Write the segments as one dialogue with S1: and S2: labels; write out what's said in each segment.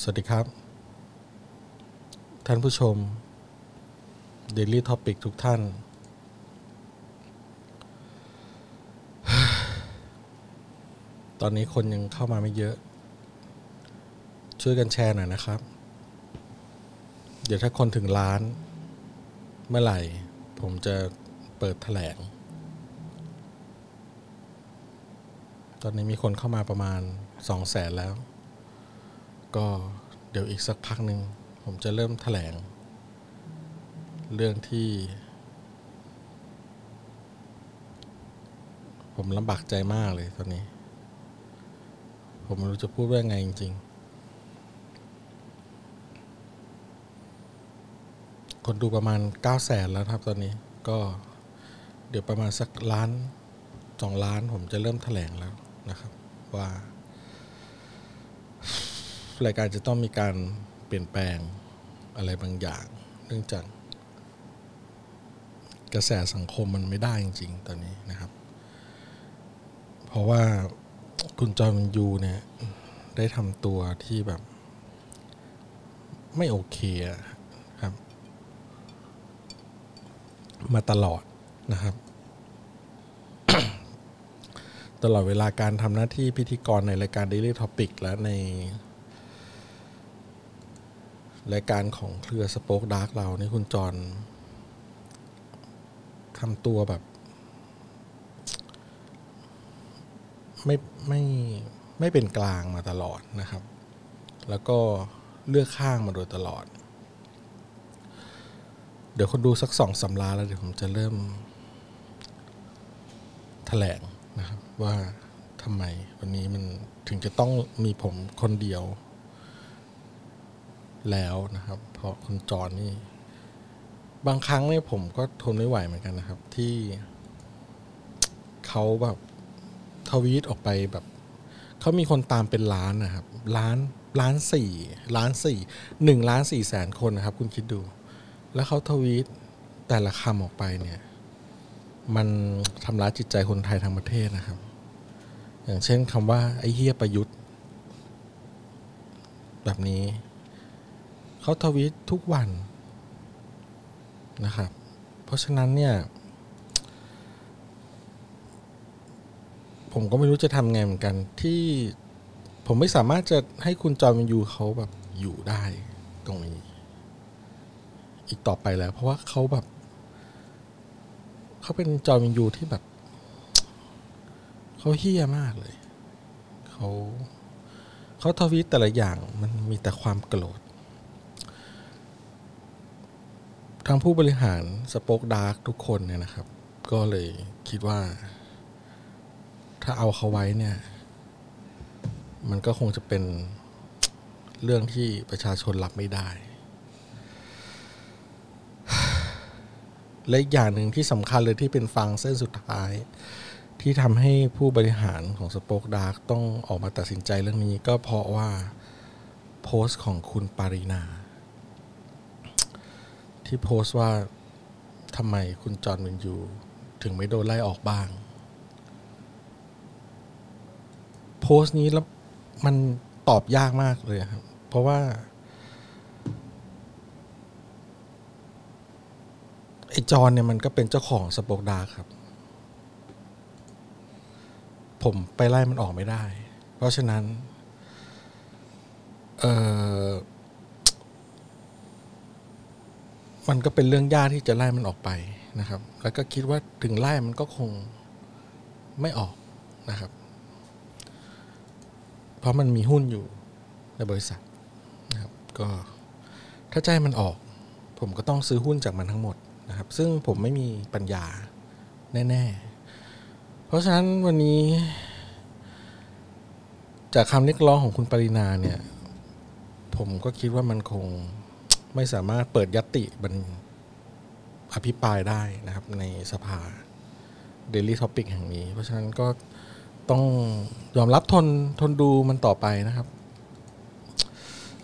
S1: สวัสดีครับ ท่านผู้ชม Daily Topic ทุกท่าน ตอนนี้คนยังเข้ามาไม่เยอะ ช่วยกันแชร์หน่อยนะครับ เดี๋ยวถ้าคนถึงล้าน เมื่อไหร่ ผมจะเปิดแถลง ตอนนี้มีคนเข้ามาประมาณสองแสนแล้ว ก็เดี๋ยวอีกสักพักหนึ่งผมจะเริ่มแถลง เรื่องที่ ผมลำบากใจมากเลยตอนนี้ ผมไม่รู้จะพูดว่ายังไงจริง ๆ คนดูประมาณ 9 0 0แสนแล้วครับตอนนี้ก็เดี๋ยวประมาณสักล้าน 2 ล้านผมจะเริ่มแถลงแล้วนะครับ ว่า รายการจะต้องมีการเปลี่ยนแปลงอะไรบางอย่าง เนื่องจาก กระแสสังคมมันไม่ได้จริง ๆ ตอนนี้นะครับ เพราะว่าคุณจอห์นวินยูเนี่ย ได้ทำตัวที่แบบ ไม่โอเคอะครับ มาตลอดนะครับ ตลอดเวลาการทำหน้าที่พิธีกรในรายการ Daily Topic และใน รายการของเครือสป็อกดาร์กเรานี่คุณจรทำตัวแบบ ไม่ไม่ไม่เป็นกลางมาตลอดนะครับ แล้วก็เลือกข้างมาโดยตลอด เดี๋ยวคนดูสักสองสำลานแล้วเดี๋ยวผมจะเริ่มแถลงนะครับ ว่าทำไมวันนี้มันถึงจะต้องมีผมคนเดียว แล้วนะครับ เพราะคุณจอนนี่ บางครั้งเนี่ยผมก็ทนไม่ไหวเหมือนกันนะครับ ที่ เขาแบบทวีตออกไปแบบเขามีคนตามเป็นล้านนะครับล้านล้านสี่ล้านสี่หนึ่งล้านสี่แสนคนนะครับ คุณคิดดู แล้วเขาทวีตแต่ละคำออกไปเนี่ย มันทำร้ายจิตใจคนไทยทั้งประเทศนะครับ อย่างเช่นคำว่า ไอ้เฮียประยุทธ์ แบบนี้ เขาทวีตทุกวันนะครับ เพราะฉะนั้นเนี่ย ผมก็ไม่รู้จะทำไงเหมือนกันที่ผมไม่สามารถจะให้คุณจอห์นวินยูเขาแบบอยู่ได้ตรงนี้ อีกต่อไปแล้ว เพราะว่าเขาแบบ เขาเป็นจอห์นวินยูที่แบบ เขาเฮี้ยมากเลยเขาเขาทวีตแต่ละอย่างมันมีแต่ความโกรธ ทางผู้บริหารสป็อกดาร์กทุกคนเนี่ยนะครับ ก็เลยคิดว่า ถ้าเอาเขาไว้เนี่ย มันก็คงจะเป็น เรื่องที่ประชาชนรับไม่ได้ และอีกอย่างหนึ่งที่สำคัญเลยที่เป็นฟังเส้นสุดท้าย ที่ทำให้ผู้บริหารของสป็อกดาร์กต้องออกมาตัดสินใจเรื่องนี้ ก็เพราะว่า โพสต์ของคุณปารีนา ที่โพสต์ว่าทำไมคุณจอห์นวินยู ถึงไม่โดนไล่ออกบ้าง โพสต์นี้แล้วมันตอบยากมากเลยครับ เพราะว่า ไอ้จอห์นเนี่ยมันก็เป็นเจ้าของสป็อกดาร์กครับ ผมไปไล่มันออกไม่ได้ เพราะฉะนั้น เออ มันก็เป็นเรื่องยากที่จะไล่มันออกไปนะครับ แล้วก็คิดว่าถึงไล่มันก็คงไม่ออกนะครับ เพราะมันมีหุ้นอยู่ในบริษัทนะครับ ก็ถ้าจะให้มันออก ผมก็ต้องซื้อหุ้นจากมันทั้งหมดนะครับ ซึ่งผมไม่มีปัญญาแน่ ๆ เพราะฉะนั้นวันนี้ จากคำเรียกร้องของคุณปรินาเนี่ย ผมก็คิดว่ามันคง ไม่สามารถเปิดยตติบันอภิปรายได้นะครับ ในสภา Daily Topic แห่งนี้ เพราะฉะนั้นก็ต้องยอมรับทนทนดูมันต่อไปนะครับ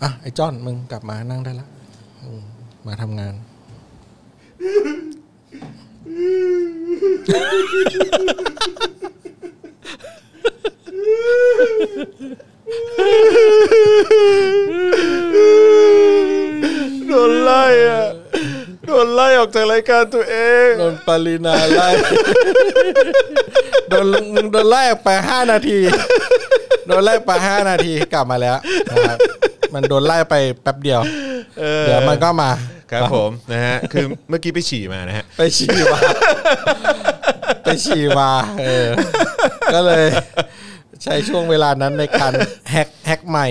S1: อ่ะ ไอ้จอนมึงกลับมานั่งได้ละอืมมาทำงาน
S2: เ รายการตัวเอง
S1: โดนปรินาไล่ โดนมึงโดนไล่ออกไปห้านาที โดนไล่ไปห้านาทีกลับมาแล้วนะครับ มันโดนไล่ไปแป๊บเดียว
S2: เออ
S1: เดี๋ยวมันก็มา
S2: ครับผมนะฮะ คือเมื่อกี้ไปฉี่มานะฮะ
S1: ไปฉี่มา ไปฉี่มาเออ ก็เลย ใช้ช่วงเวลานั้นในการแฮกแฮกใหม่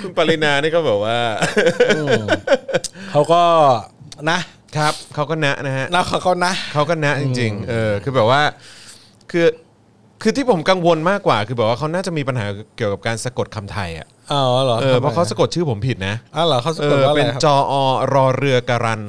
S2: คุณปรินานี่ก็แบบว่า
S1: เขาก็นะครับ
S2: เขาก็นะนะฮะ
S1: นะเขาก็นะ
S2: เขาก็นะจริงๆ เออ คือแบบว่า คือ คือที่ผมกังวลมากกว่า คือแบบว่าเขาน่าจะมีปัญหาเกี่ยวกับการสะกดคำไทยอ่ะ
S1: อ๋อเหรอ
S2: เออ เพราะเขาสะกดชื่อผมผิดนะ
S1: อ๋อเหรอเขาสะ
S2: เอก
S1: ด
S2: อ
S1: ว่าอะไร
S2: เป็น
S1: ครับ
S2: จออรอเรือการัน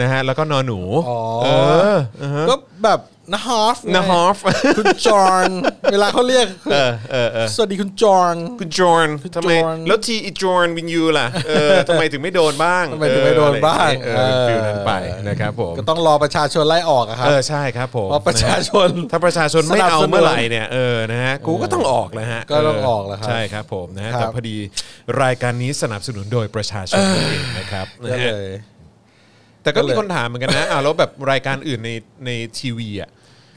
S2: นะฮะ แล้วก็นอนหนู
S1: อ๋อ
S2: เอออือฮะ
S1: ก็แบบนะฮอฟไง
S2: นะฮอ ฟ
S1: คุณจอร์นเวลาเขาเรียก
S2: เออเออเออ
S1: สวัสดีคุณจอร์น
S2: คุณจอห์นทำไม
S1: จอห์น
S2: แล้วทีอีจอห์นวินยู ล่ะ เออทำไมถึงไม่โดนบ้าง
S1: ทำไมถึงไม่โดนบ้าง
S2: เอออะไรอย่างเงี้ยเออเป็นฟิลนั้นไป
S1: เออ
S2: นะครับผม
S1: ก็ต้องรอประชาชนไล่ออกอะครับ
S2: เออใช่ครับผม
S1: เพราะประชาชน
S2: ถ้าประชาชนไม่
S1: สนับ
S2: เอา
S1: สนุน
S2: เมื่อไหร่เนี่ยเออนะฮะกูก็ต้องออกแล้วฮะ
S1: ก็ต้องออกแล้วครับ
S2: ใช่ครับผมนะฮะ
S1: ครับ
S2: แต่พอดีรายการนี้สนับสนุนโดยประชาชนนั่นเองนะครับ
S1: ก็
S2: นะ
S1: เล
S2: ฮะ
S1: ย
S2: แต่ก็
S1: ก็เล
S2: มี
S1: ย
S2: คนถามเหมือนกันนะอ้าวแล้วแบบรายการอื่นในในทีวีอ่ะ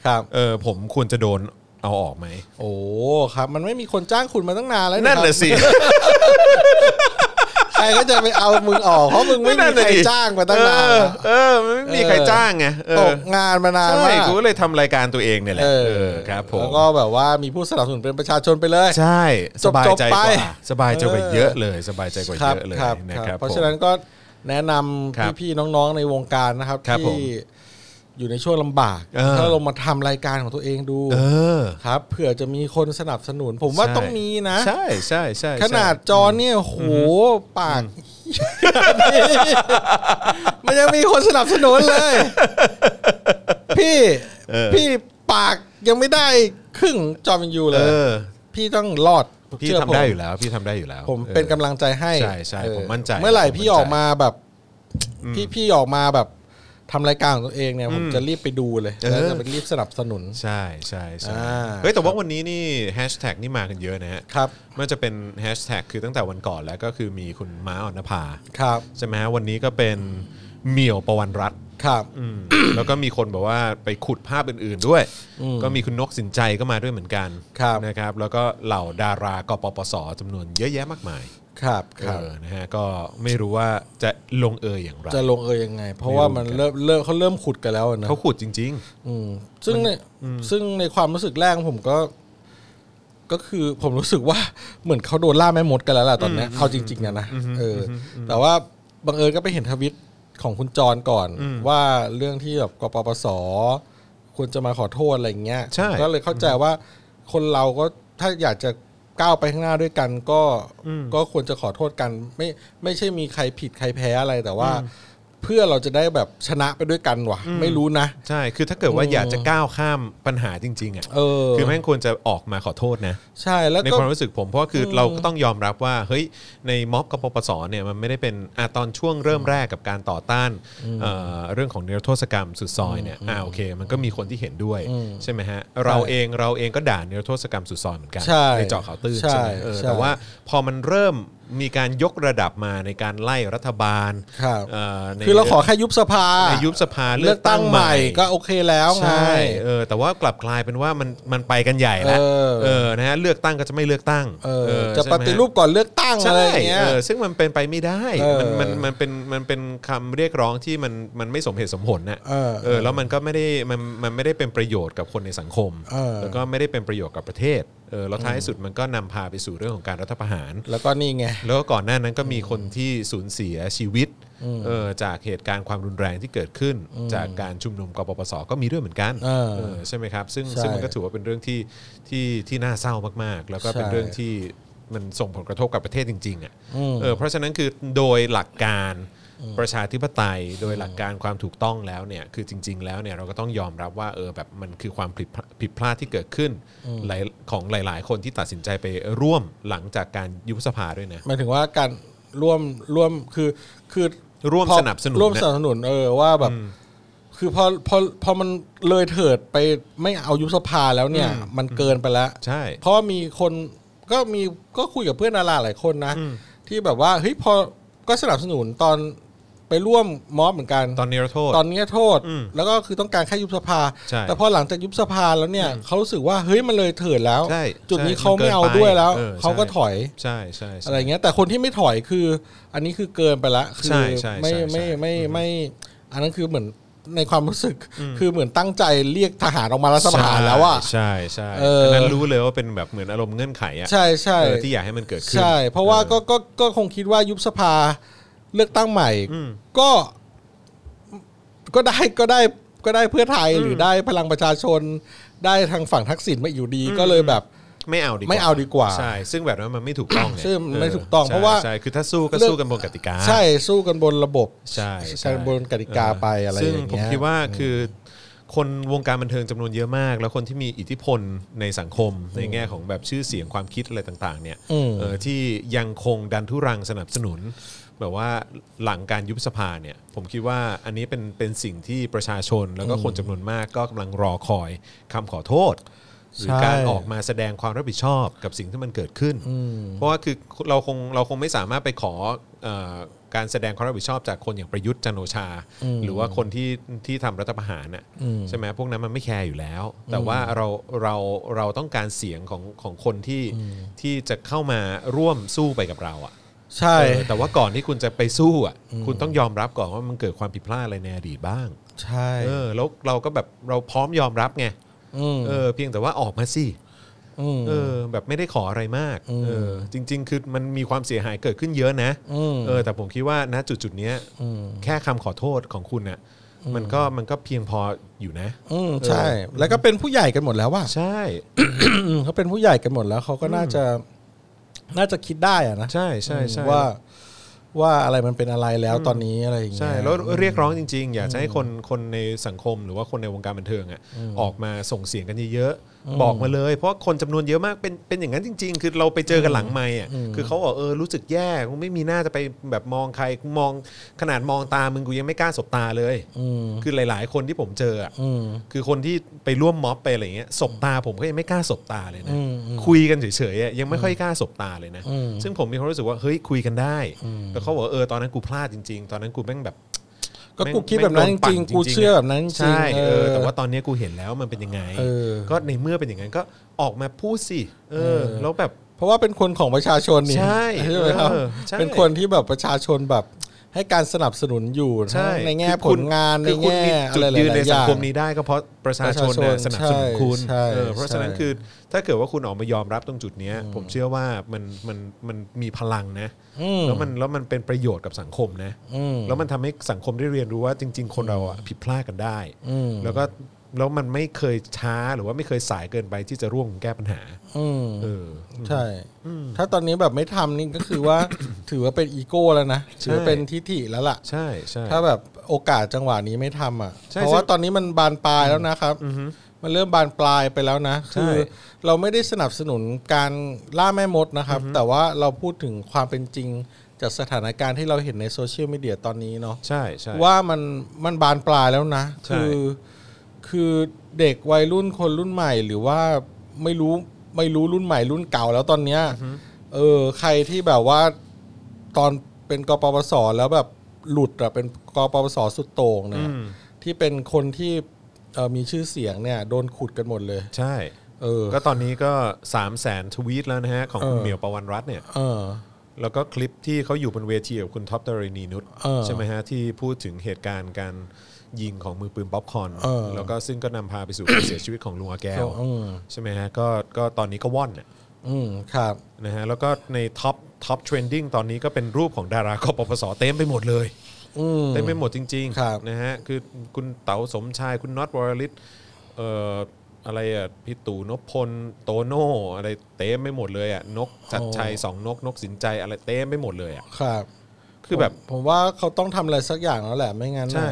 S1: ครับ
S2: เออผมควรจะโดนเอาออกไหม
S1: โอ้ครับ มันไม่มีคนจ้างคุณมาตั้งนานแล้ว
S2: นั่นแหละ
S1: ครับ
S2: สิ
S1: ใครก็จะไปเอามึงออกเพราะมึงไม่มี
S2: นั่น
S1: ใค
S2: น่ะ
S1: ร
S2: ดิ
S1: จ้างมาตั้งนาน
S2: เออ
S1: แล้ว
S2: เออมันไม่มีใครจ้างไงเออ
S1: ตกงานมานาน
S2: ใช่
S1: มาก
S2: กูก็เลยทำรายการตัวเองเนี่ยแหละ
S1: เออ
S2: เออครับผม
S1: แล้วก็แบบว่ามีผู้สนับสนุนเป็นประชาชนไปเลย
S2: ใช่ส
S1: จบๆ
S2: บายใจกว่า
S1: ไป
S2: สบายใจกว่า
S1: เออ
S2: เยอะเลย สบายใจกว่า
S1: ค
S2: เย
S1: รับ
S2: อะเลย
S1: ครับ
S2: นะ
S1: ค
S2: ครั
S1: รั
S2: บบ
S1: เพราะ
S2: ผม
S1: ฉะนั้นก็แนะนำ
S2: ครับ
S1: พี่ๆน้องๆในวงการนะครับ
S2: ครับผม
S1: ที่อยู่ในช่วงลำบาก
S2: เออ
S1: ก็ลงมาทำรายการของตัวเองดู
S2: เออ
S1: ครับเผื่อจะมีคนสนับสนุน ผมว่า
S2: ใช่
S1: ต้องมีนะ
S2: ใช่ใช่ใช่ใช่
S1: ขนาดจอเนี่ยโหปากมันยังมีคนสนับสนุนเลย พี่
S2: เออ
S1: พี่ปากยังไม่ได้ครึ่งจอมยูเล
S2: เอย อ
S1: พี่ต้องรอด
S2: พี่
S1: เชื่
S2: ทำได้อยู่แล้วพี่ทำได้อยู่แล้ว
S1: ผมเป็นกำ
S2: ง
S1: ลังใจให้
S2: ใช่ใช่
S1: เออ
S2: ผมมั่นใจ
S1: เมื่อไหร่
S2: ผมมั่นใจ
S1: พี่ออกมาแบบ พี่พี่ออกมาแบบทำรายการของตัวเองเนี่ย ผมจะรีบไปดูเลย
S2: เออ
S1: แล้วจะไปรีบสนับสนุน
S2: ใช่ใช่ใช่
S1: อ่า
S2: เฮ้ยแต่ว่าวันนี้นี่แฮชแท็กนี่มากันเยอะนะฮะ
S1: ครับ
S2: มันจะเป็นแฮชแท็กคือตั้งแต่วันก่อนแล้วก็คือมีคุณม้าอ่อนนภา
S1: ครับ
S2: ใช่ไหมฮะวันนี้ก็เป็นเหมี่ยวประวันรัตน์
S1: ครับ
S2: อืมแล้วก็มีคนบอกว่าไปขุดภาพอื่นๆด้วย
S1: อืม
S2: ก็มีคุณนกสินใจก็มาด้วยเหมือนกัน
S1: ครับ
S2: นะครับ แล้วก็เหล่าดารากปปสจำนวนเยอะแยะมากมาย
S1: ครับครับ
S2: เออนะฮะก็ไม่รู้ว่าจะลงเอยอย่างไร
S1: จะลงเอยยังไง เพราะ
S2: ไม่รู้
S1: ว่ามัน
S2: เหมือนกัน
S1: เริ่มเริ่มเขาเริ่มขุดกันแล้วอะนะ
S2: เขาขุดจริง
S1: อืมซึ่งในซึ่งในความรู้สึกแรกของผมก็ ก็คือผมรู้สึกว่า เหมือนเขาโดนล่าแม่มดกันแล้วล่ะตอนเนี้ยเขาจริงๆนะนะเอออ แต่ว่าบังเอิญก็ไปเห็นทวิตของคุณจรก่อน ว่าเรื่องที่แบบกปปสควรจะมาขอโทษอะไรอย่างเงี้ย
S2: ใช่
S1: ผมก็เลยเข้าใจว่าคนเราก็ถ้าอยากจะก้าวไปข้างหน้าด้วยกัน ก็ก็ควรจะขอโทษกัน ไม่ไม่ใช่มีใครผิดใครแพ้อะไรแต่ว่า เพื่อเราจะได้แบบชนะไปด้วยกันว่ะ ไม่รู้นะ
S2: ๆ ใช่ คือถ้าเกิดว่าอยากจะก้าวข้ามปัญหาจริง ๆอ่ะ
S1: เออ
S2: คือแม่งควรจะออกมาขอโทษนะ
S1: ใช่แล้ว
S2: ใน
S1: ก็
S2: ความรู้สึกผมเพราะว่าคือเราก็ต้องยอมรับว่าเฮ้ยในม็อบกปปสเนี่ยมันไม่ได้เป็นอะตอนช่วงเริ่มแรกกับการต่อต้านเอ่อเรื่องของนิรโทษกรรมสุดซอยเนี่ยอ่าโอเค มันก็มีคนที่เห็นด้วยใช่ไหมฮะเราเองเราเองก็ด่านิรโทษกรรมสุดซอยเหมือนกัน
S1: ใช่
S2: ในเจาะข่าวตื้น
S1: ใช่
S2: ใช่ไหมเออ
S1: ใช่
S2: แต่ว่าพอมันเริ่มมีการยกระดับมาในการไล่รัฐบาล
S1: ครับ
S2: เอ่อใน
S1: คือเราขอแค่ยุบสภา
S2: ในยุบสภา
S1: เลื
S2: เลื
S1: อ
S2: อก ก
S1: ตั้
S2: ตั้
S1: ง
S2: ง
S1: ให
S2: ให
S1: ม่
S2: ม่
S1: ก็โอเคแล้วไง
S2: ใช่เออแต่ว่ากลับกลายเป็นว่ามันมันไปกันใหญ่แล้ว
S1: เออ
S2: เออนะฮะเลือกตั้งก็จะไม่เลือกตั้ง
S1: เอ
S2: เอ
S1: อ
S2: อ
S1: จะ
S2: ใช่
S1: ป
S2: ไหมฮ
S1: ฏิรูปก่อนเลือกตั้งอะ
S2: ใช่
S1: ไรอย่างเงี้ย
S2: เออซึ่งมันเป็นไปไม่ได้
S1: เออ
S2: มันมันมันเป็นมันเป็นคำเรียกร้องที่มันมันไม่สมเหตุสมผลน่ะ
S1: เออ
S2: เออแล้วมันก็ไม่ได้มันมันไม่ได้เป็นประโยชน์กับคนในสังคม
S1: เออ
S2: แล้วก็ไม่ได้เป็นประโยชน์กับประเทศเออแล้วท้ายสุดมันก็นำพาไปสู่เรื่องของการรัฐประหาร
S1: แล้วก็นี่ไง
S2: แล้วก็ก่อนหน้านั้นก็มีคนที่สูญเสียชีวิตเออจากเหตุการณ์ความรุนแรงที่เกิดขึ้น จากการชุมนุมกปปสก็มีด้วยเหมือนกัน
S1: เออ
S2: เออใช่ไหมครับซึ่ง
S1: ใช่
S2: ซึ่งมันก็ถือว่าเป็นเรื่องที่ที่ที่น่าเศร้ามากๆ แล้วก็เป็น
S1: ใช่
S2: เรื่องที่มันส่งผลกระทบกับประเทศจริงๆอ่ะ
S1: อืม
S2: เออเพราะฉะนั้นคือโดยหลักการประชาธิปไตยโดยหลักการความถูกต้องแล้วเนี่ยคือจริง ๆ แล้วเนี่ยเราก็ต้องยอมรับว่าเออแบบมันคือความผิดพลาดผิดพลาดที่เกิดขึ้นหลายของหลาย ๆ คนที่ตัดสินใจไปร่วมหลังจากการยุบสภาด้วยนะ
S1: หมายถึงว่าการร่วมร่วมคือคือ
S2: ร่วม
S1: พอ
S2: สนับสนุน
S1: ร่วม
S2: น่ะ
S1: สนับสนุนเออว่าแบบ คือพอพอพอมันเลยเถิดไปไม่เอายุบสภาแล้วเนี่ย มันเกินไปแล้ว
S2: ใช่
S1: เพราะมีคนก็มีก็คุยกับเพื่อนดาราหลายคนนะ ที่แบบว่าเฮ้ยพอก็สนับสนุนตอนไป ไปร่วมม็อบเหมือนกัน
S2: ตอนเนรโทษ
S1: ตอนนี้โทษ
S2: อืม
S1: แล้วก็คือต้องการแค่ยุบสภา
S2: ใช่
S1: แต่พอหลังจากยุบสภาแล้วเนี่ยเขารู้สึกว่าเฮ้ยมันเลยเถิดแล้ว
S2: ใช่
S1: จุดนี้
S2: ใช่
S1: เขาไม่เอา
S2: มันเกินไป
S1: ด้วยแล้ว
S2: เออใช่
S1: เขาก็ถอย
S2: ใช่ใช่ใช่
S1: อะไรเงี้ย แต่คนที่ไม่ถอยคือ อันนี้คือเกินไปละคื
S2: ใช่ใช่
S1: ไม่
S2: ใช่
S1: ไม่
S2: ใช่
S1: ไม่
S2: อืม
S1: ไม่อันนั้นคือเหมือนในความรู้สึกคือเหมือนตั้งใจเรียกทหารออกมารัฐประหารแล้วอ่ะ
S2: ใช่ใช่
S1: เอออั
S2: นนั้นรู้เลยว่าเป็นแบบเหมือนอารมณ์เงื่อนไขอ่ะ
S1: ใช่ใช่
S2: เออที่อยากให้มันเกิดขึ้น
S1: ใช่ เพราะว่าก็ก็ก็คงคิดว่ายุบสภาเลือกตั้งใหม่ ก็ก็ได้ก็ได้ก็ได้เพื่อไทยหรือได้พลังประชาชน ได้ทางฝั่งทักษิณมาอยู่ดีก็เลยแบบ
S2: ไม่เอาดีกว่า
S1: ไม่เอาดีกว่า
S2: ใช่ ซึ่งแบบนั้นมันไม่ถูกต้องไง
S1: ซึ่งมันไม่ถูกต้อง
S2: ใช่
S1: เพราะว่า
S2: ใช่คือถ้าสู้ก็สู้กันบนกติกา
S1: ใช่สู้กันบนระบบ
S2: ใช่ใช่
S1: กันบนกติกาไปอะไรอ
S2: เซึ่ง
S1: ย่าง
S2: ผม
S1: เงี้ย
S2: คิดว่าคือคนวงการบันเทิงจำนวนเยอะมาก แล้วคนที่มีอิทธิพลในสังคมในแง่ของแบบชื่อเสียงความคิดอะไรต่าง ๆ เนี่ย
S1: อืม
S2: เออที่ยังคงดันทุรังสนับสนุน แบบว่าหลังการยุบสภาเนี่ย ผมคิดว่าอันนี้เป็นเป็นสิ่งที่ประชาชนแล้วก็คนจำนวนมากก็กำลังรอคอยคำขอโทษ หรือการออกมาแสดงความรับผิดชอบกับสิ่งที่มันเกิดขึ้น เพราะว่าคือเราคงเราคงไม่สามารถไปขอเอ่อการแสดงความรับผิดชอบจากคนอย่างประยุทธ์จันทร์โอชา หรือว่าคนที่ที่ทำรัฐประหารน่ะใช่ไหมพวกนั้นมันไม่แคร์อยู่แล้ว แต่ว่าเราเราเราต้องการเสียงของของคนที่ที่จะเข้ามาร่วมสู้ไปกับเราอ่ะ
S1: ใช่
S2: เออแต่ว่าก่อนที่คุณจะไปสู้อ่ะคุณต้องยอมรับก่อนว่ามันเกิดความผิดพลาดอะไรในอดีตบ้าง
S1: ใช่
S2: เออแล้วเราก็แบบเราพร้อมยอมรับไง
S1: ม
S2: เออเพียงแต่ว่าออกมาสิ
S1: ม
S2: เออแบบไม่ได้ขออะไรมากเออจริง ๆ คือมันมีความเสียหายเกิดขึ้นเยอะนะ
S1: อืม
S2: เออแต่ผมคิดว่าณจุดจุดๆเนี้ยแค่คำขอโทษของคุณน่ะมันก็มันก็เพียงพออยู่นะ
S1: อืมใช่ แล้วก็เป็นผู้ใหญ่กันหมดแล้วว่า
S2: ใช่
S1: เขาเป็นผู้ใหญ่กันหมดแล้วเขาก็น่าจะ น่าจะคิดได้อะนะ
S2: ใช่ใช่ใช่
S1: ว่าว่าอะไรมันเป็นอะไรแล้วตอนนี้อะไรอย่างเงี้ย
S2: ใช่แล้วเรียกร้องจริง ๆ อยากจะให้คนคนในสังคมหรือว่าคนในวงการบันเทิงอ่ะออกมาส่งเสียงกันเยอะๆบอกมาเลย เพราะคนจำนวนเยอะมากเป็นเป็นอย่างนั้นจริง ๆ คือเราไปเจอกันหลังไม่อ่ะคือเขาบอกเออรู้สึกแย่กูไม่มีหน้าจะไปแบบมองใครกูมองขนาดมองตามึงกูยังไม่กล้าสบตาเลย
S1: อืม
S2: คือหลายๆ คนที่ผมเจออ่ะ
S1: อืม
S2: คือคนที่ไปร่วมม็อบไปอะไรเงี้ยสบตาผมก็ยังไม่กล้าสบตาเลยนะ
S1: อืมอืม
S2: คุยกันเฉยๆอ่ะยังไม่ค่อยกล้าสบตาเลยนะ
S1: อืม
S2: ซึ่งผมมีความรู้สึกว่าเฮ้ยคุยกันได้แต่เขาบอกว่าเออตอนนั้นกูพลาดจริง ๆ ตอนนั้นกูแม่งแบบ
S1: ก็กูคิดแบบนั้นจ
S2: แม่
S1: ริง
S2: โด
S1: ๆ
S2: ปั่
S1: กูเชื่อแบบนั้นจริง
S2: ใช่
S1: ๆ
S2: เออแต่
S1: เออ
S2: ว่าตอนนี้กูเห็นแล้วมันเป็นยังไง
S1: เออ
S2: ก็ในเมื่อเป็นอย่างนั้นก็ออกมาพูดสิเออ แล้วแบบ
S1: เพราะว่าเป็นคนของประชาชนนี่
S2: ใช่
S1: ใช่ไหมครับ
S2: เออใช่
S1: เป็นคนที่แบบประชาชนแบบ ให้การสนับสนุนอยู่
S2: ใช่
S1: ทั้งในแง่
S2: คือ
S1: ผ
S2: คุณ
S1: ลงานใน
S2: คือคุณ
S1: แง่
S2: มี
S1: อะ
S2: จุด
S1: ไรห
S2: ยืนใน
S1: ลายๆอ
S2: สั
S1: ย่า
S2: ง
S1: ง
S2: คมนี้ได้ก็เพราะประชาช
S1: ประชา
S2: น
S1: ช
S2: นะ
S1: น
S2: สนับสนุนคุณ
S1: ใช่
S2: เออเพราะ
S1: ใช่
S2: ฉะนั้นคือถ้าเกิดว่าคุณออกมายอมรับตรงจุดเนี้ย ผมเชื่อว่ามันมันมันมีพลังนะ
S1: อืม
S2: แล้วมันแล้วมันเป็นประโยชน์กับสังคมนะ
S1: อืม
S2: แล้วมันทำให้สังคมได้เรียนรู้ว่าจริง ๆ คนเราอ่ะผิดพลาดกันได้
S1: อืม
S2: แล้วก็แล้วมันไม่เคยช้าหรือว่าไม่เคยสายเกินไปที่จะร่วมแก้ปัญหา
S1: อืม
S2: เออ
S1: ใช่ ถ้าตอนนี้แบบไม่ทำนี่ก็คือว่า ถือว่าเป็นอีโก้แล้วนะถือว่าเป็นทิฐิแล้วล่ะ
S2: ใช่ใช่
S1: ถ้าแบบโอกาสจังหวะนี้ไม่ทำอ่ะ
S2: ใช่
S1: เพราะว่า
S2: ใช่
S1: ตอนนี้มันบานปลายแล้วนะครับ มันเริ่มบานปลายไปแล้วนะ
S2: ใช่
S1: คือเราไม่ได้สนับสนุนการล่าแม่มดนะครับ แต่ว่าเราพูดถึงความเป็นจริง จากสถานการณ์ที่เราเห็นในโซเชียลมีเดียตอนนี้เนาะ
S2: ใช่ใช่
S1: ว่ามันมันบานปลายแล้วนะ
S2: ใช่
S1: คือคือเด็กวัยรุ่นคนรุ่นใหม่ หรือว่าไม่รู้ไม่รู้รุ่นใหม่รุ่นเก่าแล้วตอนเนี้ยเออใครที่แบบว่า ตอนเป็นกปปสแล้วแบบหลุดอะเป็นกปปสสุดโต่งเนี่ย
S2: อืม
S1: ที่เป็นคนที่เอ่อมีชื่อเสียงเนี่ย โดนขุดกันหมดเลย
S2: ใช่
S1: เออ
S2: ก็ตอนนี้ก็3 0 0แสนทวีตแล้วนะฮะ ของคุณ
S1: เออ
S2: เหมียวประวันรัตน์เนี่ย
S1: เออ
S2: แล้วก็คลิปที่เขาอยู่บนเวทีกับคุณท็อปดารินีนุช
S1: เออ
S2: ใช่ไหมฮะ ที่พูดถึงเหตุการณ์การยิงของมือปืนป๊อปคอร์น
S1: เออ
S2: แล้วก็ซึ่งก็นำพาไปสู่การ เสียชีวิตของลุงอาแก้ว
S1: อืม
S2: ใช่ไหมฮะ ก็ก็ตอนนี้ก็ว่อนน่ะ
S1: อืมครับ
S2: นะฮะ แล้วก็ในท็อปท็อปเทรนดิ้งตอนนี้ก็เป็นรูปของดารากปปสเต็มไปหมดเลย
S1: อืม
S2: เต็มไปหมดจริง
S1: ครับ
S2: นะฮะคือคุณเต๋าสมชายคุณน็อตวรลิตเอ่ออะไรอ่ะพี่ตู่นพพลโตโน่อะไรเต็มไปหมดเลยอ่ะนกจัดชัยสองนกนกสินใจอะไรเต็มไปหมดเลยอ่ะ
S1: ครับ
S2: คือแบบ
S1: ผมผมว่าเขาต้องทำอะไรสักอย่างแล้วแหละ ไม่งั้นน่ะ
S2: ใช่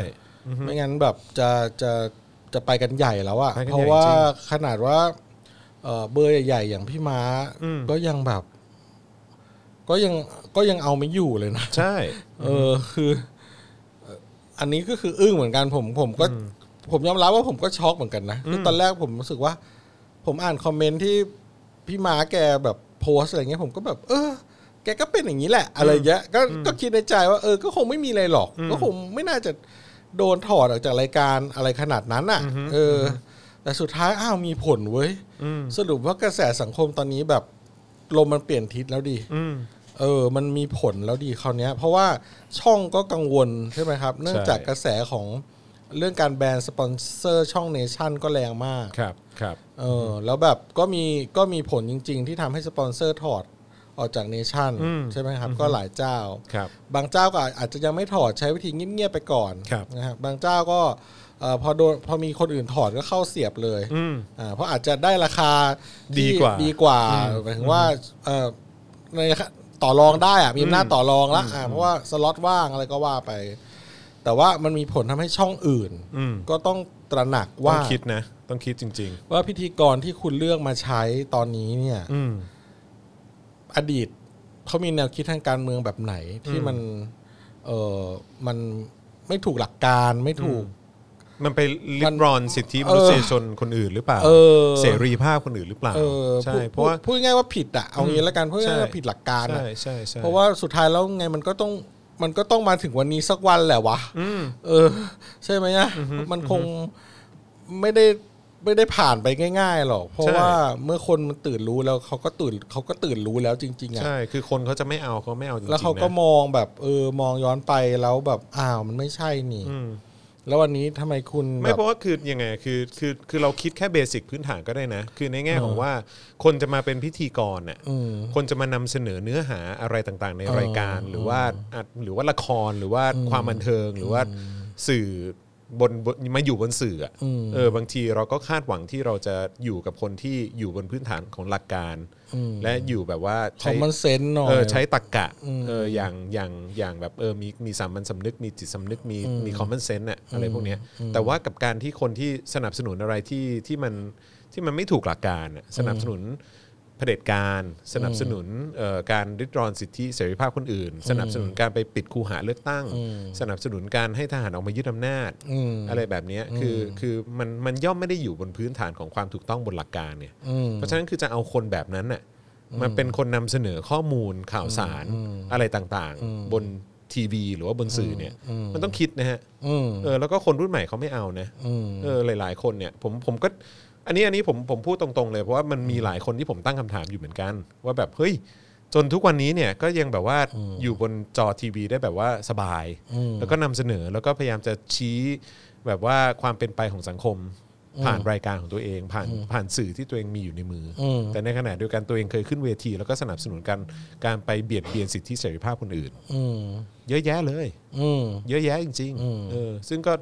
S1: ไม่งั้นแบบจะจะจะไปกันใหญ่แล้วอะ
S2: ไปกันใหญ่
S1: เพราะว่า
S2: จริง
S1: ขนาดว่าเอ่อเบอร์ใหญ่ๆอย่างพี่ม้าก็ยังแบบ ก็ยังก็ยังเอาไม่อยู่เลยนะ
S2: ใช่
S1: เออคือเอ่ออันนี้ก็คืออึ้งเหมือนกันผมผมก็ผมยอมรับว่าผมก็ช็อกเหมือนกันนะคือตอนแรกผมรู้สึกว่า ผมอ่านคอมเมนต์ที่พี่มาแกแบบโพสต์อะไรเงี้ยผมก็แบบ เออ แกก็เป็นอย่างนี้แหละ อะไรเงี้ยก็ก็คิดในใจว่าเออก็คงไม่มีอะไรหรอก ก็คงไม่น่าจะโดนถอดออกจากรายการอะไรขนาดนั้นอ่ะ เออ แต่สุดท้ายอ้าวมีผลเว้ย
S2: อืม
S1: สรุปว่ากระแสสังคมตอนนี้แบบลมมันเปลี่ยนทิศแล้วดี
S2: อืม
S1: เออ มันมีผลแล้วดีคราวเนี้ย เพราะว่าช่องก็กังวลใช่ไหมครับ เนื่องจากกระแสของเรื่องการแบนสปอนเซอร์ช่องเนชั่นก็แรงมาก
S2: ครับครับ
S1: เออ แล้วแบบก็มีก็มีผลจริง ๆ ที่ทำให้สปอนเซอร์ถอดออกจากเนชั่น
S2: อืม
S1: ใช่ไหมครับ ก็หลายเจ้า
S2: ครับ
S1: บางเจ้าก็อาจจะยังไม่ถอดใช้วิธีเงียบๆไปก่อน
S2: ครับ
S1: นะครับบางเจ้าก็เอ่อพอโดนพอมีคนอื่นถอดก็เข้าเสียบเลย
S2: อืม
S1: อ่าเพราะอาจจะได้ราคาที่
S2: ดีกว่า
S1: ดีกว่าหมายถึงว่าเอ่อในต่อรองได้อะมีอำนาจต่อรองละอ่าเพราะว่าสล็อตว่างอะไรก็ว่าไป แต่ว่ามันมีผลทำให้ช่องอื่น
S2: อืม
S1: ก็ต้องตระหนัก
S2: ต้อ
S1: ว่าง
S2: คิดนะ ต้องคิดจริง
S1: ว่าพิธีกรที่คุณเลือกมาใช้ตอนนี้เนี่ย
S2: ๆ อืม
S1: อดีตเขามีแนวคิดทางการเมืองแบบไหนที่มัน เออมันไม่ถูกหลักการไม่ถูก
S2: มันไปลิ
S1: มั
S2: บ
S1: น
S2: รอนสิทธิมนุษยชนคนอื่นหรือเปล่า
S1: เออ
S2: เสรีภาพคนอื่นหรือเปล่า
S1: เออ
S2: ใช่
S1: พูด
S2: เพราะว่า
S1: พูดง่ายๆว่าผิดอะเอางี้ละกันพูดง่ายๆว่า
S2: ใช่
S1: ผิดหลักการอะ
S2: ใช่ใช่ใช่
S1: เพราะว่าสุดท้ายแล้วไงมันก็ต้องมันก็ต้องมาถึงวันนี้สักวันแหละวะ
S2: อืม
S1: เออ ใช่ไหมอะมันคงไม่ได้ไม่ได้ผ่านไปง่าย ๆ หรอก เพราะ
S2: ใช่
S1: ว่าเมื่อคนมันตื่นรู้แล้วเขาก็ตื่นเขาก็ตื่นรู้แล้วจริง ๆอะ
S2: ใช่ คือคนเขาจะไม่เอาเขาไม่เอาจริงๆ
S1: แล้วเขาก็
S2: นะ
S1: มองแบบ เออ มองย้อนไปแล้วแบบอ้าวมันไม่ใช่นี่
S2: อืม
S1: แล้ววันนี้ทำไมคุณ
S2: ไม่
S1: แบบ
S2: เพราะว่าคือยังไงคือคือคือเราคิดแค่เบสิกพื้นฐานก็ได้นะ คือในแง่ของว่าคนจะมาเป็นพิธีกรน่ะ
S1: อืม
S2: คนจะมานำเสนอเนื้อหาอะไรต่างๆ ในรายการหรือว่าอัดหรือว่าละครหรือว่าความบันเทิงหรือว่าสื่อบนบนมาอยู่บนสื่ออะ
S1: อืม
S2: เออบางทีเราก็คาดหวังที่เราจะอยู่กับคนที่อยู่บนพื้นฐานของหลักการ
S1: อืม
S2: และอยู่แบบว่า
S1: คอ
S2: ใช้
S1: มมอนเซนส์หน่อย
S2: เออใช้ตรกกะ
S1: อืม
S2: เอออย่างอย่างอย่างแบบเออมีมีสามัญสำนึกมีจิตสำนึกมี
S1: อืม
S2: มีคอมมอนเซนต์อะอะไร
S1: อืม
S2: พวกเนี้ย
S1: อืม
S2: แต่ว่ากับการที่คนที่สนับสนุนอะไรที่ที่มันที่มันไม่ถูกหลักการอะสนับสนุนเผด็จการสนับสนุนเอ่อการริดรอนสิทธิเสรีภาพคนอื่น สนับสนุนการไปปิดคูหาเลือกตั้ง
S1: อืม
S2: สนับสนุนการให้ทหารออกมายึดอำนาจ
S1: อืม
S2: อะไรแบบเนี้ยคือคือมันมันย่อมไม่ได้อยู่บนพื้นฐานของความถูกต้องบนหลักการเนี่ย
S1: อืม
S2: เพราะฉะนั้นคือจะเอาคนแบบนั้นน่ะมาเป็นคนนำเสนอข้อมูลข่าวสารอะไรต่างๆ บนทีวีหรือว่าบนสื่อเนี่ย
S1: อืม
S2: มันต้องคิดนะฮะ
S1: อืม
S2: เออแล้วก็คนรุ่นใหม่เขาไม่เอานะ
S1: อืม
S2: เออหลาย ๆ คนเนี่ยผมผมก็อันนี้อันนี้ผมผมพูดตรงๆเลยเพราะว่ามันมีหลายคนที่ผมตั้งคำถามอยู่เหมือนกัน ว่าแบบเฮ้ยจนทุกวันนี้เนี่ยก็ยังแบบว่าอยู่บนจอทีวีได้แบบว่าสบาย
S1: อืม
S2: แล้วก็นำเสนอแล้วก็พยายามจะชี้แบบว่าความเป็นไปของสังคม ผ่านรายการของตัวเอง ผ่านผ่านสื่อที่ตัวเองมีอยู่ในมืออ
S1: อืม
S2: แต่ในขณะเดียวกันตัวเองเคยขึ้นเวที แล้วก็สนับสนุนการการไปเบียดเบียนสิทธิเสรีภาพคนอื่น
S1: อืม
S2: เยอะแยะเลย
S1: อืม
S2: เยอะแยะจริง
S1: อืม
S2: ๆเออซึ่งก็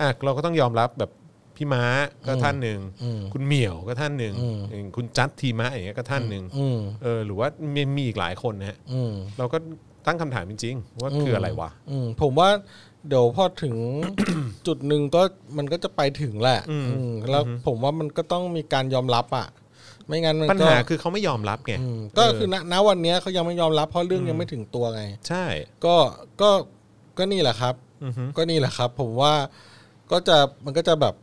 S2: อ่ะเราก็ต้องยอมรับแบบพี่ม้าก็ท่านหนึ่ง
S1: อืม
S2: คุณเหมี่ยวก็ท่านหนึ่ง
S1: อืม
S2: อย่างคุณจัดทีมะอย่างเงี้ยก็ท่านหนึ่ง
S1: อืม
S2: เออหรือว่ามีมีอีกหลายคนนะฮะ
S1: อืม
S2: เราก็ตั้งคำถามจริงๆ ว่าคืออะไรวะ
S1: อืมผมว่าเดี๋ยวพอถึง จุดหนึ่งก็มันก็จะไปถึงแหละอืมแล้วผมว่ามันก็ต้องมีการยอมรับอ่ะ ไม่งั้นมัน
S2: ปัญ
S1: ก็
S2: หาคือเขาไม่ยอมรับไง
S1: อืมก็
S2: เ
S1: คือณณวันเนี้ยเขายังไม่ยอมรับเพราะเรื่องยังไม่ถึงตัวไง
S2: ใช่
S1: ก็ก็ก็นี่แหละครับ
S2: อือฮึ
S1: ก็นี่แหละครับ ผมว่าก็จะมันก็จะแบบ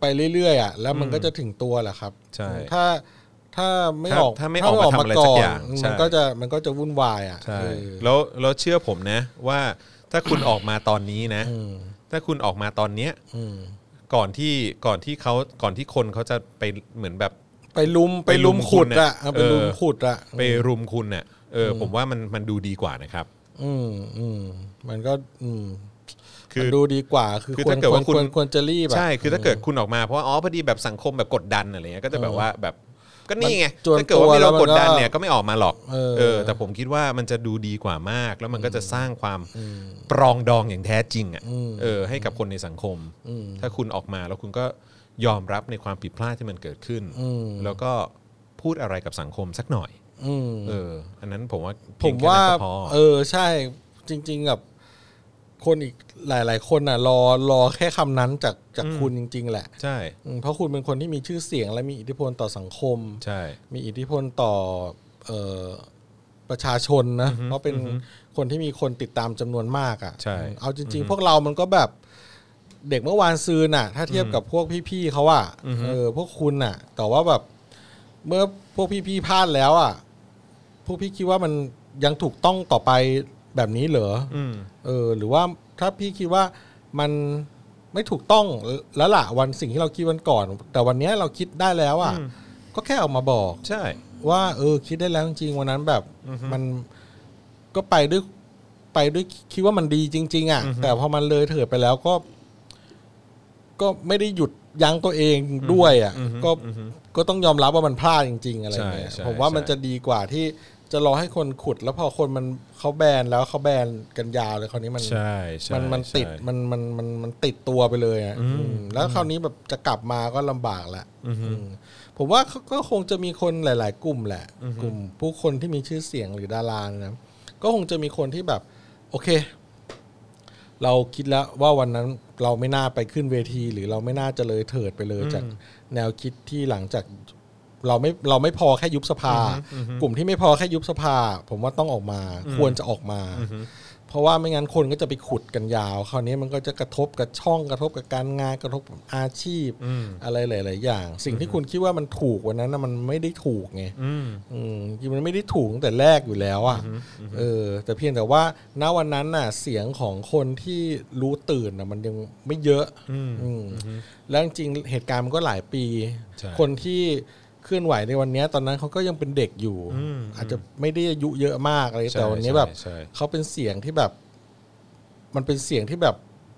S1: ไปเรื่อยๆอ่ะแล้วมันก็จะถึงตัวแหละครับ
S2: ใช่
S1: ถ้าถ้าไม่
S2: ถ้า
S1: ออก
S2: ถ้าไม่ออกมาทำอะไรสักอย่างใช่
S1: มันก็จะมันก็จะวุ่นวายอ่ะ
S2: ใช่
S1: เออ
S2: แล้วแล้วเชื่อผมนะว่าถ้าคุณ ออกมาตอนนี้นะ
S1: อืม
S2: ถ้าคุณออกมาตอนเนี้ย
S1: อืม
S2: ก่อนที่ก่อนที่เขาก่อนที่คนเขาจะไปเหมือนแบบ
S1: ไปลุมไปลุมขุดอะ
S2: ไปลุมคุณอะ
S1: ไปลุมขุดอะ
S2: เออไปรุมคุณเนี่ยเอออผมว่ามันมันดูดีกว่านะครับ
S1: อืมอืมมันก็อืม
S2: คือ
S1: มันดูดีกว่าคือ
S2: คือ
S1: ควร
S2: ถ้าเกิด
S1: คว
S2: ว่ารคุณ
S1: ควรควรจะรีบอะ
S2: ใช่คือถ้าเกิดคุณออกมาเพราะว่าอ๋อพอดีแบบสังคมแบบกดดันอะไรเงี้ยก็จะแบบว่าแบบก็นี่ไง
S1: จวน
S2: ถ้าเกิดว่าไม่เรา
S1: ตัวแล้วมัน
S2: กดดันเนี่ย
S1: ก็
S2: ก็ไม่ออกมาหรอก
S1: เออ
S2: แต่ผมคิดว่ามันจะดูดีกว่ามาก แล้วมันก็จะสร้างความปรองดองอย่างแท้จริงอ่ะเออให้กับคนในสังคม
S1: อืม
S2: ถ้าคุณออกมาแล้วคุณก็ยอมรับในความผิดพลาดที่มันเกิดขึ้น
S1: อืม
S2: แล้วก็พูดอะไรกับสังคมสักหน่อย
S1: อืม
S2: เออ อันนั้นผมว่า
S1: ผ
S2: เพียง
S1: ม
S2: แค่
S1: ว่า
S2: นั้นก็พอ
S1: เออใช่จริง ๆ กับ คนอีกหลาย ๆ คนอ่ะ รอรอแค่คำนั้นจากจากคุณจริง ๆ แหละ
S2: ใช่
S1: อืมเพราะคุณเป็นคนที่มีชื่อเสียงและมีอิทธิพลต่อสังคม
S2: ใช่
S1: มีอิทธิพลต่อเอ่อประชาชนนะเพราะเป็นคนที่มีคนติดตามจำนวนมากอะ
S2: ใช่
S1: ่ะเอาจริง ๆ พวกเรามันก็แบบเด็กเมื่อวานซืนน่ะ ถ้าเทียบกับพวกพี่ๆเขาอะ่ะเออพวกคุณน่ะ แต่ว่าแบบเมื่อพวกพี่ๆพลาดแล้วอะ่ะพวกพี่คิดว่ามัน ยังถูกต้องต่อไปแบบนี้เหรอ
S2: อืม
S1: เออ หรือว่าถ้าพี่คิดว่ามันไม่ถูกต้องแล้วล่ะวันสิ่งที่เราคิดวันก่อน แต่วันเนี้ยเราคิดได้แล้วอ่ะ ก็แค่ออกมาบอก
S2: ใช่
S1: ว่าเออคิดได้แล้วจริงๆวันนั้นแบบมันก็ไปด้วยไปด้วยคิดว่ามันดีจริง ๆ อ่ะ
S2: อือฮึ
S1: แต่พอมันเลยเถิดไปแล้วก็ ก็ไม่ได้หยุดยั้งตัวเองด้วย อ่ะ
S2: อือฮึ
S1: ก็
S2: อือฮึ
S1: ก็ต้องยอมรับว่ามันพลาดจริง ๆ อะไรเงี้ย
S2: ใช่ใช่
S1: ผมว่ามัน
S2: ใช่
S1: จะดีกว่าที่จะรอให้คนขุด แล้วพอคนมันเขาแบนแล้วเขาแบนกันยาวเลยคราวนี้มัน
S2: ใช่ใช่
S1: มันมัน
S2: ใช่
S1: ติดมันมันมันมันติดตัวไปเลยอะ
S2: อืม
S1: อืมแล้วคราวนี้แบบจะกลับมาก็ลำบากละ
S2: อือฮึ
S1: อืมผมว่าเขาก็คงจะมีคนหลาย ๆ กลุ่มแหละ
S2: อือฮึ
S1: กลุ่ม ผู้คนที่มีชื่อเสียงหรือดาราเนี่ยนะก็คงจะมีคนที่แบบ โอเค เราคิดแล้วว่าวันนั้นเราไม่น่าไปขึ้นเวที หรือเราไม่น่าจะเลยเถิดไปเลยจากแนวคิดที่หลังจาก เราไม่เราไม่พอแค่ยุบสภา
S2: อือฮึ
S1: กลุ่มที่ไม่พอแค่ยุบสภา ผมว่าต้องออกมา ควรจะออกมา เพราะว่าไม่งั้นคนก็จะไปขุดกันยาว คราวนี้มันก็จะกระทบกับช่องกระทบกับการงานกระทบกับอาชีพ
S2: อืม
S1: อะไรหลาย ๆ อย่าง สิ่งที่คุณคิดว่ามันถูกวันนั้นนะมันไม่ได้ถูกไง
S2: อืม
S1: อืมจริงๆมันไม่ได้ถูกตั้งแต่แรกอยู่แล้วอ่ะเออ แต่เพียงแต่ว่าณวันนั้นน่ะ เสียงของคนที่รู้ตื่นน่ะ มันยังไม่เยอะ
S2: อืม
S1: อืมแล้วจริงๆเหตุการณ์มันก็หลายปี
S2: ใช่
S1: คนที่เคลื่อนไหวในวันเนี้ยตอนนั้นเขาก็ยังเป็นเด็กอยู่
S2: อืม
S1: อาจจะไม่ได้อายุเยอะมากอะไรแต่วันนี้แบบ
S2: ใช่
S1: เขาเป็นเสียงที่แบบ มันเป็นเสียงที่แบบ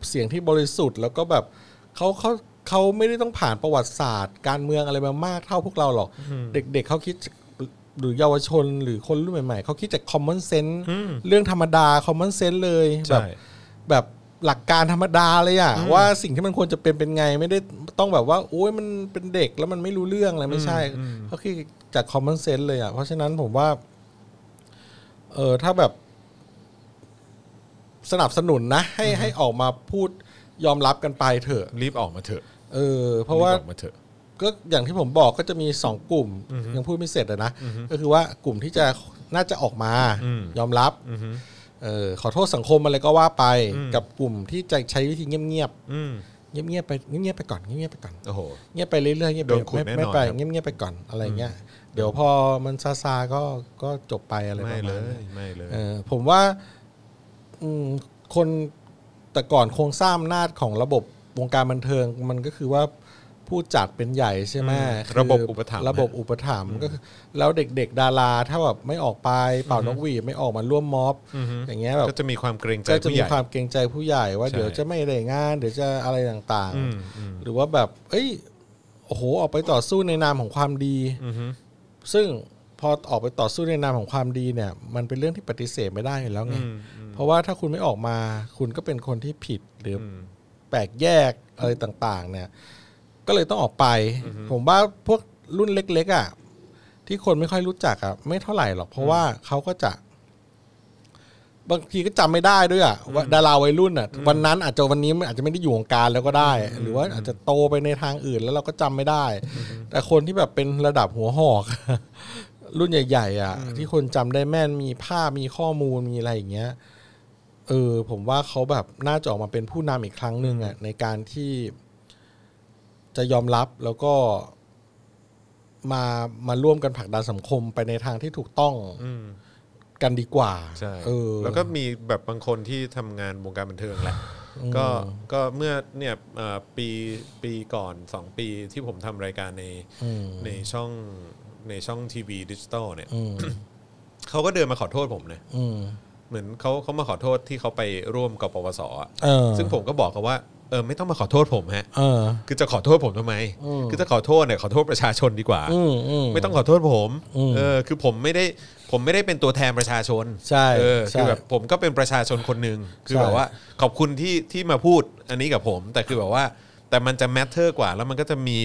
S1: เสียงที่บริสุทธิ์ แล้วก็แบบเขาเขาเขาไม่ได้ต้องผ่านประวัติศาสตร์ การเมืองอะไรมามากเท่าพวกเราหรอก
S2: อืม
S1: เด็กๆเขาคิดหรือเยาวชนหรือคนรุ่นใหม่ๆเขาคิดจาก common sense
S2: อืม
S1: เรื่องธรรมดา common sense เลยแบ
S2: ใช่
S1: บ แบบหลักการธรรมดาเลยอะ
S2: อืม
S1: ว่าสิ่งที่มันควรจะเป็นเป็นไงไม่ได้ต้องแบบว่าโอ้ยมันเป็นเด็กแล้วมันไม่รู้เรื่องอะไรไม่ใช่
S2: อืมอืม
S1: เขาคือจากคอมมอนเซนส์เลยอะเพราะฉะนั้นผมว่าเออถ้าแบบ สนับสนุนนะให้ให้ออกมาพูดยอมรับกันไปเถอะ
S2: รีบออกมาเถอะ
S1: เออ เพราะว่า
S2: บออกมาเถอะ
S1: ก็อย่างที่ผมบอกก็จะมีสองกลุ่ม ยังพูดไม่เสร็จอะนะก็คือว่ากลุ่มที่จะน่าจะออกมา
S2: อืม
S1: ยอมรับ
S2: อืม
S1: เออขอโทษสังคมอะไรก็ว่าไป
S2: อืม
S1: กับกลุ่มที่จะใช้วิธีเงียบ
S2: อืม
S1: ๆเงียบๆไปเงียบๆไปก่อนเงียบๆไปก่อน
S2: โอ้โห
S1: เงียบไปเรื่อยๆเงียบไป
S2: โดนขุด
S1: ไม่
S2: แน่นอน
S1: ไม่ไป
S2: ครับ
S1: เงียบๆไปก่อนอะไรเงี้ยเดี๋ยวพอมันซาซาๆก็ก็จบไปอะไรประ
S2: ไม่
S1: มาณ
S2: เล
S1: นั้น
S2: ยไม่เลย
S1: เออผมว่าอืมคนแต่ก่อนโครงสร้างอำนาจของระบบวงการบันเทิง มันก็คือว่าผู้จัดเป็นใหญ่ใช่ไหมคือ
S2: ระบบอุปถัมภ์
S1: ระบบอุปถัมภ์ก็คือแล้วเด็ก ๆ ดารา ถ้าแบบไม่ออกไปเป่านกหวีดไม่ออกมาร่วมม็อบ
S2: อือฮึ
S1: อย่างเงี้ยแบบ
S2: ก็จะมีความเกรงใจ
S1: ก็จะ
S2: ผู้
S1: มี
S2: ใหญ่
S1: ความเกรงใจผู้ใหญ่ว่า
S2: ใช่
S1: เดี๋ยวจะไม่ได้งานเดี๋ยวจะอะไรต่าง
S2: อืมอืม
S1: ๆ หรือว่าแบบ เอ้ยโอ้โหออกไปต่อสู้ในนามของความดี
S2: อือฮึ
S1: ซึ่งพอออกไปต่อสู้ในนามของความดีเนี่ย มันเป็นเรื่องที่ปฏิเสธไม่ได้อยู่แล้วไง
S2: อืมอืม
S1: เพราะว่าถ้าคุณไม่ออกมา คุณก็เป็นคนที่ผิดหรืออ
S2: อืม
S1: แปลกแยกอะไรต่างๆ เนี่ย ก็เลยต้องออกไป ผมว่าพวกรุ่นเล็กๆอ่ะที่คนไม่ค่อยรู้จักอ่ะไม่เท่าไหร่หรอก เพราะว่าเขาก็จะ บางทีก็จำไม่ได้ด้วยอ่ะว่าดาราวัยรุ่นอ่ะ วันนั้นอาจจะวันนี้มันอาจจะไม่ได้อยู่วงการแล้วก็ได้ หรือว่าอาจจะโตไปในทางอื่นแล้วเราก็จำไม่ได้ แต่คนที่แบบเป็นระดั บหัวหอก รุ่นใหญ่ ๆ อ่ะ ที่คนจำได้แม่นมีภาพมีข้อมูลมีอะไรอย่างเงี้ย เออ ผมว่าเขาแบบน่าจะออกมาเป็นผู้นำอีกครั้งหนึ่งอ่ะในการที่ จะยอมรับแล้วก็มามาร่วมกันผลักดันสังคมไปในทางที่ถูกต้อง
S2: อืม
S1: กันดีกว่า
S2: ใช่
S1: เออ
S2: แล้วก็มีแบบบางคนที่ทำงานวงการบันเทิงแหละก็ก็เมื่อเนี่ยเอ่อปีปีก่อน 2 ปีที่ผมทำรายการใน
S1: อืม
S2: ในช่องในช่องทีวีดิจิตอลเนี่ย
S1: อืม
S2: เขาก็เดินมาขอโทษผมนะ
S1: อืม
S2: เหมือนเขาเขามาขอโทษที่เขาไปร่วมกับปปสอะ
S1: เออ
S2: ซึ่งผมก็บอกเขาว่าเออไม่ต้องมาขอโทษผมฮะ
S1: เออ
S2: คือจะขอโทษผมทำไม
S1: อืม
S2: คือจะขอโทษเนี่ยขอโทษประชาชนดีกว่า
S1: อืมอืม
S2: ไม่ต้องขอโทษผม
S1: อืม
S2: เออคือผมไม่ได้ผมไม่ได้เป็นตัวแทนประชาชน
S1: ใช่
S2: เออ
S1: ใช่
S2: คือแบบผมก็เป็นประชาชนคนหนึ่งคือ
S1: ใช่
S2: แบบว่าขอบคุณที่ที่มาพูดอันนี้กับผม แต่คือแบบว่า แต่มันจะแมทเทอร์กว่า แล้วมันก็จะมี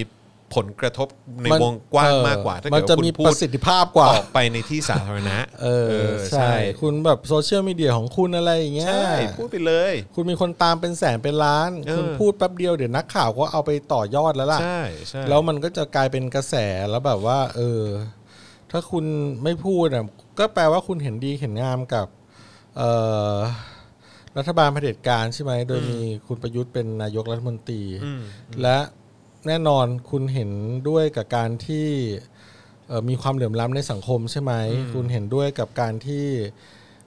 S2: ผลกระทบใน
S1: มัน
S2: วงกว้าง
S1: เออ
S2: มากกว่า ถ้า
S1: มั
S2: เกิ
S1: น
S2: ด
S1: จะ
S2: ว่าคุณ
S1: มี
S2: พู
S1: ป
S2: ด
S1: ระสิทธิภาพกว่า
S2: ออกไปในที่สาธารณะ
S1: เออใช่
S2: คุณ
S1: คุณแบบโซเชียลมีเดียของคุณอะไรอย่างเงี้ย
S2: ใช่พูดไปเลย
S1: คุณมีคนตามเป็นแสนเป็นล้าน
S2: เออ
S1: คุณพูดแป๊บเดียวเดี๋ยวนักข่าวก็เอาไปต่อยอดแล้วล่ะ
S2: ใช่ใช่
S1: แล้วมันก็จะกลายเป็นกระแสแล้วแบบว่า เออ ถ้าคุณไม่พูดอ่ะก็แปลว่าคุณเห็นดีเห็นงามกับ เออรัฐบาลเผด็จการใช่ไหมโดยมีคุณประยุทธ์เป็นนายกรัฐมนตรี
S2: อืม
S1: และแน่นอนคุณเห็นด้วยกับการที่ เอ่อมีความเหลื่อมล้ำในสังคมใช่ไหม คุณเห็นด้วยกับการที่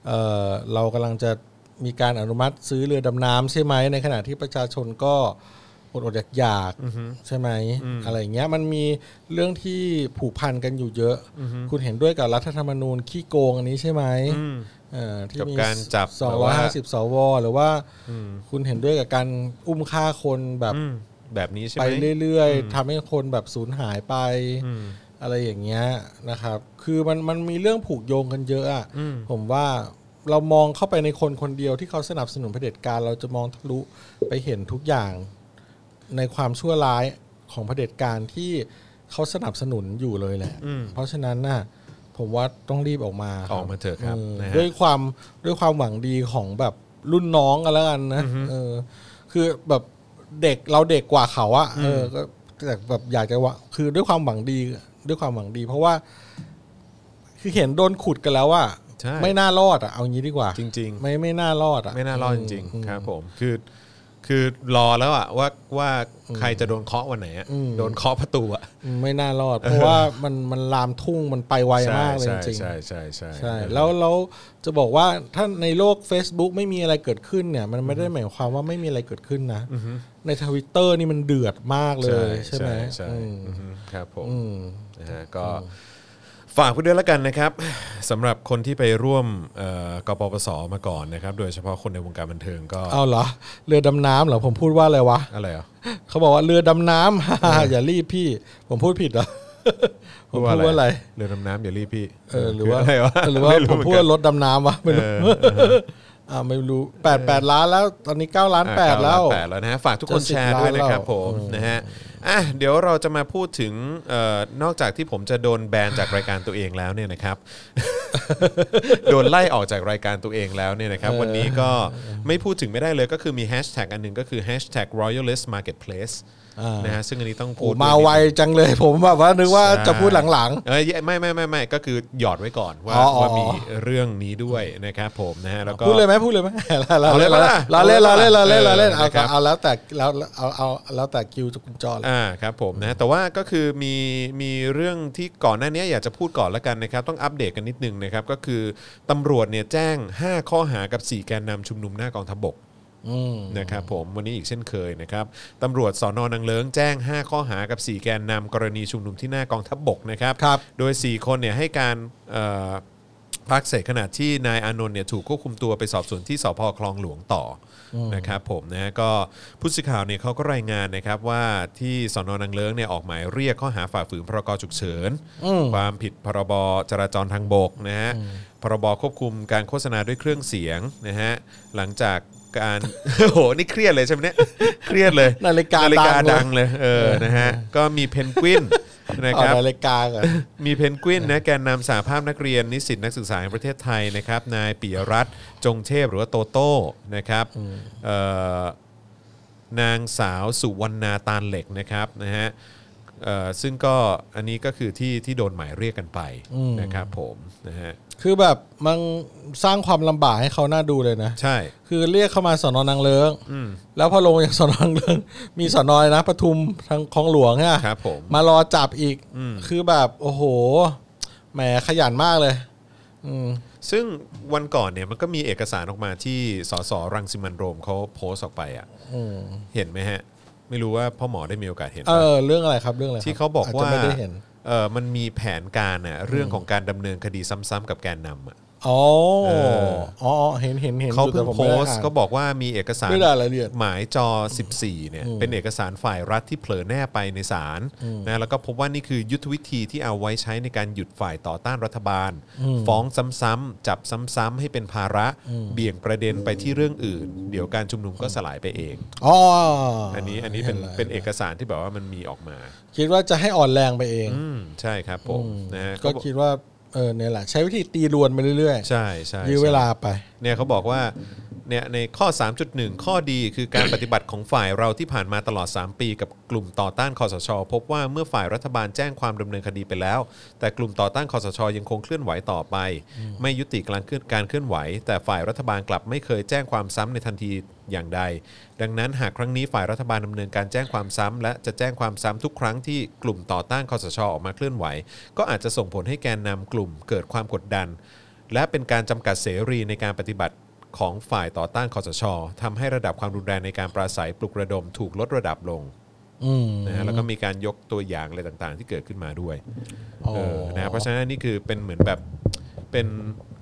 S1: เอ่อเรากำลังจะมีการอนุมัติซื้อเรือดำน้ำใช่ไหม ในขณะที่ประชาชนก็อดอดอยากอยากๆใช่ไหม อะไรอย่างเงี้ยมันมีเรื่องที่ผูกพันกันอยู่เยอะ คุณเห็นด้วยกับรัฐธรรมนูญขี้โกงอันนี้ใช่ไหม
S2: อืม
S1: เอ่อที่
S2: กับ
S1: มี
S2: การจับ
S1: สอง
S2: แบบ
S1: ร้อย
S2: ว่า
S1: ห้าสิบสวหรือว่าคุณเห็นด้วยกับการอุ้มฆ่าคนแบบ
S2: อืมแบบนี้ใช่ไห
S1: ไป
S2: ม
S1: เรื่อยๆทำให้คนแบบสูญหายไป
S2: อืม
S1: อะไรอย่างเงี้ยนะครับ คือมันมันมีเรื่องผูกโยงกันเยอะอะ
S2: อืม
S1: ผมว่าเรามองเข้าไปในคนคนเดียวที่เขาสนับสนุนเผด็จการ เราจะมองทะลุไปเห็นทุกอย่างในความชั่วร้ายของเผด็จการที่เขาสนับสนุนอยู่เลยแหละ
S2: อืม
S1: เพราะฉะนั้นน่ะผมว่าต้องรีบออกมา
S2: ออกมาเถอะครับนะฮะ
S1: ด้วยความด้วยความหวังดีของแบบรุ่นน้องกันแล้วกันนะเออ คือแบบเด็กเราเด็กกว่าเขาอะเออก็แต่แบบอยากจะว่าคือด้วยความหวังดีด้วยความหวังดี เพราะว่า คือเห็นโดนขุดกันแล้วว่า
S2: ใช่
S1: ไม่น่ารอดอะเอางี้ดีกว่า
S2: จริง ๆ
S1: ไม่ไม่น่ารอดอะ
S2: ไม่น่ารอดจริง
S1: อืม
S2: ๆ ครับผมคือคือรอแล้วอะว่าว่าใครจะโดนเคาะวันไหนอะ
S1: อืม
S2: โดนเคาะประตูอะ
S1: อืมไม่น่ารอด เพราะว่ามันมันลามทุ่งมันไปไวมากเลย
S2: ใช่
S1: จริงๆ
S2: ใช่ใช่ใช่
S1: ใช่แล้วเราจะบอกว่าถ้าในโลก Facebook ไม่มีอะไรเกิดขึ้นเนี่ย มันไม่ได้หมายความว่าไม่มีอะไรเกิดขึ้นนะ
S2: อือฮึ
S1: ในทวิตเตอร์นี่มันเดือดมากเลย ใช่ไหม
S2: ใช่
S1: อืม
S2: อือฮึครับผม
S1: อืม
S2: นะฮะก็ฝากผู้ด้วยแล้วกันนะครับ สำหรับคนที่ไปร่วมเอ่อกปปสมาก่อนนะครับ โดยเฉพาะคนในวงการบันเทิงก็
S1: เอาเหรอ เรือดำน้ำเหรอ ผมพูดว่าอะไรวะ
S2: อะไรอ่ะ
S1: เขาบอกว่าเรือดำน้ำ อย่ารีบพี่ ผมพูดผิดเหรอ ผมพูดว่าอะไร
S2: เรือดำน้ำอย่ารีบพี่
S1: เออหรือว่า
S2: ะไรวะ
S1: หรือว่า
S2: ไม่
S1: ผม
S2: เหน
S1: พูด
S2: กัน
S1: ว่ารถดำน้ำวะไม่รู้ อ่าไม่รู้แปดแปดล้านแล้ว ตอนนี้เก้าล้านแปดแล้ว
S2: อ่ะเก้าานแปดแล้วนะฮะฝากทุกคน
S1: จะสิบ
S2: แชร์ด้วยนะครับ
S1: ล้านแล้ว
S2: ผมนะฮะอ่ะเดี๋ยวเราจะมาพูดถึงเอ่อนอกจากที่ผมจะโดนแบนจากรายการตัวเองแล้วเนี่ยนะครับ โดนไล่ออกจากรายการตัวเองแล้วเนี่ยนะครับ
S1: เออ
S2: วันนี้ก็ไม่พูดถึงไม่ได้เลยก็คือมีแฮชแท็กอันหนึงก็คือแฮชแท็ก royalist marketplace
S1: อ่าน
S2: นะฮะซึ่งอันนี้ต้องพู
S1: โอ้
S2: ด
S1: มา
S2: ด้วยนิด
S1: ไว
S2: นึง
S1: จังเลยผมแบบว่านึกว่าจะพูดหลัง
S2: ๆเอ้ยไม่ไม่ไม่ไม่ก็คือหยอดไว้ก่อนว่า
S1: อ๋ออ๋อ
S2: ว่ามีเรื่องนี้ด้วยนะครับผมนะฮะแล้วก็
S1: พูดเลยไหมพูดเลยไหม เราเล่น
S2: เอาเลยปะล่ะ
S1: เราเล่นเราเล่นเราเล่นเราเล่น
S2: เอา
S1: เอา
S2: เลยนะครับ
S1: เอาแล้วแต่แล้วเอาเอาแล้วแต่คิวจะคุณจอเลย
S2: อ่าครับผมนะแต่ว่าก็คือมีมีเรื่องที่ก่อนหน้านี้อยากจะพูดก่อนละกันนะครับ ต้องอัปเดตกันนิดนึงนะครับ ก็คือตำรวจเนี่ยแจ้ง 5 ข้อหากับ 4 แกนนำชุมนุมหน้ากองทัพบก
S1: อืม
S2: นะครับผมวันนี้อีกเช่นเคยนะครับตำรวจสอนอนังเลิงแจ้ง 5 ข้อหากับ 4 แกนนำกรณีชุมนุมที่หน้ากองทัพบกนะครับ
S1: ครับ
S2: โดย 4 คนเนี่ยให้การเอ่อพักเศษขณะที่นายอานนท์เนี่ยถูกควบคุมตัวไปสอบสวนที่สพคลองหลวงต่ออนะครับผมนะก็ผู้สื่อข่าวเนี่ยเขาก็รายงานนะครับว่าที่สอนอนังเลิ้งเนี่ยออกหมายเรียกข้อหาฝ่าฝืนพรกฉุกเฉิน ความผิดพรบจราจรทางบกนะฮะพรบควบคุมการโฆษณาด้วยเครื่องเสียงนะฮะหลังจากการ โอ้โหนี่เครียดเลยใช่ไหมเนี่ยเครียดเลย
S1: นาฬิกาดัง
S2: ฬิกาดังเลยเออนะฮะก็มีเพนกวินนะ
S1: เอา
S2: ครับ
S1: รายการ ก่อน
S2: มีเพนกวินนะแกนนำสหภาพนักเรียนนิสิตนักศึกษาแห่งประเทศไทยนะครับนายปิยรัตน์จงเทพหรือว่าโตโต้นะครับเอ่อนางสาวสุวรรณาตาลเหล็กนะครับนะฮะเอ่อซึ่งก็อันนี้ก็คือที่ที่โดนหมายเรียกกันไป
S1: อืม
S2: นะครับผมนะฮะ
S1: คือแบบมันสร้างความลำบากให้เขาน่าดูเลยนะ
S2: ใช่
S1: คือเรียกเข้ามาสอนอนังเลิงแล้วพอลงจากสอนอนังเลิง มีสอนอยนะปทุมทางคลองหลวงเนี่ย
S2: ครับผม
S1: มารอจับอีก คือแบบโอ้โหแหมขยันมากเลย อืม
S2: ซึ่งวันก่อนเนี่ยมันก็มีเอกสารออกมาที่สสรังสิมันต์โรมเขาโพสต์ออกไปอ่ะ
S1: อืม
S2: เห็นไหมฮะ ไม่รู้ว่าพ่อหมอได้มีโอกาสเห็น
S1: เอ
S2: ปะ
S1: อเรื่องอะไรครับเรื่องอะไรครั
S2: ที่เขาบอก
S1: จ
S2: ว่า
S1: จะไม่ได้เห็น
S2: เออมันมีแผนการน่ะเรื่องของการดำเนินคดีซ้ำๆกับแกนนำอ่ะ
S1: อ๋อ
S2: เออ
S1: อ๋อเห็นเห็นเห็น
S2: เขาเพิ่
S1: อ
S2: ง
S1: ยู่แต่ผม
S2: โพ
S1: ไม่ได้
S2: สต์
S1: อ่าน
S2: ก็บอกว่ามีเอกสาร
S1: ไม่ได้รายละเอียด
S2: หมายจอ 14เนี่ยเป็นเอกสารฝ่ายรัฐที่เผลอแน่ไปในศาลนะแล้วก็พบว่านี่คือยุทธวิธีที่เอาไว้ใช้ในการหยุดฝ่ายต่อต้านรัฐบาล ฟ้องซ้ำๆจับซ้ำๆให้เป็นภาระเบี่ยงประเด็นไปที่เรื่องอื่น เดี๋ยวการชุมนุมก็สลายไปเอง
S1: อ๋อ
S2: อั
S1: อั
S2: นนี้อันนี้เป็นเป็นเอกสารที่แบบว่ามันมีออกมา
S1: คิดว่าจะให้อ่อนแรงไปเอง
S2: อืมใช่ครับผมนะฮะ
S1: ก็คิดว่าเออเนี่ยแหละใช้วิธีตีรวนไปเรื่อย
S2: ใช่ใช่
S1: ยื้อ
S2: ใช่
S1: เวลาไป
S2: เนี่ยเขาบอกว่า เนี่ยในข้อ 3.1 ข้อดีคือการ ปฏิบัติของฝ่ายเราที่ผ่านมาตลอด 3 ปี กับกลุ่มต่อต้านคอสช พบว่าเมื่อฝ่ายรัฐบาลแจ้งความดำเนินคดีไปแล้ว แต่กลุ่มต่อต้านคอสช ยังคงเคลื่อนไหวต่อไป ไม่ยุติการเคลื่อนการเคลื่อนไหว แต่ฝ่ายรัฐบาลกลับไม่เคยแจ้งความซ้ำในทันทีอย่างใด ดังนั้นหากครั้งนี้ฝ่ายรัฐบาลดำเนินการแจ้งความซ้ำและจะแจ้งความซ้ำทุกครั้งที่กลุ่มต่อต้านคอสชออกมาเคลื่อนไหว ก็อาจจะส่งผลให้แกนนำกลุ่มเกิดความกดดัน และเป็นการจำกัดเสรีในการปฏิบัติของฝ่ายต่อต้านคอสชทำให้ระดับความรุนแรงในการปราศัยปลุกระดมถูกลดระดับลง
S1: อืม
S2: นะฮะแล้วก็มีการยกตัวอย่างอะไรต่างๆ ที่เกิดขึ้นมาด้วย
S1: อ๋อ
S2: เออนะเพราะฉะนั้นนี่คือเป็นเหมือนแบบเป็น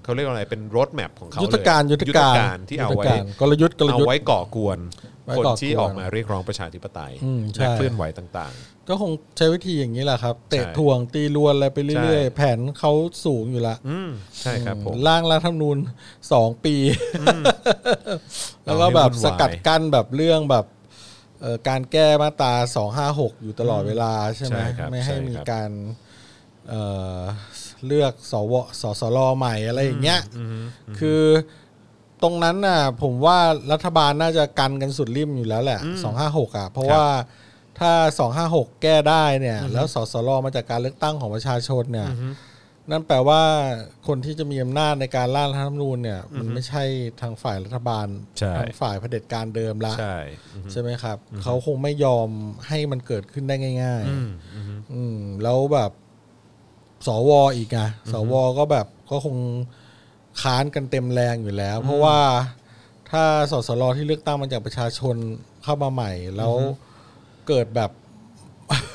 S2: เขาเรียกว่าอะไรเป็นรถแมพของเขา
S1: ยุ
S2: ยุ
S1: ทธการยุทธการ
S2: ที่เอาไว้
S1: ยุทธกรกลยุทธ์กล
S2: เอา
S1: ยุทธ์
S2: ไว้ก่อกวน
S1: ไว้
S2: คน
S1: ก่อกวน
S2: ที่ออกมาเรียกร้องประชาธิปไตย
S1: อืมใช่
S2: และเคลื่อนไหวต่าง
S1: ก็คงใช้วิธีอย่างนี้แหละครับ เตะ
S2: ใช่
S1: ถ่วงตีลวนอะไรไป
S2: ใช่
S1: เรื่อยๆ แผนเขาสูงอยู่ละ
S2: ๆ อืมใช่ครับผม
S1: ร่างรัฐธรรมนูญสองปี แล้วก็แบบ
S2: เอาให้วุ่นวาย
S1: สกัดกั้นแบบเรื่องแบบเอ่อการแก้มาตราสองห้าหกอยู่ตลอดเวลาใช่ไหม
S2: ใช่ครับ
S1: ไม่ให้มี
S2: ใช่ครับ
S1: การเอ่อเลือกสวสสรใหม่อะไรอย่างเงี้ย
S2: อืม
S1: คือตรงนั้นน่ะผมว่ารัฐบาลน่าจะกันกันสุดริมอยู่แล้วแหละสองห้าหกอ่ะ เพราะว่าถ้าสองห้าหกแก้ได้เนี่ย แล้วสสรมาจากการเลือกตั้งของประชาชนเนี่ย นั่นแปลว่าคนที่จะมีอำนาจในการร่างรัฐธรรมนูญเนี่ยมันไม่ใช่ทางฝ่ายรัฐบาล
S2: ใช่
S1: ทางฝ่ายเผด็จการเดิมละ
S2: ใช่อืม
S1: ใช่ไหมครับ เขาคงไม่ยอมให้มันเกิดขึ้นได้ง่าย ๆ
S2: อืมอืม
S1: อืมแล้วแบบสวอีกอะสวก็แบบก็คงค้านกันเต็มแรงอยู่แล้ว เพราะว่าถ้าสสรที่เลือกตั้งมาจากประชาชนเข้ามาใหม่ แล้วเกิดแบบ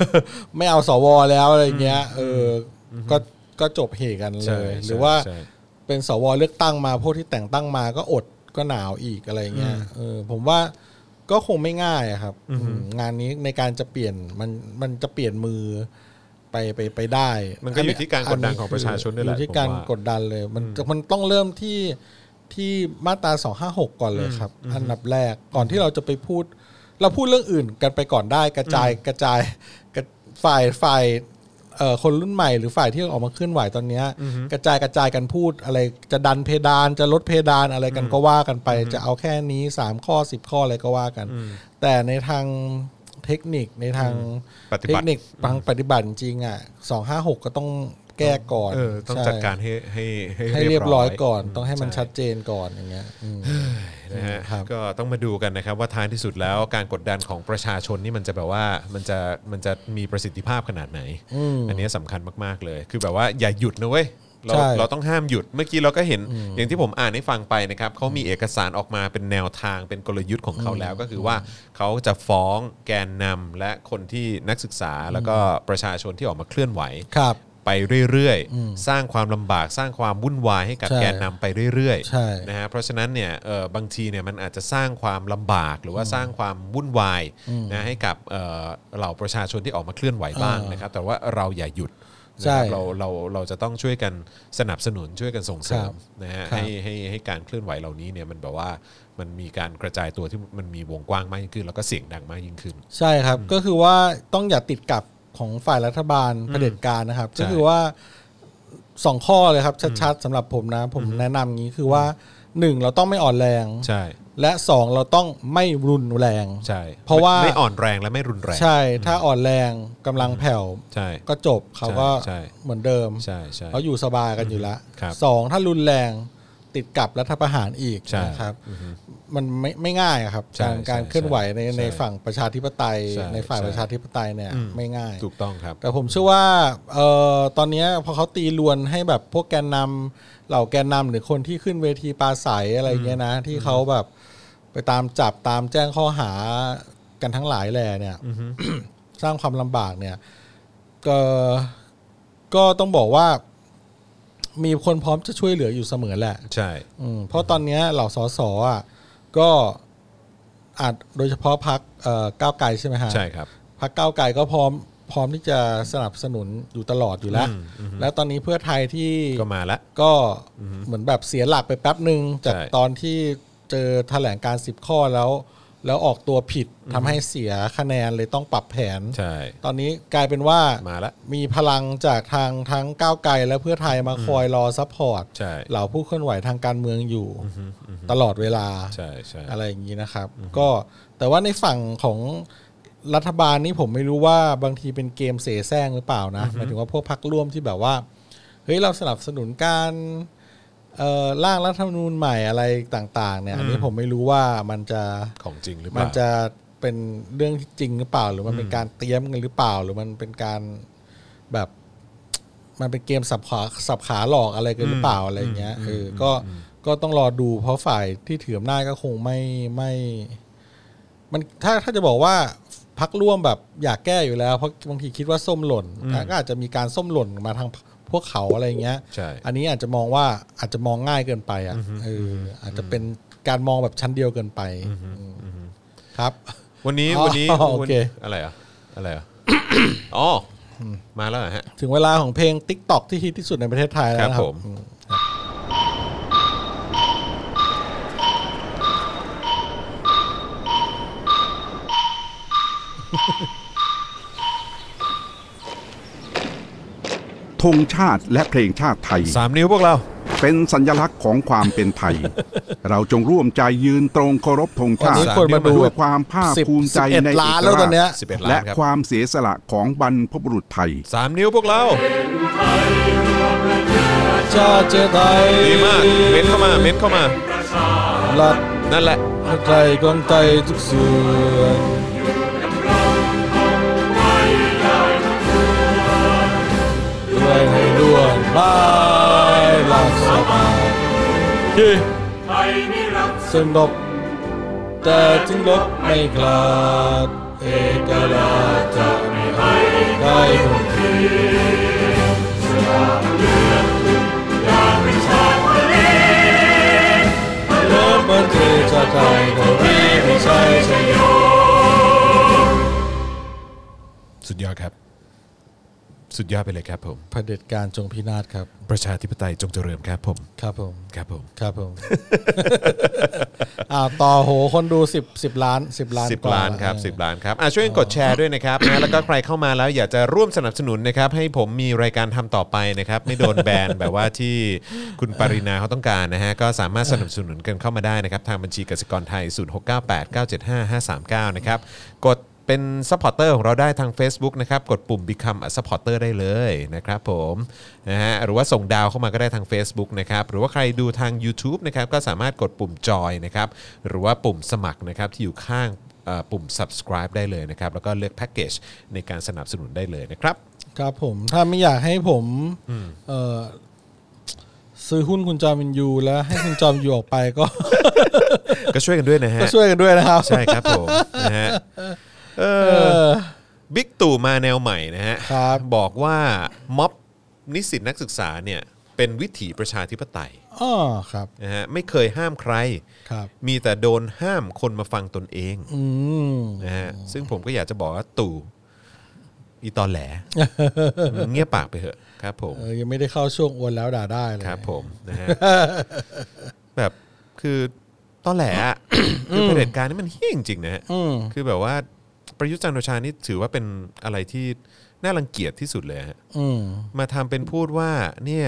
S1: ไม่เอาสวแล้วอะไรเงี้ย เอออก็ก็จบเหตุกัน
S2: ใช่
S1: เลย
S2: ใช่
S1: หรือว่า
S2: ใช่
S1: เป็นสวเลือกตั้งมาพวกที่แต่งตั้งมาก็อดก็หนาวอีกอะไรเงี้ยเออ ผมว่าก็คงไม่ง่ายอะครับอืมงานนี้ในการจะเปลี่ยนมันมันจะเปลี่ยนมือ ไปไปไปได้
S2: มันก็อยู่ที่การกดดันของประชาชนด้วยแห
S1: อ
S2: ละ
S1: ยู่ที่การ
S2: ผมว่าก
S1: ดดันเลย มันมันต้องเริ่มที่ที่มาตราสองห้าหกก่อนเลยครับ อันดับแรกก่อนที่เราจะไปพูด เราพูดเรื่องอื่นกันไปก่อนได้กระจายกระจายกระฝ่ายฝ่ายเอ่อคนรุ่นใหม่หรือฝ่ายที่ออกมาเคลื่อนไหวตอนเนี้ยกระจายกระจายกันพูดอะไรจะดันเพดานจะลดเพดานอะไรกันก็ว่ากันไป จะเอาแค่นี้สามข้อสิบข้ออะไรก็ว่ากัน แต่ในทางเทคนิคในทาง
S2: ปฏิ
S1: เทค
S2: บัติ
S1: นิคทางปฏิบัติจริงๆอ่ะสองห้าหกก็ต้องแก้ก่อน
S2: เออต้อง
S1: ใช่
S2: จัดการให้ให้
S1: ให้เรียบร้อยก่อน
S2: ม
S1: ต้องให้มัน
S2: ใ
S1: ชัดเจนก่อนอย่างเงี้ยอืม
S2: นะฮะ
S1: ครับ
S2: ก็ต้องมาดูกันนะครับว่าท้ายที่สุดแล้วการกดดันของประชาชนนี่มันจะแบบว่ามันจะมันจะมีประสิทธิภาพขนาดไหน
S1: อืม
S2: อันนี้สำคัญมากๆเลย คือแบบว่าอย่าหยุดนะเว้ยเรา
S1: ใช่
S2: เราต้องห้ามหยุดเมื่อกี้เราก็เห็นอย่างที่ผมอ่านให้ฟังไปนะครับเขามีเอกสารออกมาเป็นแนวทางเป็นกลยุทธ์ของเขาแล้วก็คือว่าเขาจะฟ้องแกนนำและคนที่นักศึกษาแล้วก็ประชาชนที่ออกมาเคลื่อนไหว
S1: ครับ
S2: ไปเรื่อยๆ สร้างความลำบากสร้างความวุ่นวายให้กับ
S1: ใช่
S2: แกนนำไปเรื่อย
S1: ใช่
S2: ๆนะฮะเพราะฉะนั้นเนี่ยเอ่อบางทีเนี่ยมันอาจจะสร้างความลำบากหรือว่าสร้างความวุ่นวายนะให้กับเอ่อเหล่าประชาชนที่ออกมาเคลื่อนไหวบ้าง
S1: อ่าน
S2: นะครับแต่ว่าเราอย่าหยุด
S1: ใช่
S2: นะครับเราเราเราจะต้องช่วยกันสนับสนุนช่วยกันส่งเสริ
S1: ครั
S2: ม
S1: บ
S2: นะฮะ
S1: ครับ
S2: ให้ให้ให้การเคลื่อนไหวเหล่านี้เนี่ยมันแบบว่ามันมีการกระจายตัวที่มันมีวงกว้างมากยิ่งขึ้น แล้วก็เสียงดังมากยิ่งขึ้น
S1: ใช่ครับก็คือว่าต้องอย่าติดกับของฝ่ายรัฐบาลเผด็จการนะครับ ก็คือว่าสองข้อเลยครับ ชัดๆสำหรับผมนะ ผมแนะนำงี้คือว่าหนึ่งเราต้องไม่อ่อนแรง
S2: ใช่
S1: และสองเราต้องไม่รุนแรง
S2: ใช่
S1: เพราะว่า
S2: ไม่อ่อนแรงและไม่รุนแรง
S1: ใช่ ถ้าอ่อนแรงกำลังแผ่ว
S2: ใช่
S1: ก็จบเขาก็
S2: ใช่
S1: เหมือนเดิม
S2: ใช่ใช่
S1: เขาอยู่สบายกันอยู่แล้ว
S2: ครับ
S1: สองถ้ารุนแรงติดกับรัฐประหารอีก
S2: ใช่
S1: นะครับมันไม่ไม่ง่ายอะครับ
S2: ใช่
S1: การการ
S2: ใช่
S1: เคลื่อนไหวใน
S2: ใช่
S1: ในฝั่งประชาธิปไตย
S2: ใช่
S1: ในฝ่าย
S2: ใช่
S1: ประชาธิปไตยเนี่ย
S2: อืม
S1: ไม่ง่าย
S2: ถูกต้องครับ
S1: แต่ผมเชื่อว่าเอ่อตอนเนี้ยพอเขาตีลวนให้แบบพวกแกนนำเหล่าแกนนำหรือคนที่ขึ้นเวทีปราศัยอะไรเงี้ยนะ ที่เขาแบบไปตามจับตามแจ้งข้อหากันทั้งหลายแหล่เนี่ย สร้างความลำบากเนี่ย ก็ก็ต้องบอกว่า มีคนพร้อมจะช่วยเหลืออยู่เสมอแหละ
S2: ใช่
S1: อืมเพราะตอนเนี้ยเหล่าสสอ่ะก็อาจโดยเฉพาะพักก้าวไกลใช่ไหมฮะ
S2: ใช่ครับ
S1: พรรคก้าวไกลก็พร้อมพร้อมที่จะสนับสนุนอยู่ตลอดอยู่แล้ว
S2: อืมอืม
S1: แล้วตอนนี้เพื่อไทยที่
S2: ก็มาละ
S1: ก็เหมือนแบบเสียหลักไปแป๊บหนึ่งจาก
S2: ใช่
S1: ตอนที่เจอแถลงการสิบข้อแล้ว แล้วออกตัวผิดทำให้เสียคะแนนเลยต้องปรับแผน
S2: ใช่
S1: ตอนนี้กลายเป็นว่า
S2: มาละ
S1: มีพลังจากทางทั้งก้าวไกลและเพื่อไทยมาคอยรอซัพพอร์ต
S2: ใช่
S1: เหล่าผู้เคลื่อนไหวทางการเมืองอยู่ตลอดเวลา
S2: ใช่ใช่
S1: อะไรอย่างนี้นะครับ ก็แต่ว่าในฝั่งของรัฐบาลนี่ผมไม่รู้ว่าบางทีเป็นเกมเสแสร้งหรือเปล่านะหมายถึงว่าพวกพักร่วมที่แบบว่าเฮ้ยเราสนับสนุนการเอ่อร่างรัฐธรรมนูญใหม่อะไรต่าง ๆ เนี่ยอันนี้ผมไม่รู้ว่ามันจะ
S2: ของจริงหรือเป
S1: มัน
S2: ล่า
S1: จะเป็นเรื่องที่จริงหรือเปล่า หรือมันเป็นการเตรียมกันหรือเปล่า หรือมันเป็นการแบบมันเป็นเกมสับขาสับขาหลอกอะไรกันหรือเปล่าอะไรอย่างเงี้ยเออก็ก็ต้องรอดูเพราะฝ่ายที่ถืออำนาจก็คงไม่ไม่ มันถ้าถ้าจะบอกว่าพักร่วมแบบอยากแก้อยู่แล้ว เพราะบางทีคิดว่าส้มหล่นก็อาจจะมีการส้มหล่นมาทางพวกเขาอะไรอย่างเงี้ย
S2: ใช่
S1: อันนี้อาจจะมองว่าอาจจะมองง่ายเกินไปอ่ะเอออาจจะเป็นการมองแบบชั้นเดียวเกินไปครับ
S2: วันนี้
S1: อ๋อ
S2: วันนี้
S1: โอเค
S2: วันอะไรอ่ะอะไร อ่ะ อ๋ออมาแล้วเหรอฮะ
S1: ถึงเวลาของเพลง t ิ k t o k ที่ฮิตที่สุดในประเทศไทยแล้วนะครั
S2: ครั
S1: บบ
S2: ผม
S1: อืม
S3: ธงชาติและเพลงชาติไทย
S2: สามนิ้วพวกเรา
S3: เป็นสัญลักษณ์ของความเป็นไท ย เราจงร่วมใจยืนตรงเคารพธง
S1: วัน
S3: ชา
S1: นี้
S3: ติ
S1: คนมาดู
S3: ด้วยความภาค
S1: สิบ
S3: ภูมิใจ
S1: สิบเอ็ด
S3: ใน
S1: ล้าน
S3: เอก
S1: แล้วตอนเนี้ย
S3: ราช
S2: 11ล้าน
S3: และ
S2: ครับ
S3: ความเสียสละของบรรพบุรุษไทย
S2: สามนิ้วพวกเรา
S1: ชาติไทย
S2: ดีมาก เม้นเข้ามา เม้นเข้ามา
S1: รัก
S2: นั่นแหละ
S1: ไทยกองไทยทุกส่วนด้วยให้ด้วนบายหลักสบายที่สงบแต่ถึงลบไม่กลาด เอกราชจะไม่ให้ใครคน เริ่มบนที่จะไกลกว่าวีไม่ใช่ใช่ย
S2: สุดยอดครับ สุดยอดไปเลยครับผม
S1: เผด็จการจงพินาศครับ
S2: ประชาธิปไตยจงเจริญครับผม
S1: ครับผม
S2: ครับผม
S1: ครับผม อ่าต่อโหคนดูสิบสิบล้านสิบล้าน
S2: สิบ
S1: กว่
S2: ล้านครับ
S1: เออ
S2: สิบล้านครับอ่ะช่วยกันกดแชร์ด้วยนะครับนะแล้วก็ใครเข้ามาแล้วอยากจะร่วมสนับสนุนนะครับ ให้ผมมีรายการทำต่อไปนะครับ ไม่โดนแบน แบบว่าที่คุณปรินาเขาต้องการนะฮะ ก็สามารถสนับสนุนกันเข้ามาได้นะครับ ทางบัญชีกสิกรไทย 0698975539 นะครับ กดเป็นซัพพอร์เตอร์ของเราได้ทาง Facebook นะครับ กดปุ่ม Become a supporter ได้เลยนะครับผมนะฮะหรือว่าส่งดาวเข้ามาก็ได้ทาง Facebook นะครับหรือว่าใครดูทาง YouTube นะครับก็สามารถกดปุ่มจอยนะครับหรือว่าปุ่มสมัครนะครับที่อยู่ข้าง เอ่อปุ่ม subscribe ได้เลยนะครับ แล้วก็เลือกแพ็กเกจในการสนับสนุนได้เลยนะครับ
S1: ครับผมถ้าไม่อยากให้ผมเออซื้อหุ้นคุณจอมวินยูแล้วให้คุณจอมวินยูออกไปก็
S2: ก็ช่วยกันด้วยนะฮะ
S1: ก็ช่วยกันด้วยนะครับ
S2: ใช่ครับผม นะฮะเออบิ๊กตู่มาแนวใหม่นะฮะ
S1: ครับ
S2: บอกว่าม็อบนิสิตนักศึกษาเนี่ยเป็นวิถีประชาธิปไตย
S1: อ๋อครับ
S2: นะฮะไม่เคยห้ามใคร
S1: ครับ
S2: มีแต่โดนห้ามคนมาฟังตนเอง
S1: อืม
S2: นะฮะซึ่งผมก็อยากจะบอกว่าตู่อีตอน แหล เงียบปากไปเถอะครับผม
S1: เออยังไม่ได้เข้าช่วงโอวนแล้วด่าได้เลย
S2: ครับผมนะฮะ แบบคือตอนแหล อะคือเผด็จการนี่มันเฮี้ยจริงๆนะฮะ
S1: อืม
S2: คือแบบว่าประยุทธ์จันทร์โอชานี่ถือว่าเป็นอะไรที่น่ารังเกียจที่สุดเลยฮะ
S1: อืม
S2: มาทำเป็นพูดว่าเนี่ย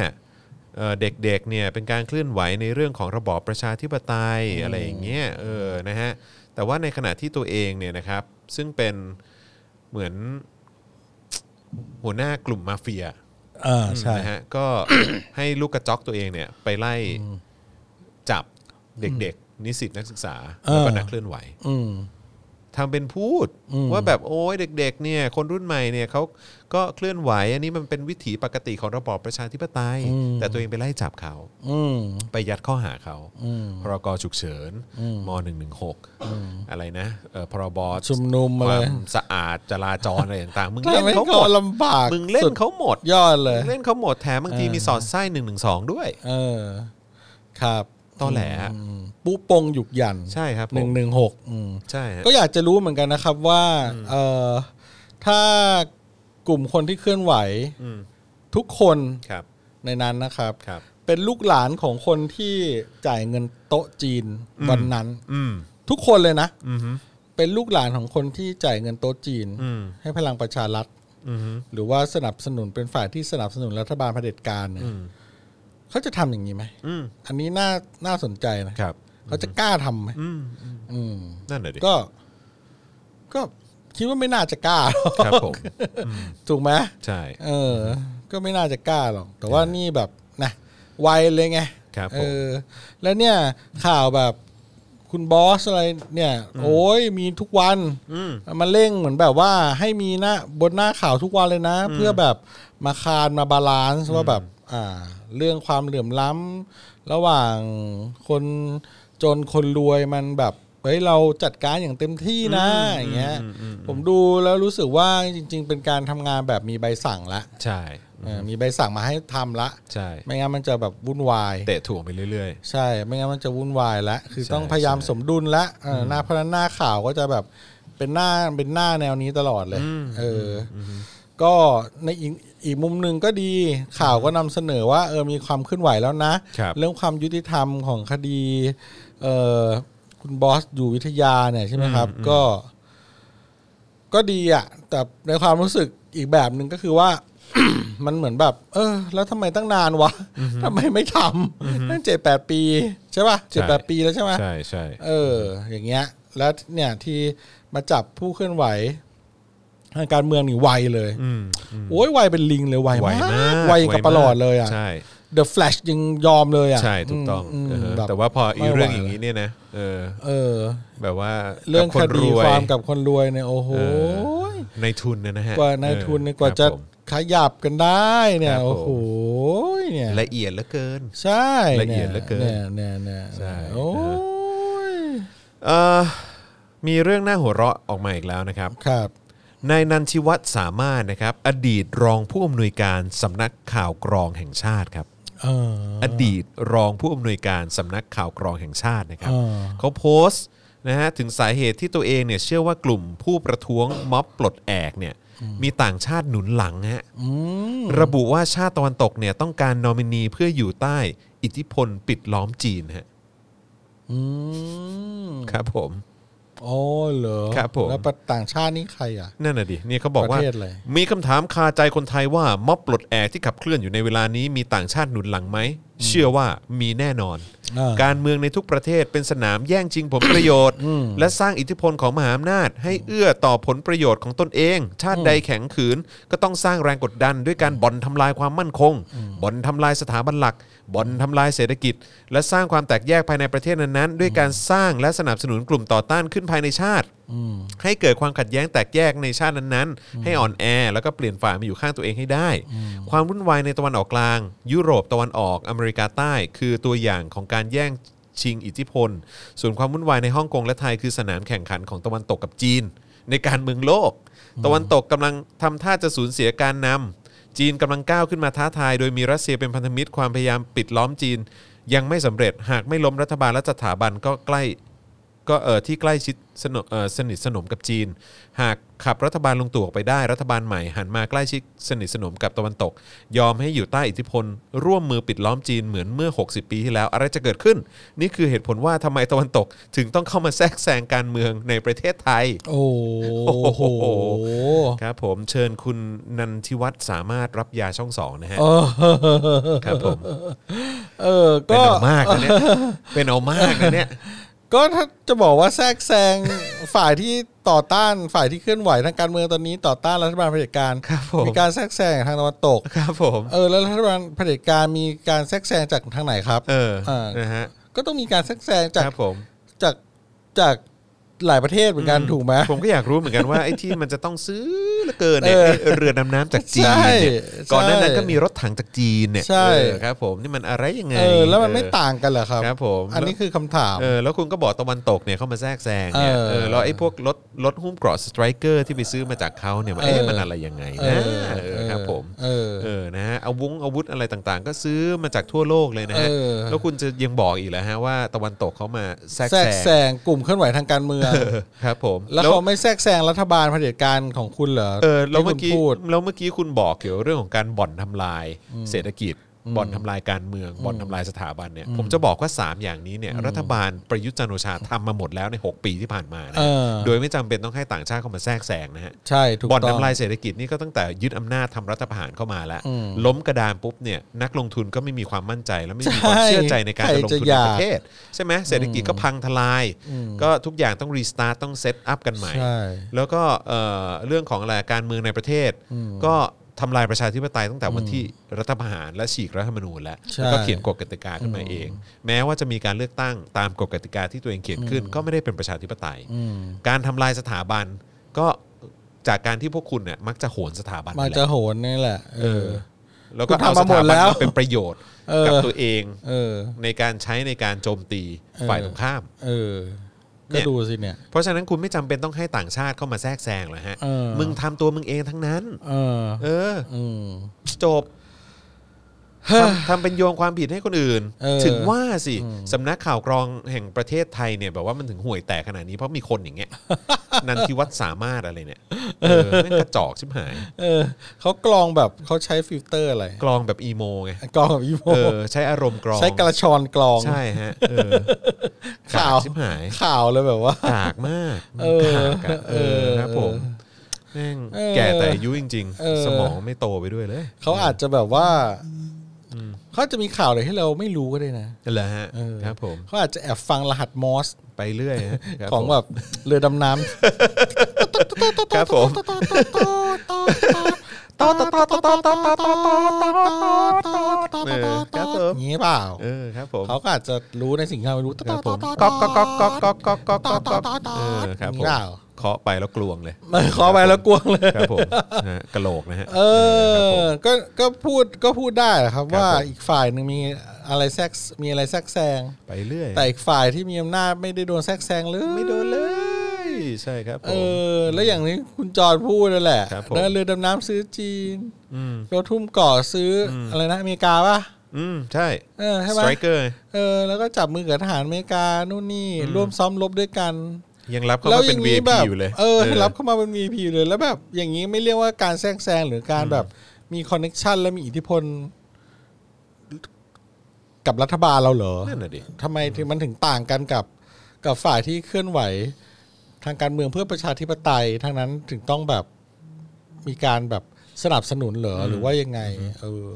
S2: เอ่อเด็กๆเนี่ยเป็นการเคลื่อนไหวในเรื่องของระบอบประชาธิปไตยอะไรอย่างเงี้ยเออนะฮะแต่ว่าในขณะที่ตัวเองเนี่ยนะครับ ซึ่งเป็นเหมือนหัวหน้ากลุ่มมาเฟีย
S1: อ่าใช่
S2: นะฮะก็ ให้ลูกกระจอกตัวเองเนี่ยไปไล่จับเด็กๆ นิสิตนักศึกษา
S1: เออ
S2: แล้วก็นักเคลื่อนไหว
S1: อืม
S2: ทำเป็นพูด ว่าแบบโอ้ยเด็ก ๆ เนี่ย คนรุ่นใหม่เนี่ยเขาก็เคลื่อนไหว อันนี้มันเป็นวิถีปกติของระบอบประชาธิปไตย แต่ตัวเองไปไล่จับเขา
S1: อืม
S2: ไปยัดข้อหาเขาพรกฉุกเฉินม .116 อะไรนะเอ่อพรบ
S1: ชุมนุม
S2: ค
S1: อะไร
S2: วามสะอาดจราจรอะไรต่างๆมึง
S1: ทำ
S2: เล่น
S1: ให้
S2: เขาห
S1: เขา
S2: มด
S1: ลำบาก
S2: มึงเล่น
S1: สุด
S2: เขาหมด
S1: ยอดเลย
S2: เล่นเขาหมดแถมบางทีมีสอดไส้หนึ่งหนึ่งสองด้วย
S1: เออ ครับ
S2: ตอแหลอะ
S1: อืมปุ๊ปงหยุกหยัน
S2: ใช่ครับผม
S1: หนึ่งหนึ่งหกอืม
S2: ใช่ฮะ
S1: ก็อยากจะรู้เหมือนกันนะครับว่า เออถ้ากลุ่มคนที่เคลื่อนไหว
S2: อืม
S1: ทุกคน
S2: ครับ
S1: ในนั้นนะครับ
S2: ครับ
S1: เป็นลูกหลานของคนที่จ่ายเงินโต๊ะจีนวันนั้น
S2: อืม
S1: ทุกคนเลยนะ
S2: อืมฮึ
S1: เป็นลูกหลานของคนที่จ่ายเงินโต๊ะจีน
S2: อืม
S1: ให้พลังประชารัฐ
S2: อืมฮึ
S1: หรือว่าสนับสนุนเป็นฝ่ายที่สนับสนุนรัฐบาลเผด็จการเนี่ย
S2: อืม
S1: เขาจะทำอย่างนี้ไหม
S2: อืม
S1: อันนี้น่าน่าสนใจนะครับ เขาจะกล้าทำไหม
S2: อืมอืม
S1: อืม
S2: นั่นแหละดิ
S1: ก็ ก็คิดว่าไม่น่าจะกล้า
S2: ครับผมอืม
S1: ถูกไหม
S2: ใช่
S1: เออ ก็ไม่น่าจะกล้าหรอก แต่ว่านี่แบบนะไวเลยไง
S2: ครับ
S1: เอ
S2: ผม
S1: อ แล้วเนี่ยข่าวแบบคุณบอสอะไรเนี่ย โอ้ยมีทุกวัน
S2: อืม
S1: มันเร่งเหมือนแบบว่าให้มีหน้าบนหน้าข่าวทุกวันเลยนะ เพื่อแบบมาคานมาบาลานซ์ว่าแบบอ่า เรื่องความเหลื่อมล้ำระหว่างคนจนคนรวยมันแบบเฮ้ยเราจัดการอย่างเต็มที่นะอย่างเงี้ย
S2: อืมอืมอืม
S1: ผมดูแล้วรู้สึกว่าจริง ๆ เป็นการทำงานแบบมีใบสั่งละ
S2: ใช่
S1: เออมีใบสั่งมาให้ทำละ
S2: ใช่
S1: ไม่งั้นมันจะแบบวุ่นวาย
S2: เตะถ่วงไปเรื่อย
S1: ใช่ ไม่งั้นมันจะวุ่นวายละ คือ
S2: ใช่
S1: ต้องพยายาม
S2: ใช่
S1: สมดุลละเออหน้าเพราะฉะนั้นหน้าข่าวก็จะแบบเป็นหน้าเป็นหน้าแนวนี้ตลอดเลย เอออก็ในอีกอีกมุมหนึ่งก็ดีข่าวก็นำเสนอว่าเออมีความเคลื่อนไหวแล้วนะ
S2: ครับ
S1: เรื่องความยุติธรรมของคดีเออคุณบอสอยู่วิทยาเนี่ยใช่ไหมครับ ก็ ก็ดีอะแต่ในความรู้สึกอีกแบบหนึ่งก็คือว่า มันเหมือนแบบ เออ แล้วทำไมตั้งนานวะทำไมไม่ทำตั้งเจ็ดแปดปีใช่ป่ะเจ็ดแปดปีแล้วใช่ไหม
S2: ๆ ใช่ใช่
S1: เออ อย่างเงี้ย แล้วเนี่ยที่มาจับผู้เคลื่อนไหวทางการเมืองนี่ไวเลย
S2: อืมอืม
S1: โอ้ยไวเป็นลิงเลยไว
S2: ไว
S1: มาก
S2: มาก
S1: ไวกับประหลอดเลยอ่ะ
S2: ใช่
S1: The Flash ยังยอมเลยอ่ะ
S2: ใช่ถูกต้อง
S1: ม
S2: เออ
S1: บบ
S2: แต่ว่าพออีเรื่อง
S1: ไม่ไหว
S2: อย่างนี้เนี่ยนะเออ
S1: เออ
S2: แบบว่า
S1: เรื่อง
S2: กั
S1: คน
S2: บ
S1: ดี
S2: ย
S1: ความกับคนรวยเนี่ยโอ้โห
S2: เออในทุนนะนะฮะ
S1: กว่านายทุนเนี่ยกว่าจะ
S2: ครับผม
S1: ขยับกันได้เนี่
S2: ค
S1: ย
S2: รับผม
S1: โอ้โหเนี่ย
S2: ละเอียดเหลือเกิน
S1: ใช่
S2: ละเอียดเหลือเกิน
S1: เนี่ยเนี่ยเนี่ย
S2: ใช่
S1: โอ้ย
S2: เออมีเรื่องน่าหัวเราะออกมาอีกแล้วนะครับ
S1: ครับ
S2: นายนันชิวัตรสามารถนะครับ อดีตรองผู้อำนวยการสำนักข่าวกรองแห่งชาติครับ
S1: เออ
S2: อดีตรองผู้อำนวยการสำนักข่าวกรองแห่งชาตินะครับ
S1: อ่า
S2: เขาโพสต์นะฮะถึงสาเหตุที่ตัวเองเนี่ยเชื่อว่ากลุ่มผู้ประท้วงม็อบปลดแอกเนี่ยมีต่างชาติหนุนหลังฮะ
S1: อืม
S2: ระบุว่าชาติตะวันตกเนี่ยต้องการนอมินีเพื่ออยู่ใต้อิทธิพลปิดล้อมจีนฮะ
S1: อืม
S2: ครับผม
S1: อ๋อเหรอ
S2: ครับผม
S1: แล้วต่างชาตินี่ใครอ่ะ
S2: นั่นน่ะดิเนี่ยเขาบอกว่า
S1: ประเทศอะไร
S2: มีคำถามคาใจคนไทยว่าม็อบปลดแอกที่ขับเคลื่อนอยู่ในเวลานี้มีต่างชาติหนุนหลังไหม เชื่อว่ามีแน่นอน
S1: อ่า
S2: การเมืองในทุกประเทศเป็นสนามแย่งชิงผลประโยชน์ และสร้างอิทธิพลของมหาอำนาจ ให้เอื้อต่อผลประโยชน์ของตนเอง ชาติใดแข็งขืน ก็ต้องสร้างแรงกดดัน ด้วยการบ่อนทำลายความมั่นคง บ่อนทำลายสถาบันหลัก บ่อนทำลายเศรษฐกิจ และสร้างความแตกแยกภายในประเทศนั้นๆ ด้วยการสร้างและสนับสนุนกลุ่มต่อต้านขึ้นภายในชาติ ให้เกิดความขัดแย้งแตกแยกในชาตินั้นๆ ให้อ่อนแอ แล้วก็เปลี่ยนฝ่ายมาอยู่ข้างตัวเองให้ได้ ความวุ่นวายในตะวันออกกลาง ยุโรปตะวันออกอเมริกาใต้ คือตัวอย่างของการแย่งชิงอิทธิพล ส่วนความวุ่นวายในฮ่องกงและไทยคือสนามแข่งขันของตะวันตกกับจีน ในการเมืองโลก ตะวันตกกำลังทำท่าจะสูญเสียการนำจีนกำลังก้าวขึ้นมาท้าทาย โดยมีรัสเซียเป็นพันธมิตรความพยายามปิดล้อมจีน ยังไม่สำเร็จหากไม่ล้มรัฐบาลและสถาบันก็ใกล้ ก็เออที่ใกล้ชิดสนมเอ่อสนิทสนมกับจีน หากขับรัฐบาลลงตัวออกไปได้รัฐบาลใหม่หันมาใกล้ชิดสนิทสนมกับตะวันตก ยอมให้อยู่ใต้อิทธิพล ร่วมมือปิดล้อมจีนเหมือนเมื่อ 60 ปีที่แล้ว อะไรจะเกิดขึ้น นี่คือเหตุผลว่าทำไมตะวันตก ถึงต้องเข้ามาแทรกแซงการเมืองในประเทศไทย
S1: โอ้โห
S2: ครับผมเชิญคุณนันทิวัฒน์สามารถรับยาช่องสองนะฮะ
S1: เออ
S2: ครับผม
S1: เออ
S2: เป็น
S1: ก็
S2: เอามากนะเนี่ยเป็นเอามากนะเนี่ย
S1: ก็ถ้าจะบอกว่าแทรกแซง ฝ่ายที่ต่อต้านฝ่ายที่เคลื่อนไหวทางการเมืองตอนนี้ต่อต้านรัฐบาลเผด็จการ
S2: ครับผม
S1: มีการแทรกแซงจากทางตะวันตก
S2: ครับผม
S1: เออแล้วรัฐบาลเผด็จการมีการแทรกแซงจากทางไหนครับ
S2: เออ
S1: เออ
S2: นะฮะ
S1: ก็ต้องมีการแทรกแซงจา
S2: ค
S1: ก
S2: รับผม
S1: จากจากหลายประเทศเหมือนกันถูกไหม
S2: ผมก็อยากรู้เหมือนกันว่าไอ้ ที่มันจะต้องซื้อเหลือเกินเนี่ย
S1: เออ
S2: ไอ้เรือดำน้ำจากจีน
S1: ใ
S2: เนี่ย
S1: ช่
S2: ก่อนหน้านั้นก็มีรถถังจากจีนเนี่ย
S1: ใช่
S2: เออครับ ผมนี่มันอะไรยังไง
S1: เออแล้วมันไม่
S2: เออ
S1: ต่างกันเหรอครับ
S2: ครับผม
S1: อันนี้คือคำถาม
S2: เออแล้วคุณก็บอกตะวันตกเนี่ยเข้ามาแทรกแซงเนี่ย
S1: เออ
S2: เออแล้วไอ้พวกรถรถหุ้มเกราะสไตรเกอร์ที่ไปซื้อมาจากเขาเนี่ยมัน
S1: เออ
S2: เอ๊ะมันอะไรยังไงนะ
S1: เออ
S2: เออครับผม
S1: เออ
S2: เออนะฮะเอาวุ้งอาวุธอะไรต่างๆ ก็ซื้อมาจากทั่วโลกเลยนะฮะ
S1: เออ
S2: แล้วคุณจะยังบอกอีกแล้วฮะว่าตะวันตกเขามาแทรก
S1: แทรก
S2: แซ
S1: แซ
S2: ง
S1: งกลุ่มเคลื่อนไหวทางการเมือง
S2: เออครับผม
S1: แล้วเขาไม่แทรกแซงรัฐบาลเผด็จการของคุณเหรอ
S2: เออแล้ว
S1: ที่คุ
S2: เมื่
S1: ณ
S2: อกี้
S1: พูด
S2: แล้วเมื่อกี้คุณบอกเกี่ยวเรื่องของการบ่อนทำลายเศรษฐกิจ บ่อนทำลายการเมืองบ่อนทำลายสถาบันเนี่ยผมจะบอกว่า 3 อย่างนี้เนี่ยรัฐบาลประยุทธ์จันทร์โอชาทำมาหมดแล้วใน 6 ปีที่ผ่านมานะ
S1: เออ
S2: โดยไม่จำเป็นต้องให้ต่างชาติเข้ามาแทรกแซงนะฮะ
S1: ใช่ถูก
S2: บ่อน
S1: ต้อง
S2: ทำลายเศรษฐกิจนี่ก็ตั้งแต่ยึดอำนาจทำรัฐประหารเข้ามาแล้ว
S1: อืม
S2: ล้มกระดานปุ๊บเนี่ยนักลงทุนก็ไม่มีความมั่นใจและไม่มีความเชื่อใจในการ
S1: ใช่
S2: จะลง
S1: ใครจะอ
S2: ทุนใน
S1: ยาก
S2: ประเทศ ใช่ไหมเศรษฐกิจก็พังทลาย
S1: อืม
S2: ก็ทุกอย่างต้องรีสตาร์ตต้องเซตอัพกันใหม่
S1: ใช่
S2: แล้วก็เอ่อเรื่องของอะไรการเมืองในประเทศ
S1: อืม
S2: ก็ทำลายประชาธิปไตยตั้งแต่วันที่รัฐประหารและฉีกรัฐธรรมนูญแล้ว
S1: ใช่
S2: แล้วก็เขียนกฎกติกาขึ้นมาเอง แม้ว่าจะมีการเลือกตั้งตามกฎกติกาที่ตัวเองเขียนขึ้น ก็ไม่ได้เป็นประชาธิปไตย
S1: อืม
S2: การทำลายสถาบันก็จากการที่พวกคุณเนี่ยมักจะโหนสถาบัน
S1: มา
S2: นี่แห
S1: จะ
S2: ละ
S1: โหนนี่แหละ เออ
S2: แล้ว
S1: คุ
S2: ก็
S1: ณ
S2: เอา
S1: ทำ
S2: ส
S1: มาหม
S2: ถา
S1: ด
S2: บั
S1: แล้
S2: น
S1: ว
S2: มาเป็นประโยชน์
S1: เออ
S2: กับตัวเอง
S1: เออ
S2: ในการใช้ในการโจมตี
S1: เออ
S2: ฝ่ายตรงข้าม
S1: เออ
S2: เนี่
S1: ก็
S2: ย
S1: ดูสิเนี่ย
S2: เพราะฉะนั้นคุณไม่จำเป็นต้องให้ต่างชาติเข้ามาแทรกแซงหรอกฮะ
S1: เออ
S2: มึงทำตัวมึงเองทั้งนั้น
S1: เออ
S2: เออ
S1: อืม
S2: จบทำทำเป็นโยงความผิดให้คนอื่น
S1: เออ
S2: ถึงว่าสิสำนักข่าวกรองแห่งประเทศไทยเนี่ยแบบว่ามันถึงห่วยแตกขนาดนี้เพราะมีคนอย่างเงี้ย นันทิวัฒน์สามารถอะไรเนี่ยเออแม่งกระจอกชิบหาย
S1: เออเขากรองแบบเขาใช้ฟิลเตอร์อะไร
S2: กลองแบบอีโมไง
S1: กรองแบบอีโม
S2: เออ ใช้อารมณ์กลอง
S1: ใช้กระชอนกรอง
S2: ใช่ฮะเออ
S1: ข่าว
S2: กกชิบหาย
S1: ข่าวเลยแบบว่า
S2: กากมาก
S1: เออก
S2: ากอะเออ
S1: เออ
S2: ครับผมแม่ง
S1: เออ
S2: แก่แต่อายุจริง
S1: เออ
S2: ๆ สมองไม่โตไปด้วยเลย
S1: เขาอาจจะแบบว่าเขาอาจจะมีข่าวอะไรให้เราไม่รู้ก็ได้นะ
S2: เหรอฮะครับผม
S1: เขาอาจจะแอบฟังรหัสมอส
S2: ไปเรื่อยฮะครับ
S1: ของ
S2: ผม
S1: แบบเรือดำน้ำ
S2: ครับผม เออครับผม
S1: อย่างนี้เปล่า
S2: เออครับผม
S1: เขาก็อาจจะรู้ในสิ่งที่เราไม่รู้
S2: ครับผมก๊อกก๊อกก๊อกก๊อกก๊อกก๊อกก๊อกก๊อกก๊อกเออครับผม
S1: เปล่า
S2: เคาะไปแล้วกลวงเลย
S1: มันขอไปแล้วกวงเลย
S2: ครับผมนะฮะกระโหลกนะฮะ
S1: เออ ก็ก็พูดก็พูดได้แหละครับ
S2: ครับผม
S1: ว่าอีกฝ่ายหนึ่งมีอะไรแทรกมีอะไรแทรกแซง
S2: ไปเรื่อย
S1: แต่อีกฝ่ายที่มีอำนาจไม่ได้โดนแทรกแซงเลย
S2: ไม่โดนเลยใช่ครับผ
S1: เออ
S2: ม
S1: แล้วอย่างนี้คุณจอร์นพูดนั่นแหละ
S2: ครับผม
S1: แล้วเรือดำน้ำซื้อจีน
S2: อืม
S1: รถทุ่มก่อซื้อออะไรนะอเมริกาป่ะ
S2: อืมใช่
S1: เออใช่
S2: ส
S1: ปะ
S2: ไตรเกอร์
S1: เออแล้วก็จับมือกับทหารอเมริกานู่นนี่ร่วมซ้อมรบด้วยกัน
S2: ยังรับเขา
S1: แล้วอ
S2: มาเป็น
S1: ย่างนี้
S2: VIP
S1: แบบ
S2: อยู่เลย
S1: เออให้รับเข้ามาเป็น VIP อยู่เลยแล้วแบบอย่างนี้ไม่เรียกว่าการแทรกแซงหรือการแบบมีคอนเน็กชันและมีอิทธิพล กับรัฐบาลเราเหรอ
S2: นั่นน่ะดิ
S1: ทำไมถึงมันถึงต่างกันกับ กับฝ่ายที่เคลื่อนไหว ทางการเมืองเพื่อประชาธิปไตยทั้งนั้นถึงต้องแบบมีการแบบสนับสนุนเหรออหรือว่ายังไง เออ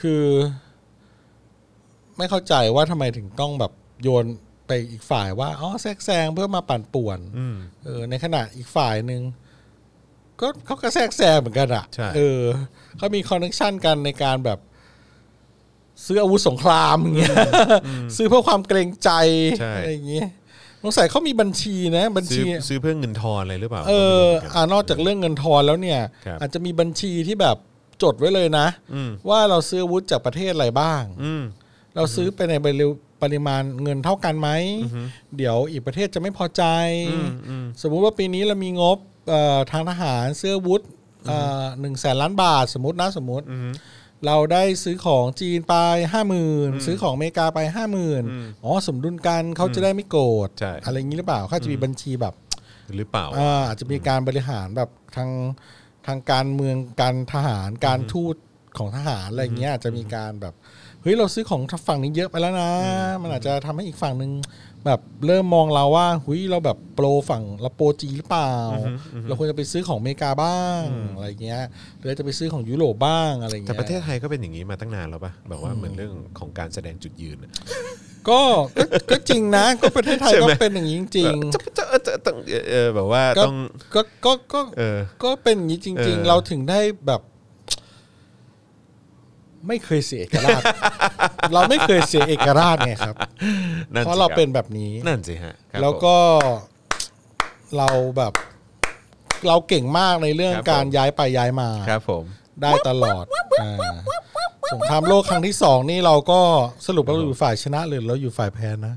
S1: คือ ไม่เข้าใจว่าทำไมถึงต้องแบบโยนไปอีกฝ่ายว่าอ๋อแทรกแซงเพื่อมาปั่นป่วน
S2: อืม
S1: เออ ในขณะอีกฝ่ายหนึ่งก็เขาก็แทรกแซงเหมือนกันอ่ะ
S2: ใช่
S1: เออเขามีคอนเนคชันกันในการแบบ ซื้ออาวุธสงครามอย่างเงี้ย ซื้อเพื่อความเกรงใจ
S2: ใช่
S1: อะไรอย่างเงี้ยสงสัยเขามีบัญชีนะ บัญ
S2: ซื้
S1: ชี
S2: อซื้อเพื่อเงินทอนอะไรหรือเปล่า
S1: เอ
S2: ก็ไม่
S1: อ
S2: รู้หมืนกัน
S1: อ่านอกจากเรื่องเงินทอนแล้วเนี่ย
S2: ครับ
S1: อาจจะมีบัญชีที่แบบจดไว้เลยนะ
S2: อืม
S1: ว่าเราซื้ออาวุธจากประเทศอะไรบ้าง
S2: อืม
S1: เราซื้อไปในปริปริมาณเงินเท่ากันไหม เดี๋ยวอีกประเทศจะไม่พอใจ
S2: อืมอืม
S1: สมมุติว่าปีนี้เรามีงบเอ่อทางทหารเสื้อวุธหนึ่งแสนล้านบาท สมมตินะสมมติ
S2: อืม
S1: เราได้ซื้อของจีนไปห้าหมื่นซื้อของอเมริกาไปห้าหมื่นอ๋อสมดุลกันเขาจะได้ไม่โกรธ
S2: ใช่
S1: อะไรอย่างนี้หรือเปล่าเขาจะมีบัญชีแบบ
S2: หรือเปล่า
S1: อ่าอาจจะมีการบริหารแบบทางทางการเมืองการทหารการทูตของทหารอะไรอย่างเงี้ยอาจจะมีการแบบเฮ้ยเราซื้อของฝั่งนี้เยอะไปแล้วนะ มันอาจจะทำให้อีกฝั่งหนึ่งแบบเริ่มมองเราว่าหุยเราแบบโปรฝั่งเราโปรจีนหรือเปล่า เราควรจะไปซื้อของอเมริกาบ้างอะไรอย่างเงี้ยหรือจะไปซื้อของยุโรปบ้างอะไรอย่าง
S2: แต่
S1: เงี้ย
S2: ประเทศไทยก็เป็นอย่างนี้มาตั้งนานแล้วป่ะแบบว่าเหมือนเรื่องของการแสดงจุดยืนอะ
S1: ก็ก็ก็จริงนะ ก็ประเทศไทย
S2: ใช่ไห
S1: ก็
S2: ม
S1: เป็นอย่างนี้จริง
S2: จะจะจะต้องเอ่อเออแบบว่า
S1: ๆก็
S2: ต้อง
S1: ก็ก็ก็
S2: เออ
S1: ก็เป็นอย่างนี้จริง
S2: เออ
S1: ๆ เราถึงได้แบบ ไม่เคยเสียเอกราช เราไม่เคยเสียเอกราชไงครับ
S2: นั่น
S1: เพ
S2: สิ
S1: ราะเรา
S2: คบ
S1: เป็นแบบนี้
S2: นั่นสิฮะครับ
S1: แล้ว
S2: ผม
S1: ก็เราแบบ เราเก่งมากในเรื่อง
S2: ครับ
S1: การ
S2: ผม
S1: ย้ายไปย้ายมา
S2: ครับผม
S1: ได้ตลอดอ่าสงครามโลกครั้งที่สองนี่เราก็สรุปว่าเราอยู่ฝ่ายชนะหรือเราอยู่ฝ่ายแพ้นะ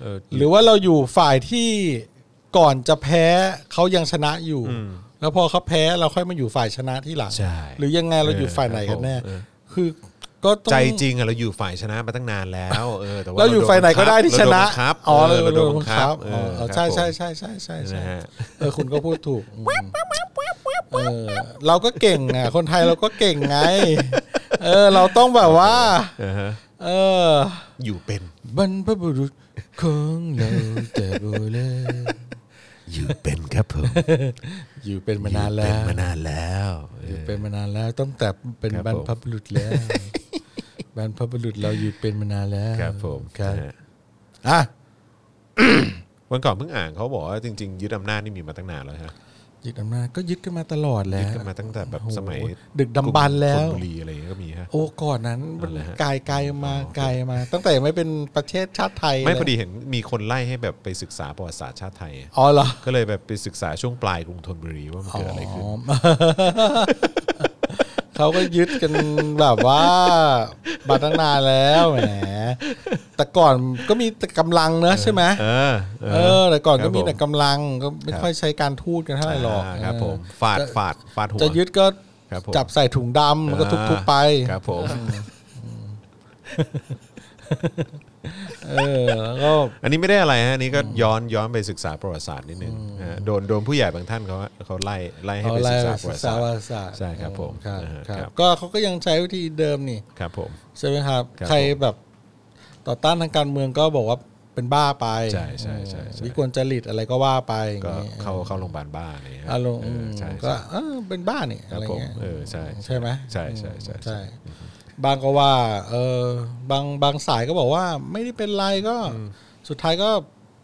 S2: เออ
S1: หรือว่าเราอยู่ฝ่ายที่ก่อนจะแพ้เขายังชนะอยู่ แล้วพอเขาแพ้เราค่อยมาอยู่ฝ่ายชนะที่หลัง
S2: ใช่
S1: หรือยังไงเราอยู่ฝ่ายไหนกันแน่
S2: เออ
S1: คือก็ต้อง
S2: ใจจริงอะเราอยู่ฝ่ายชนะมาตั้งนานแล้วเออแต่ว่า
S1: เราอยู่ฝ่ายไหนก็ได้ที่ชนะอ๋
S2: อ๋
S1: อ
S2: อ
S1: เรา
S2: เรา
S1: โด
S2: โด
S1: น
S2: น
S1: บั
S2: บั
S1: ง
S2: ง
S1: คั
S2: คั
S1: บบ อ๋อ
S2: เอ
S1: อ๋อ
S2: อ
S1: ใช่ใช่
S2: ครับ
S1: ใช่ใช่ใช่
S2: ผม
S1: ใช่
S2: นะฮะ
S1: เออคุณก็พูดถูกอืมเออเราก็เก่งอ่ะ คนไทยเราก็เก่งไง เออ เราต้องแบบว่า
S2: อ่าฮะ
S1: เออ
S2: อยู่เป็น
S1: บรรพบุรุษของเราแต่โบราณ
S2: อยู่เป็นครับ ผม
S1: อยู่เป็นมานานแล้ว
S2: มานานแล้วเอ
S1: อยู่
S2: อ
S1: เป็นมานานแล้วตั้งแต่เป็น
S2: ครับ
S1: บรรพ
S2: ผม
S1: บุรุษ แล้วบรรพบุรุษเราอยู่เป็นมานานแล้ว
S2: ครับผม
S1: ครับ
S2: นะฮะ
S1: อ่ะ
S2: วันก่อนเพิ่งอ่านเขาบอกว่าจริงๆยึดอำนาจนี่มีมาตั้งนานแล้วฮะ
S1: ยึดอำนาจก็ยึดกันมาตลอดแล้
S2: ยึ
S1: ว
S2: ดกันมาตั้งแต่แบบ
S1: โอ้โห
S2: สมัย
S1: ดึกดำบรรพ์แล้ว
S2: ธนบุรีอะไรอย่างเงี้ยก็มีฮะ
S1: โอ้ก่อนนั้นมัน
S2: อะไรฮะ
S1: ไกลไกลมาไกลมา ตั้งแต่ไม่เป็นประเทศชาติไทย
S2: ไม่
S1: เลย
S2: พอดีเห็นมีคนไล่ให้แบบไปศึกษาประวัติศาสตร์ชาติไทยอะ
S1: อ๋อเหรอ
S2: ก็เลยแบบไปศึกษาช่วงปลายกรุงธนบุรีว่ามันเกิดอะไรขึ้น
S1: อ๋อ เขาก็ยึดกันแบบว่ามาตั้งนานแล้วแหมแต่ก่อนก็มีแต่กำลังเนอะใช่ไหม
S2: เออเอ
S1: เอ
S2: อ
S1: อแต่ก่อน
S2: ครั
S1: ก็
S2: บ
S1: มี
S2: ผม
S1: แต่กำลังก็ไม่
S2: ครับ
S1: ค่อยใช้การทูตกันเท่าไหร่หรอก
S2: อ่าครับ
S1: เออ
S2: ผมฟาดฟาดฟาดหัว
S1: จะยึดก็
S2: ครับผม
S1: จับใส่ถุงดำแล้วก็ทุบๆไป
S2: ครับผม
S1: เออแล้วก็
S2: อันนี้ไม่ได้อะไรฮะอันนี้ก็ย้อนย้อนไปศึกษาประวัติศาสตร์นิดนึงนะฮะโดนโดนผู้ใหญ่บางท่านเขาเขาไล่ไล่ให้
S1: เอา
S2: ไป
S1: อะไร
S2: ศึกษา
S1: ไปศึ
S2: ประวั
S1: ก
S2: ติ
S1: ษา
S2: ศา
S1: วาศา
S2: สตร์
S1: สตร์
S2: ใช่ครับผม
S1: ครับ
S2: อ่า
S1: ครับ
S2: ครับ
S1: ก็เขาก็ยังใช้วิธีเดิมนี่
S2: ครับผม
S1: ใช่ไหมครับ
S2: ครับ
S1: ใครแบบต่อต้านทางการเมืองก็บอกว่าเป็นบ้าไป
S2: ใช่ใช่ใช่ใช่
S1: วิกลจริตอะไรก็ว่าไปอย่าง
S2: ก็
S1: งี้
S2: เข้าเข้าโรงพยาบาลบ้าอะไรเงี้ย
S1: อารมณ์
S2: เออใช่
S1: ก็
S2: ใช่
S1: เออเป็นบ้านี่
S2: ค
S1: อะ
S2: รับ
S1: ไร
S2: ผม
S1: เงี้ย
S2: เออใช่
S1: ใช่ไหม
S2: ใช่ใช่ใช่ใช่
S1: ใช่ บางก็ว่า เออบางบางสายก็บอกว่า ไม่ได้เป็นไรก็ สุดท้ายก็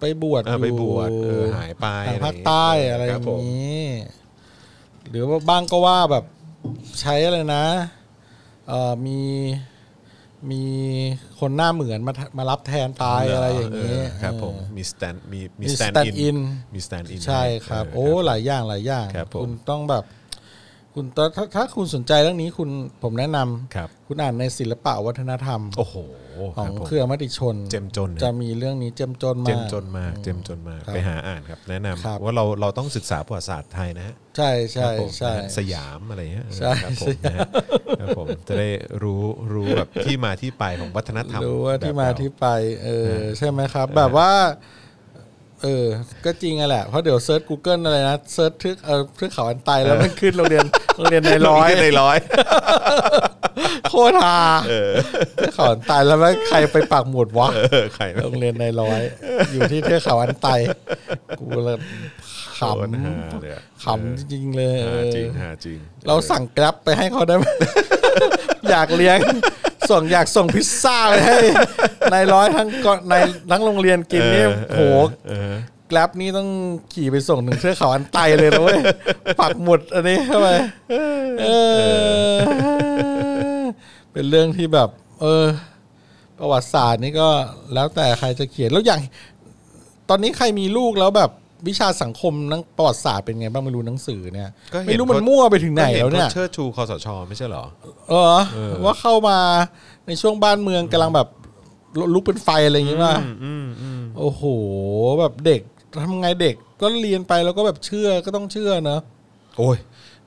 S1: ไปบวช
S2: เออไปบวช
S1: อยู่
S2: เออหายไป
S1: ทาง
S2: อะไร
S1: ภาคใต้
S2: เ
S1: อะไรอ
S2: ครั
S1: ย่า
S2: บ
S1: ง
S2: ผม
S1: นี้ หรือว่าบางก็ว่าแบบใช้อะไรนะ เออมีมีคนหน้าเหมือนมามารับแทนตายอะไรอย่างนี้
S2: เครับผมมีสแตนมีมี
S1: มี
S2: สแตน
S1: stand
S2: อิน
S1: in
S2: มีสแตนอิน
S1: ใช่ครับ โอ้หลายอย่างหลายอย่าง
S2: ครับผม
S1: ณต้องแบบ คุณถ้าถ้าถ้าคุณสนใจเรื่องนี้คุณผมแนะนำ
S2: ครับ
S1: คุณอ่านในศิลปะวัฒนธรรม
S2: โอ้โห
S1: ขอ
S2: รั
S1: ง
S2: บผม
S1: เครือมติชน
S2: เจ้มจนนะ
S1: จะมีเรื่องนี้เจ้มจนมาก
S2: เจมจนมากเจมจนมาก
S1: ครับ
S2: ไปหาอ่านครับแนะนำ
S1: ครับ
S2: ว่าเราเราต้องศึกษาประวัติศาสตร์ไทยนะฮะ
S1: ใช่ใช่
S2: ครับผม
S1: ใช่
S2: นะฮะสยามอะไรเงี้ย
S1: ใช่
S2: ครับผมนะฮะครับผมจะได้รู้รู้แบบที่มาที่ไปของวัฒนธรรม
S1: รู้ว่าที่มาที่
S2: แบบเร
S1: ไปเออใช่ไหมครับ แบบว่า เออ ก็จริงอะแหละเพราะเดี๋ยวเซิร์ช Google อะไรนะเซิร์ชทึกเออทึกเขาอันไตแล้วมันขึ้นโรงเรียนโรงเรียนในร้อย
S2: ในร้อย
S1: โคตรฮาเทือกเขาอันไตแล้วไม่ใครไปปากหมวดวะ
S2: เออใครนะ
S1: โรงเรียนในร้อย อยู่ที่เทือกเขาอันไตกูเลยข
S2: โคตรฮาเลยอะ
S1: ำขำจริงๆเลย
S2: หาจริงหาจริง
S1: เราสั่งแกร็บไปให้เขาได้ไหม อยากเลี้ยง ส่งอยากส่งพิซซ่าไปให้นายร้อยทั้งเกาะในทั้งโรงเรียนกินนี่โห
S2: เออ
S1: แกร็บนี่ต้องขี่ไปส่งถึงเทือกเขาอันไตเลยนะเว้ย ปักหมุดอันนี้เข้าไปเออ เป็นเรื่องที่แบบ เออ ประวัติศาสตร์นี่ก็แล้วแต่ใครจะเขียนแล้วอย่าง ตอนนี้ใครมีลูกแล้วแบบวิชาสังคมนังประวัติศาสตร์เป็นไงบ้างไม่รู้หนังสือเนี่ยไม่รู้มันมั่วไปถึงไหนแล้วเนี่ย
S2: ก็ห็ขาเชิดชูคอสชไม่ใช่เหรอ
S1: เออว่าเข้ามาในช่วงบ้านเมืองกำลังแบบลุกเป็นไฟอะไรอย่างงี้ป่ะโอ้โห แบบเด็กทำไงเด็กก็เรียนไปแล้วก็แบบเชื่อก็ต้องเชื่อเนอะ
S2: โอ้ย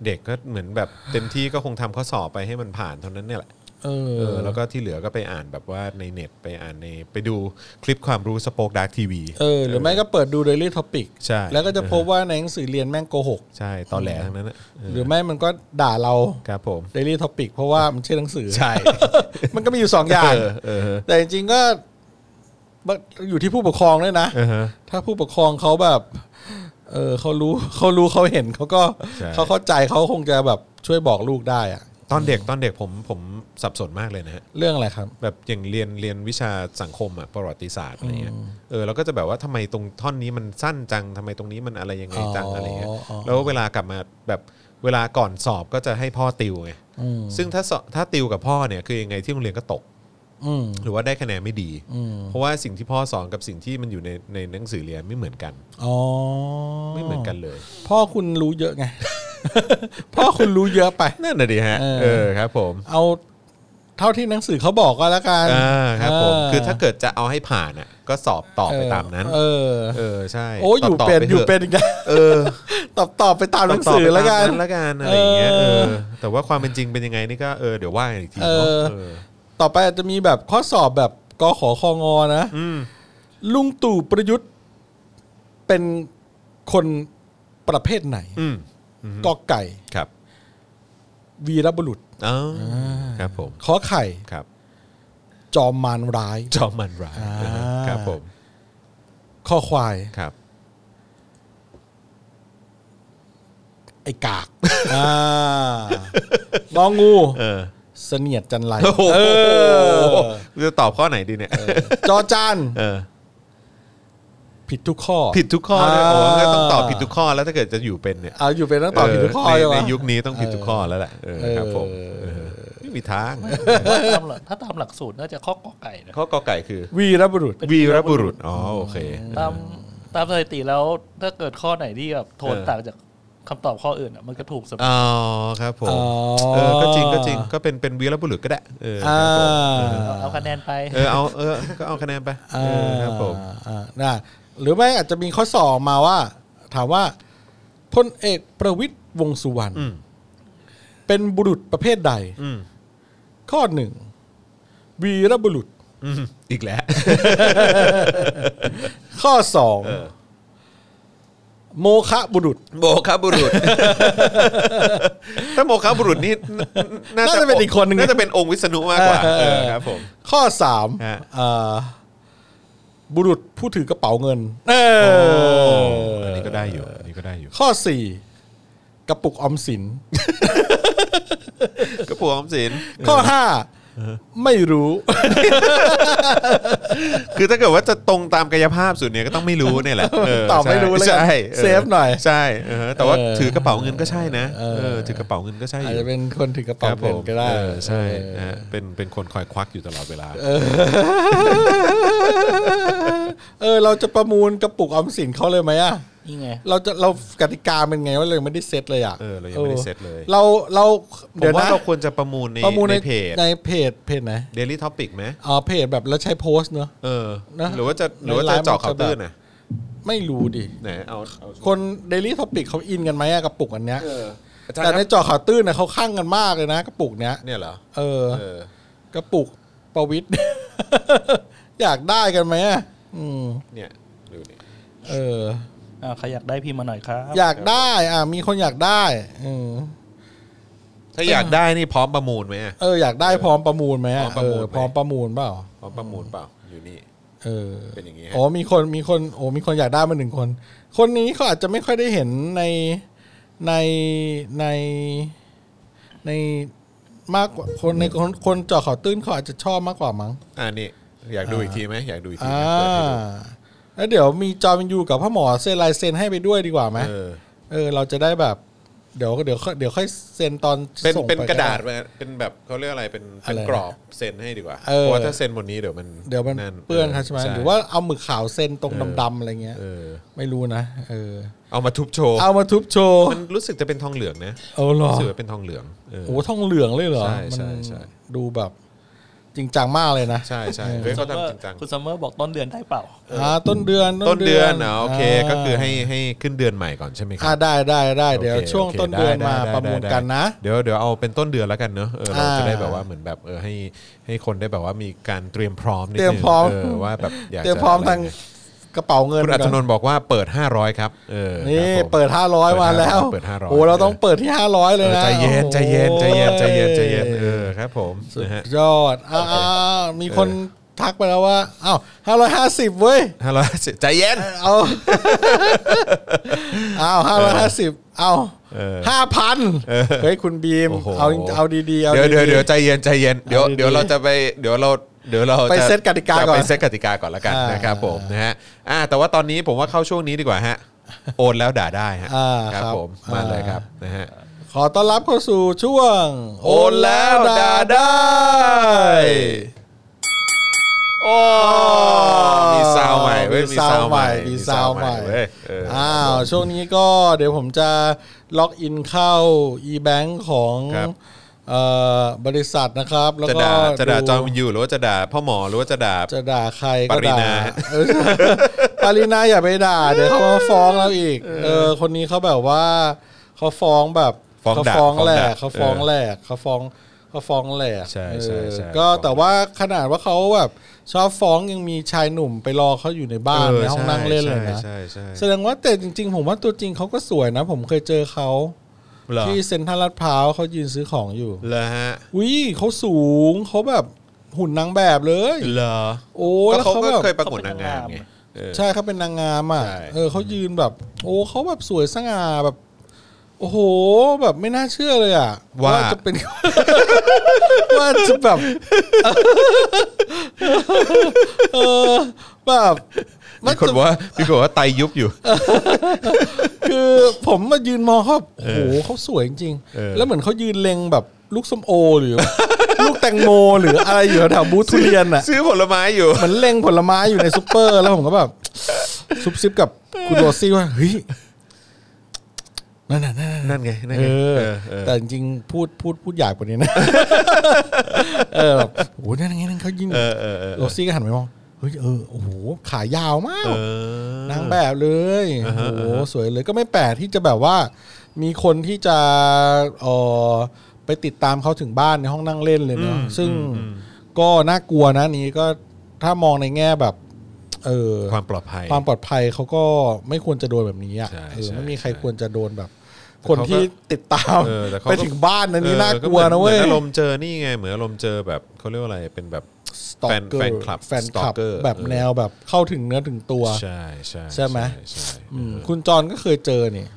S2: เด็กก็เหมือนแบบเต็มที่ก็คงทำข้อสอบไปให้มันผ่านเท่านั้นเนี่ยแหละ
S1: เอ
S2: เอ
S1: อ
S2: อแล้วก็ที่เหลือก็ไปอ่านแบบว่าในเน็ตไปอ่านในไปดูคลิปความรู้สปอคดักทีวี
S1: เออ หรือไม่ก็เปิดดู Daily Topic
S2: ใช่
S1: แล้วก็จะพบว่าในหนังสือเรียนแม่งโกหก
S2: ใช่ตอนแหลทั้งนั้นนะเออ
S1: หรือไม่มันก็ด่าเรา
S2: ครับผม
S1: Daily Topic เพราะว่ามันชื่อหนังสือ
S2: ใช่
S1: มันก็มีอยู่สองอย่าง
S2: เออเออเออ
S1: แต่จริงๆก็อยู่ที่ผู้ปกครองด้วยนะ
S2: เออฮะ
S1: ถ้าผู้ปกครองเขาแบบ เออเขารู้ เขารู้เขาเห็นเขาก็
S2: ใช่
S1: เขาเข้าใจเขาคงจะแบบช่วยบอกลูกได้อะ
S2: ตอนเด็กตอนเด็กผมผมสับสนมากเลยนะฮะ
S1: เรื่องอะไรครับ
S2: แบบอย่างเรียนเรียนวิชาสังคมอะประวัติศาสตร์อะไรเงี้ยเออเราก็จะแบบว่าทำไมตรงท่อนนี้มันสั้นจังทำไมตรงนี้มันอะไรยังไงจัง
S1: อ๋ออ
S2: อะไรเงี้ย
S1: อ๋อ
S2: แล้วเวลากลับมาแบบเวลาก่อนสอบก็จะให้พ่อติวไง
S1: อืม
S2: ซึ่งถ้าสอบถ้าติวกับพ่อเนี่ยคือยังไงที่โรงเรียนก็ตก
S1: อืม
S2: หรือว่าได้คะแนนไม่ดี
S1: อืม
S2: เพราะว่าสิ่งที่พ่อสอนกับสิ่งที่มันอยู่ในในหนังสือเรียนไม่เหมือนกัน
S1: อ๋อ
S2: ไม่เหมือนกันเลย
S1: พ่อคุณรู้เยอะไง พ่อคุณรู้เยอะไป
S2: นั่นน่ะดิฮะ
S1: เออ
S2: เออครับผม
S1: เอาเท่าที่หนังสือเขาบอกก็แล้วกัน
S2: อ่าครับผม
S1: า
S2: คือถ้าเกิดจะเอาให้ผ่านอ่ะก็สอบตอบไปตามนั้น
S1: เออ
S2: เออใช่
S1: โอ้ยอยู่
S2: ตบ
S1: เป็น
S2: ถะ
S1: อยู่เป็นอีกนะ
S2: เออ
S1: ตอบตอบไปตามหนัง
S2: ตบ
S1: สือ
S2: ไปตาม
S1: แล้วกัน
S2: ละกันอะไรอย่างเงี้ย
S1: เอ
S2: เอ
S1: อ
S2: อแต่ว่าความเป็นจริงเป็นยังไงนี่ก็เออเดี๋ยวว่ากันอีกที
S1: เอ
S2: เนาะ
S1: อ
S2: เออ
S1: ต่อไปอาจจะมีแบบข้อสอบแบบกขอคองอนะ
S2: อืม
S1: ลุงตู่ประยุทธ์เป็นคนประเภทไหน
S2: อืม
S1: กอไก่
S2: ครับ
S1: วีรบุรุษ
S2: อ๋อ
S1: อ่า
S2: ครับผม
S1: ขอไข่
S2: ครับ
S1: จอมมารร้าย
S2: จอมมันร้าย
S1: อ่า
S2: ครับผม
S1: คอควาย
S2: ครับ
S1: ไอ้กาก อ่าน้องงู
S2: เออ
S1: เสนียดจันไร
S2: โอ้โห
S1: เออ
S2: จะตอบข้อไหนดีเนี่ย
S1: จอจาน
S2: เออ
S1: ผิดทุกข้อ
S2: ผิดทุกข้อด้วย
S1: อ่า
S2: โอ้ก็ต้องตอบผิดทุกข้อแล้วถ้าเกิดจะอยู่เป็นเนี่ย
S1: เอาอยู่เป็นตั้งต่อผิดทุกข้อ
S2: เใน
S1: ใช่ไหม
S2: ในยุคนี้ต้องผิดทุกข้อแล้วแหละเออ
S1: เออ
S2: ครับผมเออไม่มีทาง
S4: ว่าตามหลักถ้าตามหลักสูตรน่าจะข้อกอไก่นะ
S2: ข้อกอไก่คือ
S1: วีรบุรุษ
S2: วีรบุรุษอ๋อโอเค
S4: ตามตามสถิติแล้วถ้าเกิดข้อไหนที่แบบโทนต่างจากคำตอบข้ออื่นอะมันก็ถูกเสมอ
S2: อ๋อครับผม
S1: อ๋อ
S2: เออก็จริงก็จริงก็เป็นเป็นวีรบุรุษก็ได้เออ
S1: อ่า
S2: ครับผม
S4: เอาเอาคะแนนไป
S2: เออเอาเออก็เอาคะแนนไปเออครับผม
S1: อ่าน่ะหรือไม่อาจจะมีข้อสอบมาว่า ถามว่าพลเอกประวิตยวงษ์สุวรรณ
S2: อืม
S1: เป็นบุรุษประเภทใด
S2: อืม
S1: ข้อหนึ่งวีรบุรุษ
S2: อืมอีกแล้ว
S1: ข้อสอง
S2: เออ
S1: โมคะบุรุษ
S2: โมคาบุรุษ ถ้าโมคาบุรุษนี่น
S1: น่าจะเป็นอีกคนหนึ่ง
S2: น่าจะเป็นองค์วิษณุมากกว่าเออครับผม
S1: ข้อสาม
S2: ฮะ
S1: เอ่อบุรุษผู้ถือกระเป๋าเงิน เออ
S2: อันนี้ก็ได้อยู่อันนี้ก็ได้อยู่
S1: ข้อสี่กระปุกออมสิน
S2: กระปุกออมสิน
S1: ข้อห้าไม่รู้
S2: คือถ้าเกิดว่าจะตรงตามกายภาพสุดเนี่ยก็ต้องไม่รู้ เนี่ยแหละเ
S1: ตอบไม่รู้เลย
S2: ใช่ใช่
S1: เซฟหน่อย
S2: ใช่เออแต่ว่า
S1: เออ
S2: ถือกระเป๋าเงินก็ใช่นะ
S1: เออ
S2: เออถือกระเป๋าเงินก็ใช่อ
S1: อาจ
S2: ยู่
S1: จะเป็นคนถือกระเป๋า
S2: ครับผ
S1: เงิน
S2: ม
S1: ก็ได้
S2: เออใช่
S1: เออ
S2: นะฮะเป็นเป็นคนคอยควักอยู่ตลอดเวลา
S1: เออ เราจะประมูลกระปุกออมสินเขาเลยไหมอ่ะ
S4: นี่ไง
S1: เราจะเรากติกาเป็นไงว่าเรายังไม่ได้เซตเลยอ่ะ
S2: เออเรายังไม่ได้เซตเลย
S1: เราเรา
S2: ผ
S1: เดี๋ย
S2: ม
S1: ว
S2: ว่า
S1: นะ
S2: เราควรจะประมูลใน
S1: ประมูล
S2: ใน
S1: ใน
S2: เพจ
S1: ในเพจเพจไหน
S2: Daily Topic ไหม
S1: อ๋อเพจแบบแล้วใช้โพสต์เนอะ
S2: เออ
S1: นะ
S2: หรือว่าจะหรือว่าจะ
S1: ในไลฟ์
S2: เจาะข่าว
S1: มันจะแบบ
S2: ตื้นนะ
S1: ไม่รู้ดิ
S2: ไหนเอาเอา
S1: คน Daily Topic เขาอินกันไหมอะกระปุกอันเนี้ย
S2: เอออาจารย์
S1: แต่ในจอข่าวตื้นนะเขาข้างกันมากเลยนะกระปุกเนี้ย
S2: เนี่ยเหรอ
S1: เออ
S2: เออ
S1: กระปุกประ วิตย์ อยากได้กันไหมอะอืม
S2: เนี่ยดูนี่
S1: เออ
S4: อ่าใครอยากได้พิมพ์มาหน่อยครับ
S1: อยากได้ อ่ะมีคนอยากได้อืม
S2: ถ้าอยากได้นี่พร้อมประมูลไหมอะ
S1: เอออยากได้พร้อมประมูลไหมอะ
S2: พร้อมป
S1: เอ
S2: ระมู
S1: อ
S2: ลไหม
S1: พร้อมประมูลเปล่า
S2: พร้อมประมูลเปล่าอยู่นี่
S1: เออ
S2: เป็นอย่างงี้ฮะ
S1: โอ้มีคนมีคนโอ้มีคนอยากได้มาหนึ่งคน คนนี้เขาอาจจะไม่ค่อยได้เห็นในในในในมากกว่าคนในคนคนเจอข่าวตื้นเขาอาจจะชอบมากกว่ามั้ง
S2: อ่านี่อยากดูอีกทีไหมอยากดูอีกที
S1: อ่า
S2: ไหมเปิดให้ดู
S1: แล้วเดี๋ยวมีจอมินยูกับพ่อหมอเซ็นลายเซ็นให้ไปด้วยดีกว่าไหม
S2: เออ
S1: เออ เราจะได้แบบ เดี๋ยวเดี๋ยวเดี๋ยวค่อยเซ็นตอน
S2: เป็น
S1: ส่งไ
S2: เป็นกระดาษไหมเป็นแบบเขาเรียกอะไรเป็นเป็
S1: อะ
S2: น
S1: ไรนะ
S2: กรอบเซ็นให้ดีกว่า
S1: เออ
S2: เพราะว่าถ้าเซ็นบนนี้เดี๋ยวมัน
S1: เดี๋ยวมันเปื้อนครับใช่ไหมหรือว่าเอาหมึกขาวเซ็นตรงดำๆอะไรเงี้ย
S2: เออ
S1: ไม่รู้นะเออ
S2: เอามาทุบโชว์
S1: เอามาทุบโชว์
S2: มันรู้สึกจะเป็นทองเหลืองนะ
S1: เอาเหรอ
S2: รู้สึกว่าเป็นทองเหลืองเออ
S1: โอ้โหทองเหลืองเลยเหรอ
S2: ใช่ใช่
S1: มัน
S2: ใช่
S1: ดูแบบจริงจังมากเลยนะ
S2: ใช่ใช่เฮ้ยเขาทำจริงจัง
S4: คุณซัมเมอร์บอกต้นเดือนได้เปล่า
S1: อ่าต้นเดือน
S2: ต้นเดือนอ๋อโอเคก็คือให้ให้ขึ้นเดือนใหม่ก่อนใช่ไหมค
S1: อ่า
S2: รับ
S1: ได้ได้ได้เดี๋ยว
S2: โอค
S1: ช่วง
S2: โค
S1: ต้นเดือนมา
S2: ไไไ
S1: ประมูล
S2: ได้
S1: กันนะ
S2: เดี๋ยวเดี๋ยวเอาเป็นต้นเดือนแล้วกันเนอะเออเราจะ
S1: อ่า
S2: ได้แบบว่าเหมือนแบบเออให้ให้คนได้แบบว่ามีการเตรียมพร้อมนิดนึง
S1: เตรียมพร้อม
S2: เออว่าแบบอยากจะ
S1: เตรียมพร้อมทางกระเป๋าเงิน
S2: คุณอั
S1: ก่
S2: ธ
S1: อน
S2: นนท์บอกว่าเปิด 500 ครับเออ
S1: นี่
S2: ครับผม
S1: เปิด 500มาแล้ว
S2: เปิด500
S1: โอ้เราต้องเปิดที่ 500 เล
S2: เอย อ
S1: นะ
S2: ใจเย็นใจเย็นใจเย็นใจเย็นใจเย็น
S1: โอ้
S2: เออครับผมนะฮะ
S1: ยอดอ่าอ่ามีคนทักไปแล้วว่าอ้าว550 เว้ย
S2: ห้าร้อยใจเย็น
S1: เอา เอาห้าร้อยห้าสิบเอา
S2: เออ
S1: ห้าพันเฮ้ยคุณบีม
S2: โอ้โห
S1: เอาเอาดีๆเอา
S2: เดี๋ยวเดี๋ยว
S1: ดี
S2: เดี๋ยวใจเย็นใจเย็นเดี๋ยว
S1: เอาดีๆ
S2: เดี๋ยวเราจะไปเดี๋ยวเราเดี๋ยวเราจะ
S1: ไปเซตกติกาก่อน
S2: จะไปเซตกติกาก่อนละกัน
S1: อ่าน
S2: นะครับผมนะฮะอ่าแต่ว่าตอนนี้ผมว่าเข้าช่วงนี้ดีกว่าฮะโอนแล้วด่าได้ฮะ
S1: อ่าค
S2: ค
S1: รั
S2: รับบผมมา
S1: อ่า
S2: เลยครับนะฮะ
S1: ๆขอต้อนรับเข้าสู่ช่วง
S2: โอนแล้วด่าได้โอ้มีซาวใหม่เว้ย
S1: มีซาวด์ใหม่มีซาวด์ใหม่
S2: เว้ยเออ
S1: อ้าวช่วงนี้ก็เดี๋ยวผมจะล็อกอินเข้า e-bank ของ
S2: ครับ
S1: เอ่อบริษัทนะครับ แล้ว
S2: จะ
S1: ก็
S2: ด่าจะด่าจอม
S1: ดู
S2: ยูหรือว่าจะด่าพ่อหมอหรือว่าจะด่า
S1: จะด่าใคร
S2: ป
S1: ก็
S2: ริ
S1: ด่า
S2: นา
S1: เออปารินาอย่าไปด่า เดี๋ยวเขามาฟ้องเราอีก เออ คนนี้เขาแบบว่าเขาฟ้องแบบ
S2: ฟ้อง
S1: เขา
S2: ด่า
S1: ฟ้องแหลก
S2: ฟ้องด่า
S1: เขาฟ้องแหลกเขาฟ้องเขาฟ้องแหลก
S2: ใช่ใช่
S1: เออ
S2: ใช่
S1: ก็
S2: ฟ้อง
S1: แต่ว่าขนาดว่าเขาแบบชอบฟ้องยังมีชายหนุ่มไปรอเขาอยู่ในบ้าน
S2: เออ
S1: ในห้องนั่งเล่นเลยนะ
S2: ใช่ใช่ใช่
S1: แสดงว่าแต่จริง ๆ ผมว่าตัวจริงเขาก็สวยนะ ผมเคยเจอเขา
S2: เหรอ
S1: ที่เซ็นทรัลลาดพร้าวเขายืนซื้อของอยู่
S2: เหรอฮะ
S1: วิเขาสูงเขาแบบหุ่นนางแบบเลย
S2: เหรอ
S1: โอ้
S2: ก็
S1: แล้ว
S2: เขา
S1: เขา
S2: ก็
S1: แบบ
S2: เคยประกวดนางงามไงเออ
S1: ใช่เขาเป็นนางงามอ่ะ
S2: ใช่
S1: เออเขายืนแบบ โอ้เขาแบบสวยสง่าแบบ โอ้โห แบบไม่น่าเชื่อเลยอ่ะจะเป็น ว่าจะแบบ เออแบบ
S2: มีคนว่ามีคนว่าไตยุบอยู่
S1: คือผมมายืนมองเขาแบบโอ้โหเขาสวยจริงๆ
S2: เออ
S1: แล้วเหมือนเขายืนเล็งแบบลูกส้มโอหรือ ลูกแตงโมหรืออะไรอยู่แถวบูธทุเรียนอ่ะ
S2: ซื้อผลไม้อยู่
S1: เหมือนเล็งผลไม้อยู่ในซูเปอร์ แล้วผมก็แบบ ซุบซิบกับคุณโรซี่ว่าเฮ้ยนั่นน่ะนั่นน่ะ
S2: นั่นไงนั่น
S1: เอ
S2: ไง
S1: อ
S2: เออเออ
S1: แต่จริงๆพูดพูดพูดหยาบกว่านี้นะ เออแบบโอ้โหนั่นไงนั่นเขายิง
S2: เออเออเออ
S1: โรซี่ก็หันไปมองเฮ้ยเออโอ้โหขายาวมาก
S2: เออน
S1: างแบบเลยโอ้โหสวยเลยก็ไม่แปลกที่จะแบบว่า มีคนที่จะเออไปติดตามเขาถึงบ้านในห้องนั่งเล่นเลยเนาะซึ่งก็น่ากลัวนะอันนี้ก็ถ้ามองในแง่แบบ เออ
S2: ความปลอดภัย
S1: ความปลอดภัยเขาก็ไม่ควรจะโดนแบบนี้อ่ะ
S2: ใช่
S1: เออ
S2: ใช่
S1: ไม่มีใคร
S2: ใช่
S1: ควรจะโดนแบบ
S2: แต่
S1: คน
S2: เขาก็
S1: ที่ติดตาม
S2: เออแต่เขาก็
S1: ไปถึงบ้านอันนี้
S2: เออ
S1: น่ากลัวนะเว้ย
S2: หมืออารมณ์เจอนี่ไง เหมือนอารมณ์เจอแบบเขาเรียกว่าอะไรเป็นแบบ
S1: สตอก
S2: แฟน
S1: เกอ
S2: แฟ
S1: ร์
S2: นคลับ
S1: แฟนคลับ
S2: stalker
S1: แบบ
S2: เออ
S1: แนวแบบเข้าถึงเนื้อถึงตัว
S2: ใช่ใช่
S1: ใช่ไหม
S2: ใช่
S1: อืมคุณจรก็เคยเจอนี่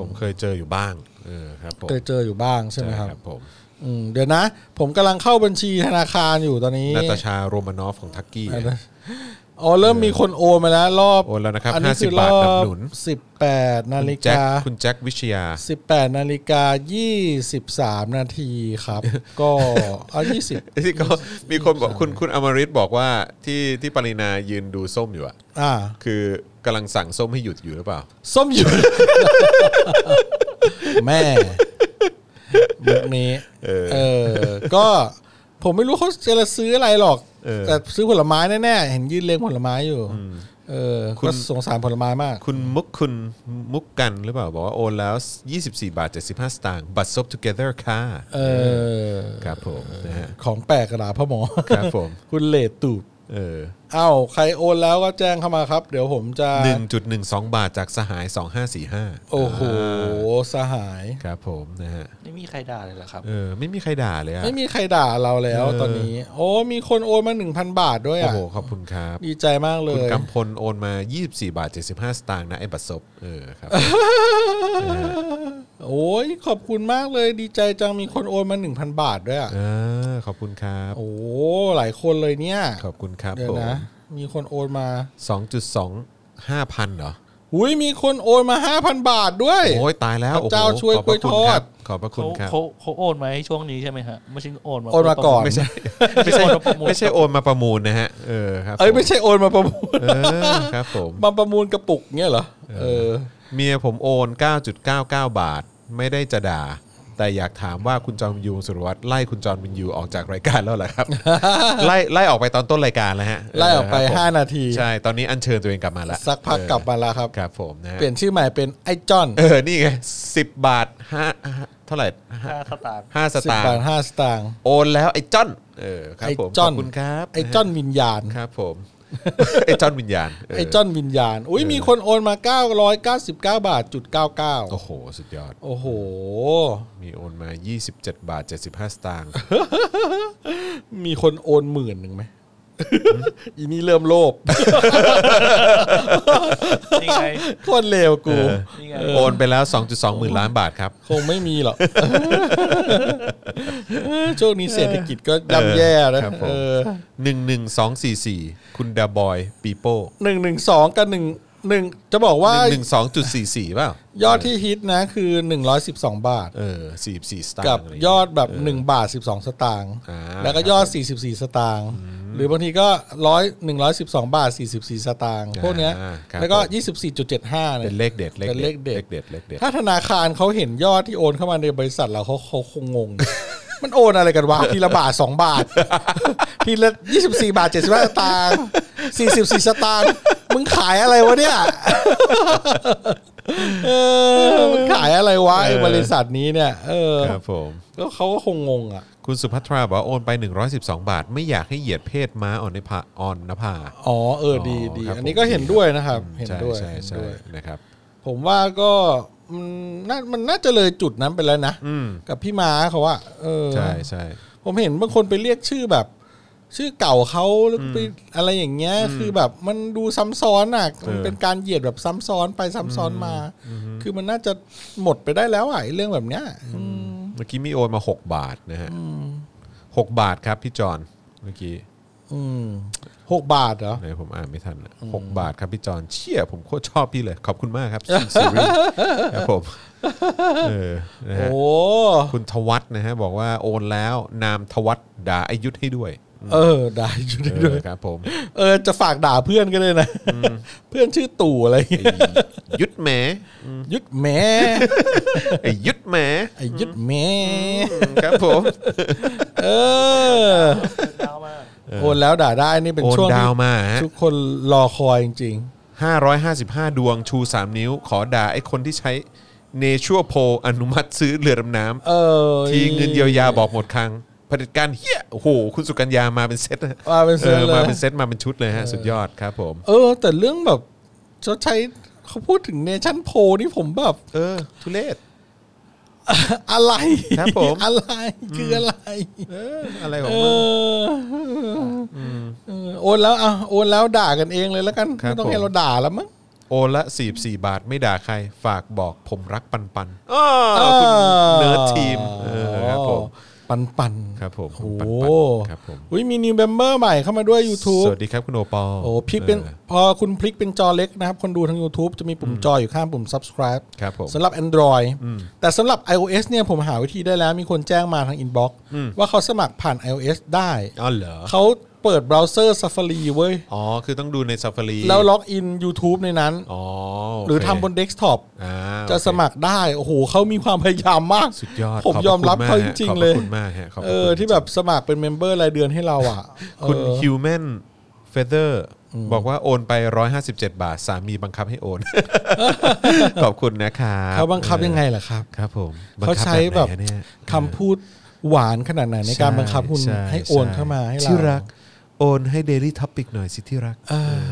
S2: ผมเคยเจออยู่บ้างเออครับผม
S1: เคยเจออยู่บ้างใช่ไหมครับ
S2: ผม
S1: อืมเดี๋ยวนะ ผมกำลังเข้าบัญชีธนาคารอยู่ตอนนี้
S2: นาตาชาโรมานอฟของทักกี้
S1: อ๋อเริ่มมีคนโอนมาแล้วรอบ
S2: โอนแล้วนะครับ
S1: อันนี้
S2: 50
S1: คือบ
S2: า
S1: ร
S2: ท
S1: อ
S2: สนับสนุน
S1: สิบแปดนา
S2: คุณ
S1: ฬิ
S2: แจ็ค
S1: กา
S2: คุณแจ็ควิชยา
S1: สิบแปดนาฬิกายี่สิบสามนาที ครับ ก็เอายี่สิบ
S2: ที่เขามีคนบอกคุณคุณอมริตบอกว่าที่ที่ปรินายืนดูส้มอยู่อะ
S1: อ่า
S2: คือกำลังสั่งส้มให้หยุดอยู่หรือเปล่า
S1: ส้มหยุด แม่มุกนี้
S2: เออ
S1: เออ ก็ผมไม่รู้เขาจะซื้ออะไรหรอก
S2: เออ
S1: แต่ซื้อผลไม้แน่ๆ เห็นยืนเลี้ยงผลไม้อยู่ เออ
S2: คุ
S1: ก็
S2: ณ
S1: สงสารผลไม้มาก
S2: คุณมุกคุณมุกกันหรือเปล่า บอกว่าโอนแล้ว 24 บาท 75 สตางค์บัตรซบ together ค่ะ
S1: เออ
S2: ครับผมนะฮะ
S1: ของแปลกกระดาษพ่อหมอ
S2: ครับผม
S1: คุณเลดตูบ
S2: เออ
S1: เอ้าใครโอนแล้วก็แจ้งเข้ามาครับ เดี๋ยวผมจะ
S2: 1.12 บาทจากสหาย 2545
S1: โอ้โห สหาย
S2: ครับผมนะฮะ
S4: ไม่มีใครด่าเลยเหรอครับ
S2: เออไม่มีใครด่าเลยอะ
S1: ไม่มีใครด่าเราแล้ว
S2: เออ
S1: ตอนนี้ โอ้มีคนโอนมาหนึ่งพันบาทด้วย
S2: โอ้
S1: อ่ะ
S2: โห ขอบคุณครับ
S1: ดีใจมากเล
S2: คุณ
S1: ย
S2: กำพลโอนมา 24 บาท 75 สตางค์นะ ไอ้บัตรซบเออครับ
S1: โอ้ยขอบคุณมากเลย ดีใจจังมีคนโอนมาหนึ่งพันบาทด้วยอ่ะ
S2: เออขอบคุณครับ
S1: โอ้หลายคนเลยเนี่ย
S2: ขอบคุณครับ
S1: เดี๋ย
S2: ผ
S1: ว
S2: ม
S1: นะ มีคนโอนมา
S2: 2.2 5,000เหรอ
S1: หุยมีคนโอนมาห้าพันบาทด้วย
S2: โอ้ยตายแล้ว
S1: พระเจ้าช่วย
S2: โอ้โหขอบพระ
S1: กล้วยทอด
S2: คุณครับขอบพระคุ
S4: เขา
S2: ณครับ
S4: เขาเขาโอนมาให้ช่วงนี้ใช่ไหมฮะไม่ใช่โอนมา
S1: โอนมาก่อน
S4: ไม่ใช่
S2: ไม่ใช่
S4: โอนมาประมูล
S2: ไม่ใช่โอนมาประมูลนะฮะ เออครับ
S1: เอ้ย
S2: ผ
S1: ไม่ใช่โอนมาประมูล
S2: เออครับผม
S1: มาประมูลกระปุกเนี่ยเหรอเออ
S2: เมียผมโอน 9.99 บาท ไม่ได้จะด่า แต่อยากถามว่าคุณจอมยูสุรวัตรไล่คุณจอมยูออกจากรายการแล้วเหรอ ครับ ไล่ไล่ออกไปตอนต้นรายการแล้วฮะ
S1: ไล่ออกไป
S2: เครับผม
S1: ห้านาที
S2: ใช่ ตอนนี้อัญเชิญตัวเองกลับมาละ
S1: สักพักกลับมาแล้วครับ
S2: ครับผมนะฮะ
S1: เปลี่ยนชื่อใหม่เป็นไอ้จอน
S2: เออ นี่ไงสิบบาทห้าเท่าไหร่ห้า
S4: ค่าสตางค์
S2: ห้าส
S1: สิบ
S2: ตางค์
S1: บาทห้าสตางค์
S2: โอนแล้วไอ้จ้อนเออครับ
S1: ไอ้
S2: ผม
S1: จ
S2: ข
S1: อ
S2: อน บคุณครับ
S1: ไอ้จอนวิญญาณ
S2: ครับผม ไอ้ จ้อนวิญญาณเ
S1: ไอ้จอนวิญญาณ อุ้ยมีคนโอนมา 999 บาทจุด99
S2: โอ้โห สุดยอด
S1: โอ้โห
S2: มีโอนมา 27 บาท 75 สตางค์
S1: มีคนโอนหมื่นหนึ่ง ไหม อีนี่เริ่มโลภ
S4: นี่ ไง
S1: โคตรเลวกู
S4: นี่ไง
S2: โอนไปแล้ว 2.2 หมื่นล้านบาทครับ
S1: คงไม่มี หรอก ช่วงนี้เศรษฐกิจก็ย่ำแย่นะครับ
S2: ผม
S1: เออ
S2: 11244 คุณดาบอยปีโป้
S1: หนึ่งหนึ่งสองกับหนึ่งหนึ่งจะบอกว่า
S2: 112.44เปล่าย
S1: อดที่ฮิตนะคือ 112 บาท
S2: เออ44 สตางค์
S1: กับ
S2: ะไราง
S1: ย
S2: เงี้
S1: อดแบบ 1 บาท 12 สตางค์
S2: อ่า
S1: แล้วก็ยอด 44 สตางค์หรือบางทีก็ร้อยหนึ่งร้อยสิบสองบาทสี่สิบสี่สตางค์พวกเนี้ย
S2: อ่าครับ
S1: แล้วก็
S2: ผม
S1: ยี่สิบสี่จุดเจ็ดห้า
S2: เป็นเลขเด็ด
S1: เป็นเลขเด็ด
S2: เลขเด็ดเลขเด็ด
S1: ถ้าธนาคารเขาเห็นยอดที่โอนเข้ามาในบริษัทเราเขาเขาคงง ง มันโอนอะไรกันวะทีละบาทสองบาท ทีละยี่สิบสี่บาทเจ็ดสิบห้าสตางค์สี่สิบสี่สตางค์มึงขายอะไรวะ เนี่ย เออมึงขายอะไรวะไอ้บริษัทนี้เนี่ย เออ
S2: ครับผม
S1: ก็เขาก็คงงงอ่ะ
S2: คุณสุภัทราบอกว่าโอนไป 112 บาท ไม่อยากให้เหยียดเพศม้าอ่อนในภาอ่อนนภา
S1: อ๋อเออดีดี
S2: ครับ
S1: อันนี้
S2: ผม
S1: ก็
S2: ดี
S1: เห็นด้วยนะครับ เห็น
S2: ใช่
S1: ด้วย
S2: ใช่
S1: เห็น
S2: ใช่
S1: ด้วย
S2: นะครับ
S1: ผมว่าก็ มันน่ามันน่าจะเลยจุดนั้นไปแล้วนะ
S2: อืม
S1: กับพี่ม้าเขาว่าเออ
S2: ใช่ใช่
S1: ผมเห็นบางคนไปเรียกชื่อแบบ ชื่อเก่าเขาหรือไปอะไรอย่างเงี้ย คือแบบมันดูซ้ำซ้อนอ่ะมันเป็นการเหยียดแบบซ้ำซ้อนไปซ้ำซ้อนมา คือมันน่าจะหมดไปได้แล้วอ่ะไอ้เรื่องแบบเนี้ยอืม
S2: เมื่อกี้มีโอนมา 6 บาทนะฮะหกบาทครับพี่จอนเมื่อกี้
S1: อืมหกบาทเหรอ
S2: ไหนผมอ่านไม่ทันอะหกบาทครับพี่จอนเชี่ยผมโคตรชอบพี่เลย ขอบคุณมากครับซี รีส์ครับผมเออนะ
S1: โอ้
S2: ฮะคุณทวัตนะฮะบอกว่าโอนแล้วนามทวัตด่าอายุทธให้ด้วย
S1: เออได้อยู่
S2: เอ
S1: ด้วย
S2: อครับผม
S1: เออจะฝากด่าเพื่อนก็ได้นะ เพื่อนชื่อตู่อะไรเงี้ย
S2: ยุดแหม
S1: ยึดแม่
S2: ไอ้ยุดแหม
S1: ไอ้ยึดแม่
S2: ครับผม
S1: เออ
S4: เช้ามาก
S1: โอนแล้วด่าได้นี่เป็น
S2: โอน
S1: ช่วง
S2: ดาว
S1: ที่
S2: มาฮะ
S1: ทุกคนรอคอยจริง ๆ
S2: 555 ดวงชู 3 นิ้ว ขอด่าไอ้คนที่ใช้เนชั่วโพอนุมัติซื้อเรือดำน้
S1: เออ
S2: ำทีเงินเยียวยาบอกหมดครั้งเผด็จการเฮียโอ้โห คุณสุกัญญามาเป็นเซตนะ
S1: มาเป็นเซต
S2: ออ
S1: เลย
S2: มาเป็นเซตมาเป็นชุดเลยฮะ สุดยอดครับผม
S1: เออ แต่เรื่องแบบชดใช้เขาพูดถึงเนชั่นโพนี่ผมแบบ
S2: เออ ทุเลศ
S1: อะไร
S2: ครับผม
S1: อะไรคืออะไร
S2: อะไรข
S1: เอ
S2: องมึง
S1: อเออโอนแล้วอ่ะโอนแล้วด่ากันเองเลยแล้วกัน
S2: ครับ
S1: ไม่ต้องให้เราด่าแล้วมั้ง
S2: โอละ 44 บาทไม่ด่าใคร ฝากบอกผมรักปันปันอ้อคุณเนิร์ดทีมเออครับผม
S1: ปันปัน
S2: ครับผม
S1: โอ้
S2: ปัน
S1: โห
S2: ปันครับผม
S1: อุ้ยมีนิวเบมเบอร์ใหม่เข้ามาด้วย YouTube
S2: สวัสดีครับคุณโอปอล์
S1: โอ้พลิกเป็น
S2: ออ
S1: พอคุณพลิกเป็นจอเล็กนะครับ คนดูทาง YouTube จะมีปุ่มจออยู่ข้างปุ่ม subscribe
S2: ครับผม
S1: สำหรับ Android แต่สำหรับ iOS เนี่ยผมหาวิธีได้แล้ว มีคนแจ้งมาทาง inbox ว่าเขาสมัครผ่าน iOS ได้
S2: ๋อเหรอ
S1: เขาเปิดเบราว์เซอร์ Safari เว้ย
S2: อ๋อ คือต้องดูใน Safari
S1: แล้วล็อกอิน YouTube ในนั้น
S2: อ๋อโเค
S1: หรือทำบนเดสก์ท็อป
S2: อ่า
S1: จะ
S2: โอเค
S1: สมัครได้ โอ้โหเขามีความพยายามมาก
S2: สุดยอด
S1: ผม
S2: ข
S1: ยอมรับ
S2: พะ
S1: เขาจ
S2: คุณ
S1: ริงๆ
S2: มกฮะ
S1: เลย
S2: ขอบพะคุณมากฮะขบพ
S1: เอ
S2: ระ
S1: อ
S2: คุณ
S1: ที่แบบสมัครเป็นเมมเบอร์รายเดือนให้เราอ่ะ
S2: คุณ
S1: เออ
S2: Human Feather บอกว่าโอนไป 157 บาท สามีบังคับให้โอน ขอบคุณนะครับ
S1: เขาบังคับยังไงล่ะครับ
S2: ครับผมงคั
S1: เขาใช้แบบ
S2: ไหนเนี่ย
S1: คำพูดหวานขนาดไหนในการบังคับคุณ
S2: ช่
S1: ให้โอนเข้ามาให้เรา
S2: ที่รัก โอนให้ Daily Topic หน่อยสิที่รัก
S1: เออ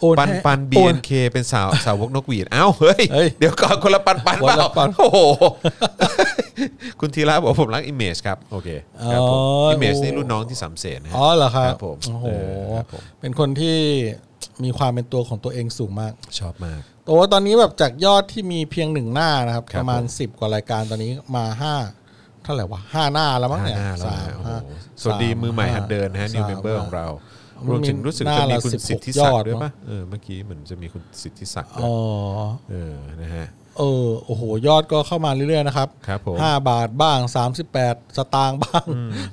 S1: โอน
S2: ปัน
S1: ให้
S2: ปัน
S1: โอน
S2: BNK เป็นสาวสาวกนกหวีดเอ้าเฮ้ย
S1: เฮ้ย
S2: เดี๋ยวก่อนคนละปันปัน
S1: คน
S2: เป
S1: ละ
S2: ล่า
S1: ปัน
S2: โอ้โห คุณธีระบอกผมรักอิมเมจครับ โอเคครับผม
S1: อ๋อ
S2: อิมเมจ
S1: โอ้
S2: นี่รุ่นน้องที่สามเสนนะฮะ
S1: อ๋อเหรอครับ
S2: ครับผม
S1: โอ้โห
S2: เออครับผม
S1: เป็นคนที่มีความเป็นตัวของตัวเองสูงมาก
S2: ชอบมาก
S1: แตัวาตอนนี้แบบจากยอดที่มีเพียงหนึ่งหน้านะครับ
S2: ค
S1: ป
S2: รับ
S1: ระมาณ
S2: ผม
S1: สิบกว่ารายการตอนนี้มาห้าเท่าไหร่วะห้าหน้าแล้วมั้ง
S2: ห้า
S1: เนี่ย
S2: หน้าแล้ว
S1: สาม
S2: นะโอ้โห
S1: ห้า
S2: สวัสดี
S1: า
S2: มือใหม่หัดเดินนะฮะ
S1: สา
S2: new member ของเรา
S1: มันมี
S2: รวมถึงรู้สึก
S1: ห
S2: จะ
S1: น้า
S2: มี
S1: ละ
S2: คุณ
S1: สิบหก
S2: สิทธิ
S1: ย
S2: ศัก
S1: อด
S2: ดิ์ด้วย
S1: มั้
S2: ป่ะ
S1: ง
S2: เออเมื่อกี้เหมือนจะมีคุณสิทธิศักดิ์ด้วย
S1: อ๋อ
S2: เออนะฮะ
S1: เออโอ้โหยอดก็เข้ามาเรื่อยๆนะครับ
S2: ครับผม
S1: ห้าบาทบ้างสามสิบแปดสตางค์บ้าง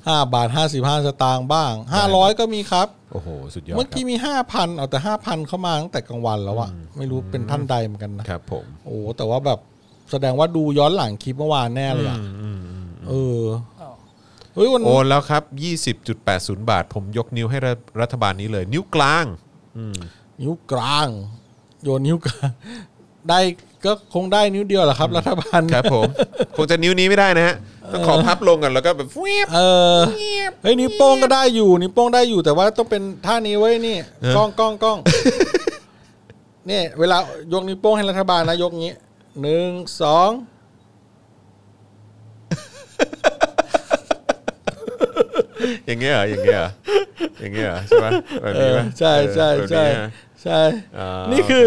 S1: ห้าบาทห้าสิบห้าสตางค์บ้างห้าร้อยก็มีครับ
S2: โอ้โห สุดยอด
S1: เมื่อ
S2: ครั
S1: กี้มีห้าพันเอาแต่ห้าพันเข้ามาตั้งแต่กลางวันแล้วอะไม่รู้เป็นท่านใดเหมือนกันนะ
S2: บครับผม
S1: โอ้แต่ว่าแบบแสดงว่าดูย้อนหลังคลิปเมื่อวานแน่เลยอะเอออ
S4: าว
S1: เฮ้ยวัน
S2: โอนแล้วครับ 20.80 บาท ผมยกนิ้วให้รัฐบาลนี้เลย นิ้วกลาง
S1: นิ้วกลาง โยนนิ้วกลาง ได้ก็คงได้นิ้วเดียวแหละครับ รัฐบาล
S2: ครับผม คงจะนิ้วนี้ไม่ได้นะฮะต้องขอพับลงกันแล้วก็แบบวิบ
S1: เออเฮ้ยนิ้วโป้งก็ได้อยู่นิ้วโป้งได้อยู่แต่ว่าต้องเป็นท่านี้ไว้ยนี่
S2: เออ
S1: กล้องกล้องก ล้องเนี่ยเวลายกนิ้วโป้งให้รัฐบาลนะยกงี้หนึ่งสอง
S2: อย่างเงี้ยเหรออย่างเงี้ยเหรออย่างเงี้ยเหรอใช่ไหมแบบ
S1: เอ
S2: นี้
S1: อ
S2: ไหม
S1: ใช่ใช่
S2: เออแบบ
S1: ใช่
S2: นี้นะ
S1: ใช่
S2: อ่านี่
S1: นี่คือ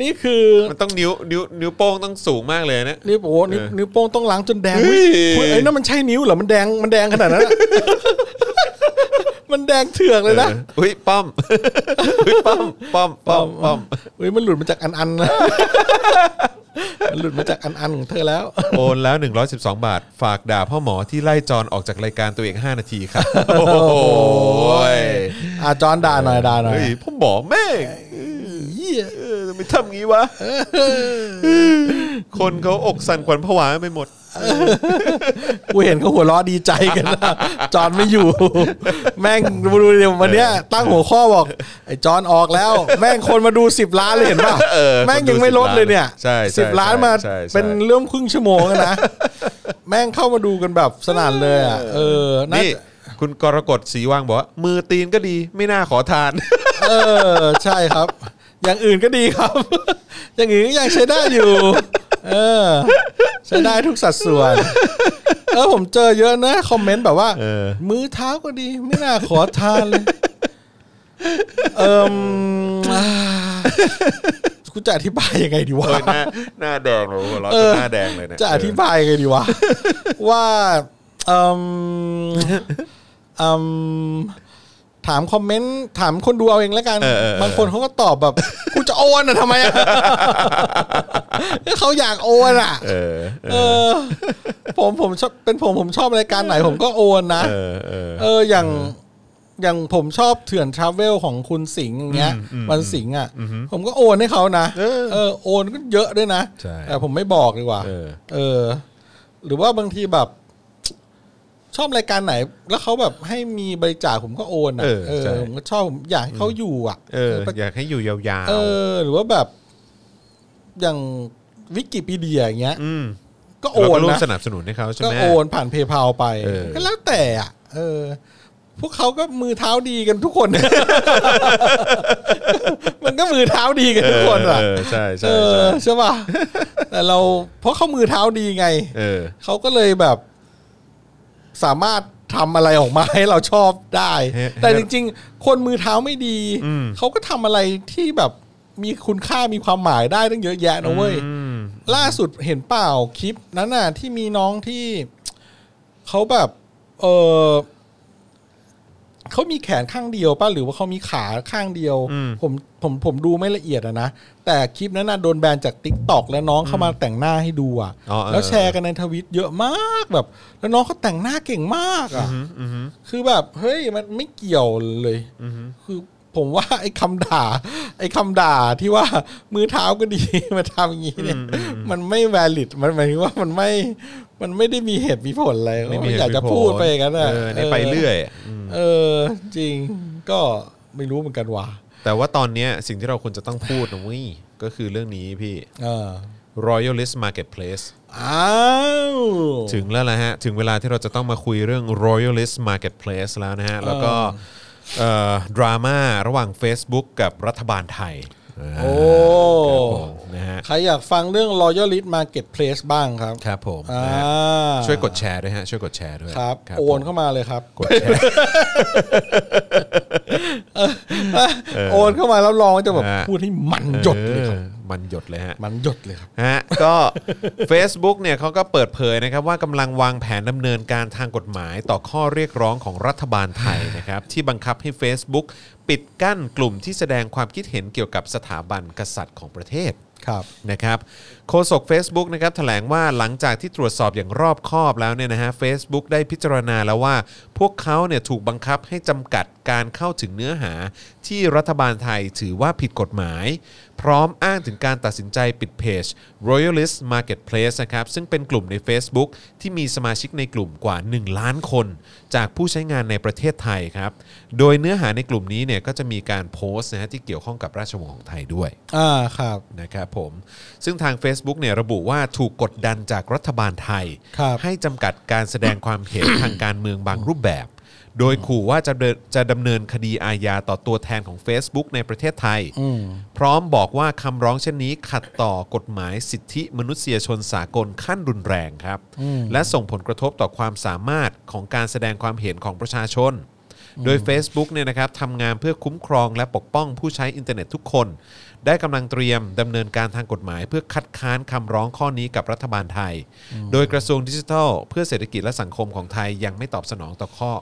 S1: นี่คือ
S2: มันต้องนิ้วนิ้วนิ้วโป้งต้องสูงมากเลยนะ
S1: นี่โอ้โหนิ้ว
S2: เออ
S1: นิ้วโป้งต้องล้างจนแดง
S2: เฮ้ย
S1: เฮ้ยเอ้ยนั่นมันใช่นิ้วเหรอ มันแดง มันแดงขนาดนั้นอะ มันแดงเถือกเลยนะ
S2: เอออุ้ยป้อมอุ้ยป้อมป้อมป้อมป้อม
S1: เฮ้ย มันหลุดมาจากอันอันนะ มันหลุดมาจากอันอันของเธอแล้ว
S2: โอนแล้ว 112 บาท ฝากด่าพ่อหมอที่ไล่จอนออกจากรายการตัวเอง 5 นาทีครับโอ้โห
S1: อาจอนด่าหน่อยด่าหน่อย
S2: เฮ้ยพ่อหมอแม่ง
S1: เหี้ย
S2: เออทำไมทำงี้วะคนเขาอกสั่นขวัญผวาไปหมด
S1: กูเห็นเขาหัวล้อดีใจกันนะจอนไม่อยู่ แม่งดูดิวันเนี้ย ตั้งหัวข้อบอก ไอ้จอนออกแล้ว แม่งคนมาดูสิบล้านเลยเห็นป่ะ
S2: เออ
S1: แม่งยังไม่ลดเลยเนี่ย
S2: ใช่ใช่
S1: สิบล้านมา
S2: ใช่ใช่
S1: เป็นเรื่องครึ่งชั่วโมงแล้วนะ แม่งเข้ามาดูกันแบบสนานเลยอ่ะเออน่า
S2: นี่ คุณกรกฎสีว่างบอกว่า มือตีนก็ดีไม่น่าขอทาน
S1: เออ ใช่ครับ อย่างอื่นก็ดีครับ อย่างอื่นก็ยังใช้ได้อยู่ เออ ใช้ได้ทุกสัดส่วน เออผมเจอเยอะนะ คอมเมนต์แบบว่า
S2: เออ
S1: มือเท้าก็ดี ไม่น่าขอทานเลย เอิมอ่ากูจะอธิบายยังไงดีวะ
S5: เออหน้าหน้าแดงเลยหัวเราะ
S1: เออ
S5: หน้าแดงเลยเนี่ย
S1: จะอธิบายยังไงดีวะ ว่าเอิมเอิมถามคอมเมนต์ถามคนดูเอาเองแล้วกัน
S2: เออเออเออ
S1: บางคนเขาก็ตอบแบบ กูจะโอนอ่ะทำไมอ่ะ เขาอยากโอนอ่ะ
S5: เออเอ
S1: เอ
S5: อ
S1: อผมผมชอบเป็นผมผมชอบรายการไหนผมก็โอนนะ
S5: เออเออ
S1: เอออย่างอย่างผมชอบเถื่อนทราเวลของคุณสิงห์อย่างเงี้ย วันสิงห์อ่ะผมก็โอนให้เขานะ
S2: เออ
S1: เออโอนก็เยอะด้วยนะ
S2: ใช่
S1: แต่ผมไม่บอกดีกว่า
S2: เออ
S1: เออ หรือว่าบางทีแบบ ชอบรายการไหน แล้วเขาแบบให้มีบริจาคผมก็โอนอ่ะ
S2: เออใช่
S1: ผมก็ชอบผมอยากให้เขาอยู่อ่ะ
S2: เออ
S1: เออ
S2: อยากให้อยู่ยาว
S1: เออ หรือว่าแบบ อย่างวิกิพีเดียอย่างเงี้ย
S2: ๆอืม
S1: ก็โอ
S2: เราก็
S1: น
S2: ร่วม
S1: นะ
S2: สนับสนุนให้เขาใช่
S1: ก็
S2: ไหม
S1: โอนผ่านเพย์พาไป
S2: เออ
S1: ก็แล้วแต่อ่ะ เออ พวกเขาก็มือเท้าดีกันทุกคน มันก็มือเท้าดีกันทุกคนอ่ะ
S2: เออใช่
S1: เอ
S2: ใช่ใช่
S1: อใช่ป่ะ แต่เราเพราะเขามือเท้าดีไง
S2: เออ
S1: เขาก็เลยแบบ สามารถทำอะไรออกมาให้เราชอบได้
S2: ให้
S1: แต่จริง ๆ คนมือเท้าไม่ดี
S2: อืม
S1: เขาก็ทำอะไรที่แบบมีคุณค่ามีความหมายได้ตั้งเยอะแยะนะเว้ย
S2: อืม
S1: ล่าสุดเห็นเปล่าคลิปนั้นน่ะที่มีน้องที่ เขาแบบเออเขามีแขนข้างเดียวป่ะหรือว่าเขามีขาข้างเดียว
S2: อืม
S1: ผมผมผมดูไม่ละเอียดอะนะแต่คลิปนั้นน่ะโดนแบนจากติ๊กตอกและน้องเข้ามาแต่งหน้าให้ดูอ่ะ
S2: อ๋อเออ
S1: แล้วแชร์กันในทวิตเยอะมากแบบ แล้วน้องเขาแต่งหน้าเก่งมากอ่ะ
S2: อืมอืม
S1: คือแบบเฮ้ยมันไม่เกี่ยวเลย คือผมว่าไอ้คำด่า ไอ้คำด่าที่ว่ามือเท้าก็ดี มาทำอย่างนี้เนี่ย มันไม่ valid มันหมายถึงว่ามันไม่ มันไม่ได้มีเหตุมีผลอะไร
S2: ไม่มี
S1: อยากจะ
S2: เหตุมีผล
S1: พูดไปอย่างนั้นน่ะ
S2: เออนี่ไปเรื่อยอะ
S1: เออ จริงก็ไม่รู้เหมือนกันว่ะ
S2: แต่ว่าตอนเนี้ยสิ่งที่เราควรจะต้องพูดนะเวิก็คือเรื่องนี้พี่
S1: เออ
S2: Royalist Marketplace
S1: อ้าว
S2: ถึงแล้วละฮะ ถึงเวลาที่เราจะต้องมาคุยเรื่อง Royalist Marketplace แล้วนะฮะ แล้วก็เอ่อดราม่าระหว่าง Facebook กับรัฐบาลไทย
S1: โอ้
S2: ครับผมนะฮะ
S1: ใครอยากฟังเรื่อง Royalist Marketplace บ้างครับ
S2: ครับผม
S1: อ่า
S2: นะฮะช่วยกดแชร์ด้วยฮะ ช่วยกดแชร์ด้วย
S1: ครับ
S2: ผม
S1: โอนเข้ามาเลยครับ
S2: กดแชร์
S1: โอนเข้ามาแล้วลองจะแบบ
S2: ฮะ
S1: พูดให้มันหยดเลยครับ
S2: ออมันหยดเลยฮะ
S1: มันหยดเลยครับ
S2: ฮะก็ Facebook เนี่ยเขาก็เปิดเผยนะครับว่ากำลังวางแผนดำเนินการทางกฎหมายต่อข้อเรียกร้องของรัฐบาลไทยนะครับ ที่บังคับให้ Facebook ปิดกั้นกลุ่มที่แสดงความคิดเห็นเกี่ยวกับสถาบันกษัตริย์ของประเทศ
S1: ครับ
S2: นะครับโฆษก Facebook นะครับแถลงว่าหลังจากที่ตรวจสอบอย่างรอบคอบแล้วเนี่ยนะฮะ Facebook ได้พิจารณาแล้วว่า พวกเขาเนี่ยถูกบังคับให้จำกัดการเข้าถึงเนื้อหา ที่รัฐบาลไทยถือว่าผิดกฎหมาย พร้อมอ้างถึงการตัดสินใจปิดเพจ Royalist Marketplace นะครับซึ่งเป็นกลุ่มใน Facebook ที่มีสมาชิกในกลุ่มกว่า 1 ล้านคน จากผู้ใช้งานในประเทศไทยครับโดยเนื้อหาในกลุ่มนี้เนี่ยก็จะมีการโพสต์นะฮะที่เกี่ยวข้องกับราชวงศ์ของไทยด้วย
S1: อ่า ครับ
S2: นะครับผมซึ่งทาง Facebook เนี่ยระบุว่าถูกกดดันจากรัฐบาลไทย
S1: ครับ
S2: ให้จำกัดการแสดงความเห็น ทางการเมืองบางรูปแบบ โดยขู่ว่าจะเดินจะดำเนินคดีอาญาต่อตัวแทนของ Facebook ในประเทศไทย พร้อมบอกว่าคำร้องเช่นนี้ขัดต่อกฎหมายสิทธิมนุษยชนสากลขั้นรุนแรงครับ และส่งผลกระทบต่อความสามารถของการแสดงความเห็นของประชาชน โดย Facebook เนี่ยนะครับทำงานเพื่อคุ้มครองและปกป้องผู้ใช้อินเทอร์เน็ตทุกคน ได้กำลังเตรียมดำเนินการทางกฎหมาย เพื่อคัดค้านคำร้องข้อนี้กับรัฐบาลไทย โดยกระทรวงดิจิทัล เพื่อเศรษฐกิจและสังคมของไทยยังไม่ตอบสนองต่อข้อ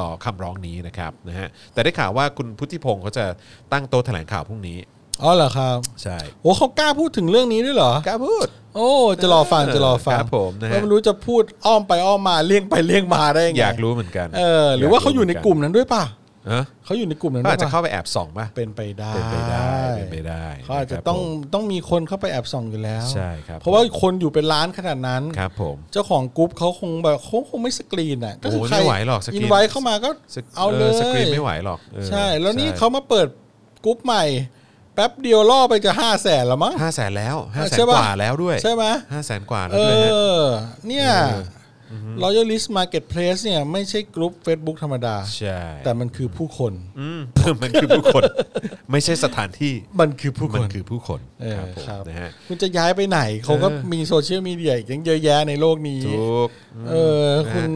S2: ต่อคำร้องนี้นะครับนะฮะแต่ได้ข่าวว่าคุณพุทธิพงศ์เขาจะตั้งโต๊ะแถลงข่าวพรุ่งนี้
S1: อ๋อเหรอครับ
S2: ใช่
S1: โอ้เขากล้าพูดถึงเรื่องนี้ด้วยเหรอ
S2: กล้าพูด
S1: โอ้ จะรอฟัง จะรอฟัง
S2: ครับผมนะฮะ
S1: ไม่รู้จะพูดอ้อมไปอ้อมมาเลี่ยงไปเลี่ยงมาได้ยังไง
S2: อยากรู้เหมือนกัน
S1: เออ หรือว่าเขาอยู่ในกลุ่มนั้นด้วยป่ะ
S2: เอ้อ
S1: เขาอยู่ในกลุ่มนั้นด้
S2: เขา
S1: ว
S2: อาจ
S1: ย
S2: จะ
S1: ป่ะ
S2: เข้าไปแอบส่องป่ะ
S1: เป็นไปได้
S2: เป็นไปได้เป็นไปได้
S1: เขาอาจจะ
S2: ครับ
S1: ต้อง
S2: ผม
S1: ต้องมีคนเข้าไปแอบส่องอยู่แล้ว
S2: ใช่ครับ
S1: เพราะว่าคนอยู่เป็นล้านขนาดนั้น
S2: ครับผม
S1: เจ้าของกรุ๊ปเขาคงแบบเขาคงไม่สกรีนอ่ะก็คือ
S2: โอ้
S1: ใคร
S2: ไม่ไหวหรอกสกรีน
S1: นไว้เข้ามาก็เอาเลย
S2: สกรีนไม่ไหวหรอกเออ
S1: ใช่ แล้วนี่เขามาเปิดกรุ๊ปใหม่ แป๊บเดียวล่อไปจะห้าแสนแล้วมั้ง
S2: ห้าแสนแล้วห้าแสน
S1: ใช่
S2: ก
S1: ปะ
S2: ว่าแล้วด้วย
S1: ใช่ไหม
S2: ห้าแสนกว่าแล้ว
S1: เอ
S2: ด้วยฮะ
S1: อ เนี่ย
S2: เออ
S1: รอยัลลิสต์มาร์เก็ตเพลสเนี่ยไม่ใช่กลุ่ม Facebook ธรรมดา
S2: ใช่
S1: แต่มันคือผู้คน
S2: อืม มันคือ ผู้คน ไม่ใช่สถานที่
S1: มันคือผู้ค
S2: มัน นคือผู้คน
S1: เออ
S2: ครับผม
S1: ครับ
S2: นะฮะ
S1: คุณจะย้ายไปไหนเขาก็
S2: เออ
S1: มีโซเชียลมีเดียอีกตั้งเยอะแยะในโลกนี้
S2: ถูก
S1: เออคุณ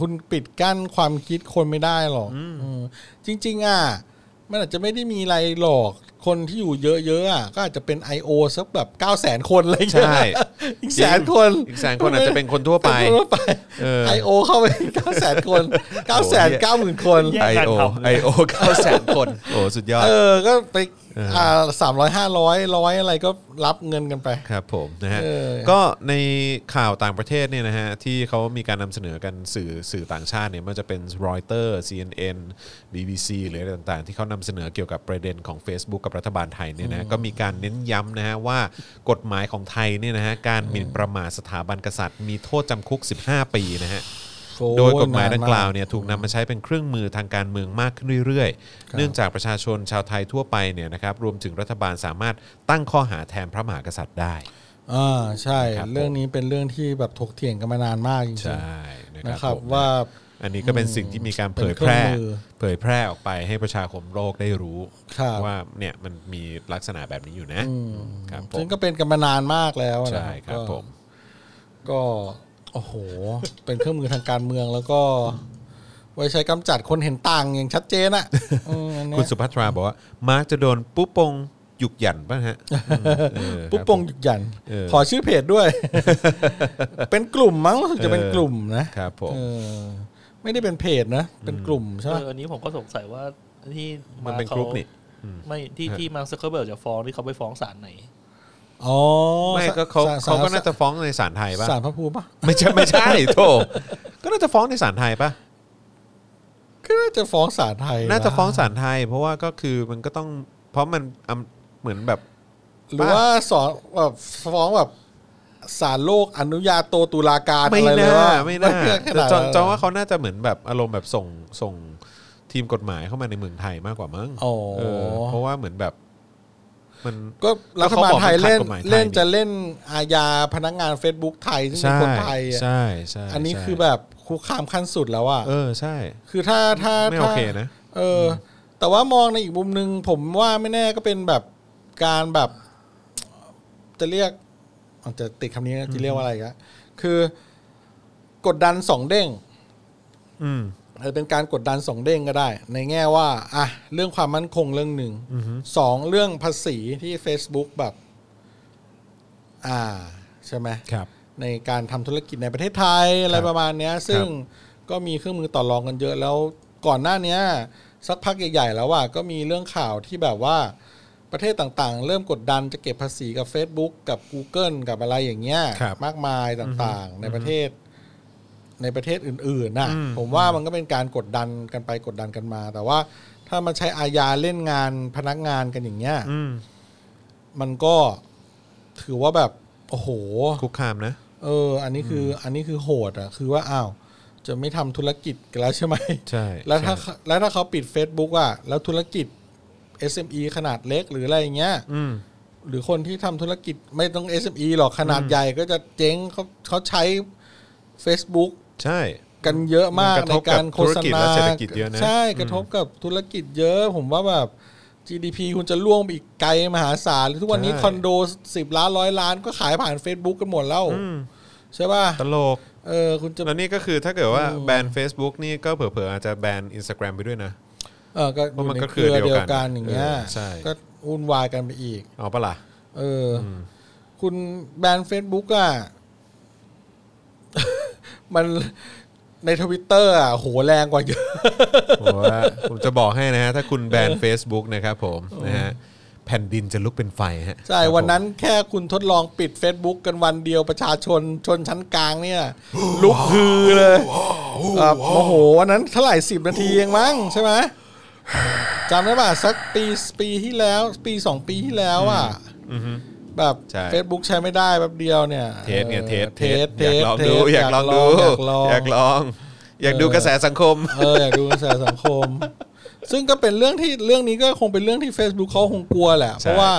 S1: คุณปิดกั้นความคิดคนไม่ได้หรอกเออจริง ๆ อ่ะ มันอาจจะไม่ได้มีอะไรหรอก คนที่อยู่เยอะๆอ่ะก็อาจจะเป็น I.O. สักแบบ9 0 0 0 0 คนอะไรอย่างเงี้ย
S2: ใช่
S1: อีกแสนคน
S2: อีกแสนคนอาจจะเป็นคนทั่วไป
S1: เป็นคนทั่วไป
S2: เออ
S1: I.O. เข้าไป9 0 0 0 0 คน 9 9 0 0 0 0 คน
S4: แย่งกันทำ
S2: ไอโอเก้าแสนคน โอ้สุดยอด
S1: เออ ก็ไปอ่าสามร้อยห้าร้อยร้อยอะไรก็รับเงินกันไป
S2: ครับผมนะฮะ
S1: เออ
S2: ก็ในข่าวต่างประเทศเนี่ยนะฮะที่เขามีการนำเสนอกันสื่อสื่อต่างชาติเนี่ยไมันจะเป็นรอยเตอร์ CNN BBC หรืออะไรต่างๆ ที่เขานำเสนอเกี่ยวกับประเด็นของ Facebook กับรัฐบาลไทยเนี่ยนะก็มีการเน้นย้ำนะฮะว่ากฎหมายของไทยเนี่ยนะฮะการหมิ่นประมาทสถาบันกษัตริย์ มีโทษจำคุก 15 ปีนะฮะ โดยกฎหมายดังกล่าวเนี่ยถูกนำมาใช้เป็นเครื่องมือทางการเมืองมากขึ้นเรื่อย
S1: ครับ
S2: ๆ เนื่องจากประชาชนชาวไทยทั่วไปเนี่ยนะครับรวมถึงรัฐบาลสามารถตั้งข้อหาแทนพระมหากษัตริย์ได้
S1: อ่าใช่
S2: ครับ
S1: เรื่องนี้เป็นเรื่องที่แบบถกเถียงกันมานานมากจริง
S2: ใช่
S1: ๆ
S2: นะ
S1: นะ
S2: ค
S1: ค
S2: รั
S1: รั
S2: บบ ผม
S1: ว่า
S2: อันนี้ก็เป็นสิ่งที่มีการเผยแพร่ เผยแพร่ออกไปให้ประชาคมโลกได้รู้
S1: ครับ
S2: ว่าเนี่ยมันมีลักษณะแบบนี้อยู่นะครับผม
S1: ซึ่งก็เป็นกันมานานมากแล้วนะ
S2: ใช่ครับ
S1: ก็
S2: ผม
S1: ก็โอ้โห เป็นเครื่องมือทางการเมืองแล้วก็ ไว้ใช้กำจัดคนเห็นต่างอย่างชัดเจน อ่ะอืมอันเนี้ย
S2: คุณสุภัทราบอกว่ามาร์กจะโดนปุ๊บปงหยุกหยันป่ะ ฮะเออครับ
S1: ปุ๊บปง
S2: ผม
S1: หยุดหยัน
S2: เออ
S1: ขอชื่อเพจด้วย เป็นกลุ่มมั้งรู้สึกจะเป็นกลุ่มนะ
S2: ครับผม
S1: เออไม่ได้เป็นเพจนะ เป็นกลุ่มใช่
S4: เอ
S1: ไหม
S4: ออันนี้ผมก็สงสัยว่าที่
S2: มันเป็น
S4: าก
S2: รุ๊ปนี่
S4: ไม่ที่ที่มาร์คซักเคอร์เบิร์กจะฟ้องที่เขาไปฟ้องศาลไหน
S1: อ๋อ
S2: ไม่ก็เขา
S1: สร
S2: เขาก็น่าจะฟ้องในศาลไทยป่ะ
S1: สารพระภูมิปะ
S2: ไม่ใช่ ไม่ใช่โถก็น่าจะฟ้องในศาลไทยป่ะ
S1: ก็น่าจะฟ้องศาลไทย
S2: น่าจะฟ้องศาลไทย เพราะว่าก็คือมันก็ต้องเพราะมันอำเหมือนแบบ
S1: หรือว่าสอนแบบฟ้องแบบศาลโลกอนุญาโตตุลาการ
S2: ไม่
S1: อะไรเลย
S2: น่า
S1: ว่า
S2: ไม่น่า
S1: ข
S2: แต่
S1: ด
S2: จอน
S1: นั้น
S2: จอนว่าเขาน่าจะเหมือนแบบอารมณ์แบบส่งส่งทีมกฎหมายเข้ามาในเมืองไทยมากกว่ามั้ง
S1: อ๋อ
S2: เออเพราะว่าเหมือนแบบ มัน
S1: ก็รัฐบาลไทยเล่น
S2: ก็เขาบอกมันขัดกฎหมายไทย
S1: เล่นจะเล่นอาญาพนักงาน Facebook ไทยซึ่งเป็
S2: ใช่
S1: นคนไทยอะ
S2: ใช่ใช่
S1: อันนี้
S2: ใช่
S1: คือแบบคุกคามขั้นสุดแล้วอ่ะ
S2: เออใช่
S1: คือถ้าถ้า
S2: ไม่
S1: ถ้า
S2: โอเคนะ
S1: เอออแต่ว่ามองในอีกมุมหนึ่งผมว่าไม่แน่ก็เป็นแบบการแบบ จะเรียกอาจจะติดคำนี้นะจะเรียกว่าอะไรอีกอะคือกดดันสองเด้ง
S2: อืม
S1: เออเป็นการกดดันสองเด้งก็ได้ ในแง่ว่าอ่ะเรื่องความมั่นคงเรื่องหนึ่งสองเรื่องภาษีที่ Facebook แบบ อ่า ใช่ไหม
S2: ครับ
S1: ในการทำธุรกิจในประเทศไทยอะไรประมาณเนี้ย ซึ่งก็มีเครื่องมือต่อรองกันเยอะแล้วก่อนหน้าเนี้ย สักพักใหญ่ๆแล้วว่าก็มีเรื่องข่าวที่แบบว่าประเทศต่างๆ เริ่มกดดันจะเก็บภาษีกับ Facebook กับ Google กับอะไรอย่างเงี้ย
S2: ครับ
S1: มากมายต่างๆ ในประเทศ ในประเทศอื่นๆนะผมว่ามันก็เป็นการกดดันกันไปกดดันกันมา แต่ว่าถ้ามันใช้อาญาเล่นงานพนักงานกันอย่างเงี้ย
S2: อืม
S1: มันก็ถือว่าแบบโอ้โห
S2: คุกคามนะ
S1: เออ อันนี้คือ อันนี้คือโหดอ่ะ คือว่า อ้าว จะไม่ทำธุรกิจกันแล้วใช่ไหม
S2: ใช่
S1: แล้วถ้า
S2: ใช่
S1: แล้วถ้าเขาปิด Facebook อ่ะ แล้วธุรกิจ SME ขนาดเล็กหรืออะไรอย่างเงี้ย
S2: อืม
S1: หรือคนที่ทำธุรกิจไม่ต้อง SME หรอก ขนาดใหญ่ก็จะเจ๊งเขาเขาใช้ Facebook
S2: ใช่
S1: กันเยอะมาก
S2: มันกระ
S1: ใน
S2: ทบกับ
S1: การโฆษ
S2: ธุรกิจ
S1: ณา
S2: และเศรษฐกิจเยอะนะ
S1: ใช่ กระทบกับธุรกิจเยอะ ผมว่าแบบ GDP คุณจะล่วงไปอีกไกลมหาศาลทุกวันนี้คอนโดสิบล้านร้อยล้านก็ขายผ่าน Facebook กันหมดแล้วใช่ป่ะ
S2: ตลก
S1: เออคุณจะ
S2: แล้วนี่ก็คือถ้าเกิดว่าแบน Facebook นี่ก็เผลอๆอาจจะแบน Instagram ไปด้วยนะ
S1: เออก็อ
S2: เพราะ
S1: ยู่
S2: มัน
S1: ใน
S2: ก็
S1: เครือ
S2: เครือเดี
S1: เดี
S2: ย
S1: ยวว
S2: กั
S1: กัน นอย่างเงี้ย
S2: เออใช่
S1: ก็วุ่นวายกันไปอีก
S2: เอาปะล่ะ
S1: เอออคุณแบนเฟซบุ๊กอ่ะ มันในทวิตเตอร์อ่ะโหแรงกว่าเยอะ
S2: ผมว่าผมจะบอกให้นะฮะ ถ้าคุณแบน Facebook นะครับผมนะฮะแผ่นดินจะลุกเป็นไฟฮะ
S1: ใช่
S2: ครับผม
S1: วันนั้นแค่คุณทดลองปิด Facebook กันวันเดียวประชาชนชนชั้นกลางเนี่ย ลุกฮือเลยแบบโอ้โห วันนั้นเท่าไหร่สิบนาทีเองมั้งใช่ไหมจำได้ป่ะสักปีปีที่แล้ว ปีสองปีที่แล้วอ่ะแบบ
S2: ใช่
S1: Facebook ใช้ไม่ได้แป๊บเดียวเนี่ย
S2: เทสเนี่ยเทส
S1: เทส
S2: อยากลองดู
S1: เทส
S2: อ
S1: อ
S2: ยากลองดู
S1: ยากลอง
S2: อยากลอง อยากดูกระแสสังคม
S1: เอออยากดูกระแสสังค ม ซึ่งก็เป็นเรื่องที่เรื่องนี้ก็คงเป็นเรื่องที่ Facebook เขาคงกลัวแหละ
S2: ใช่
S1: เพราะว่า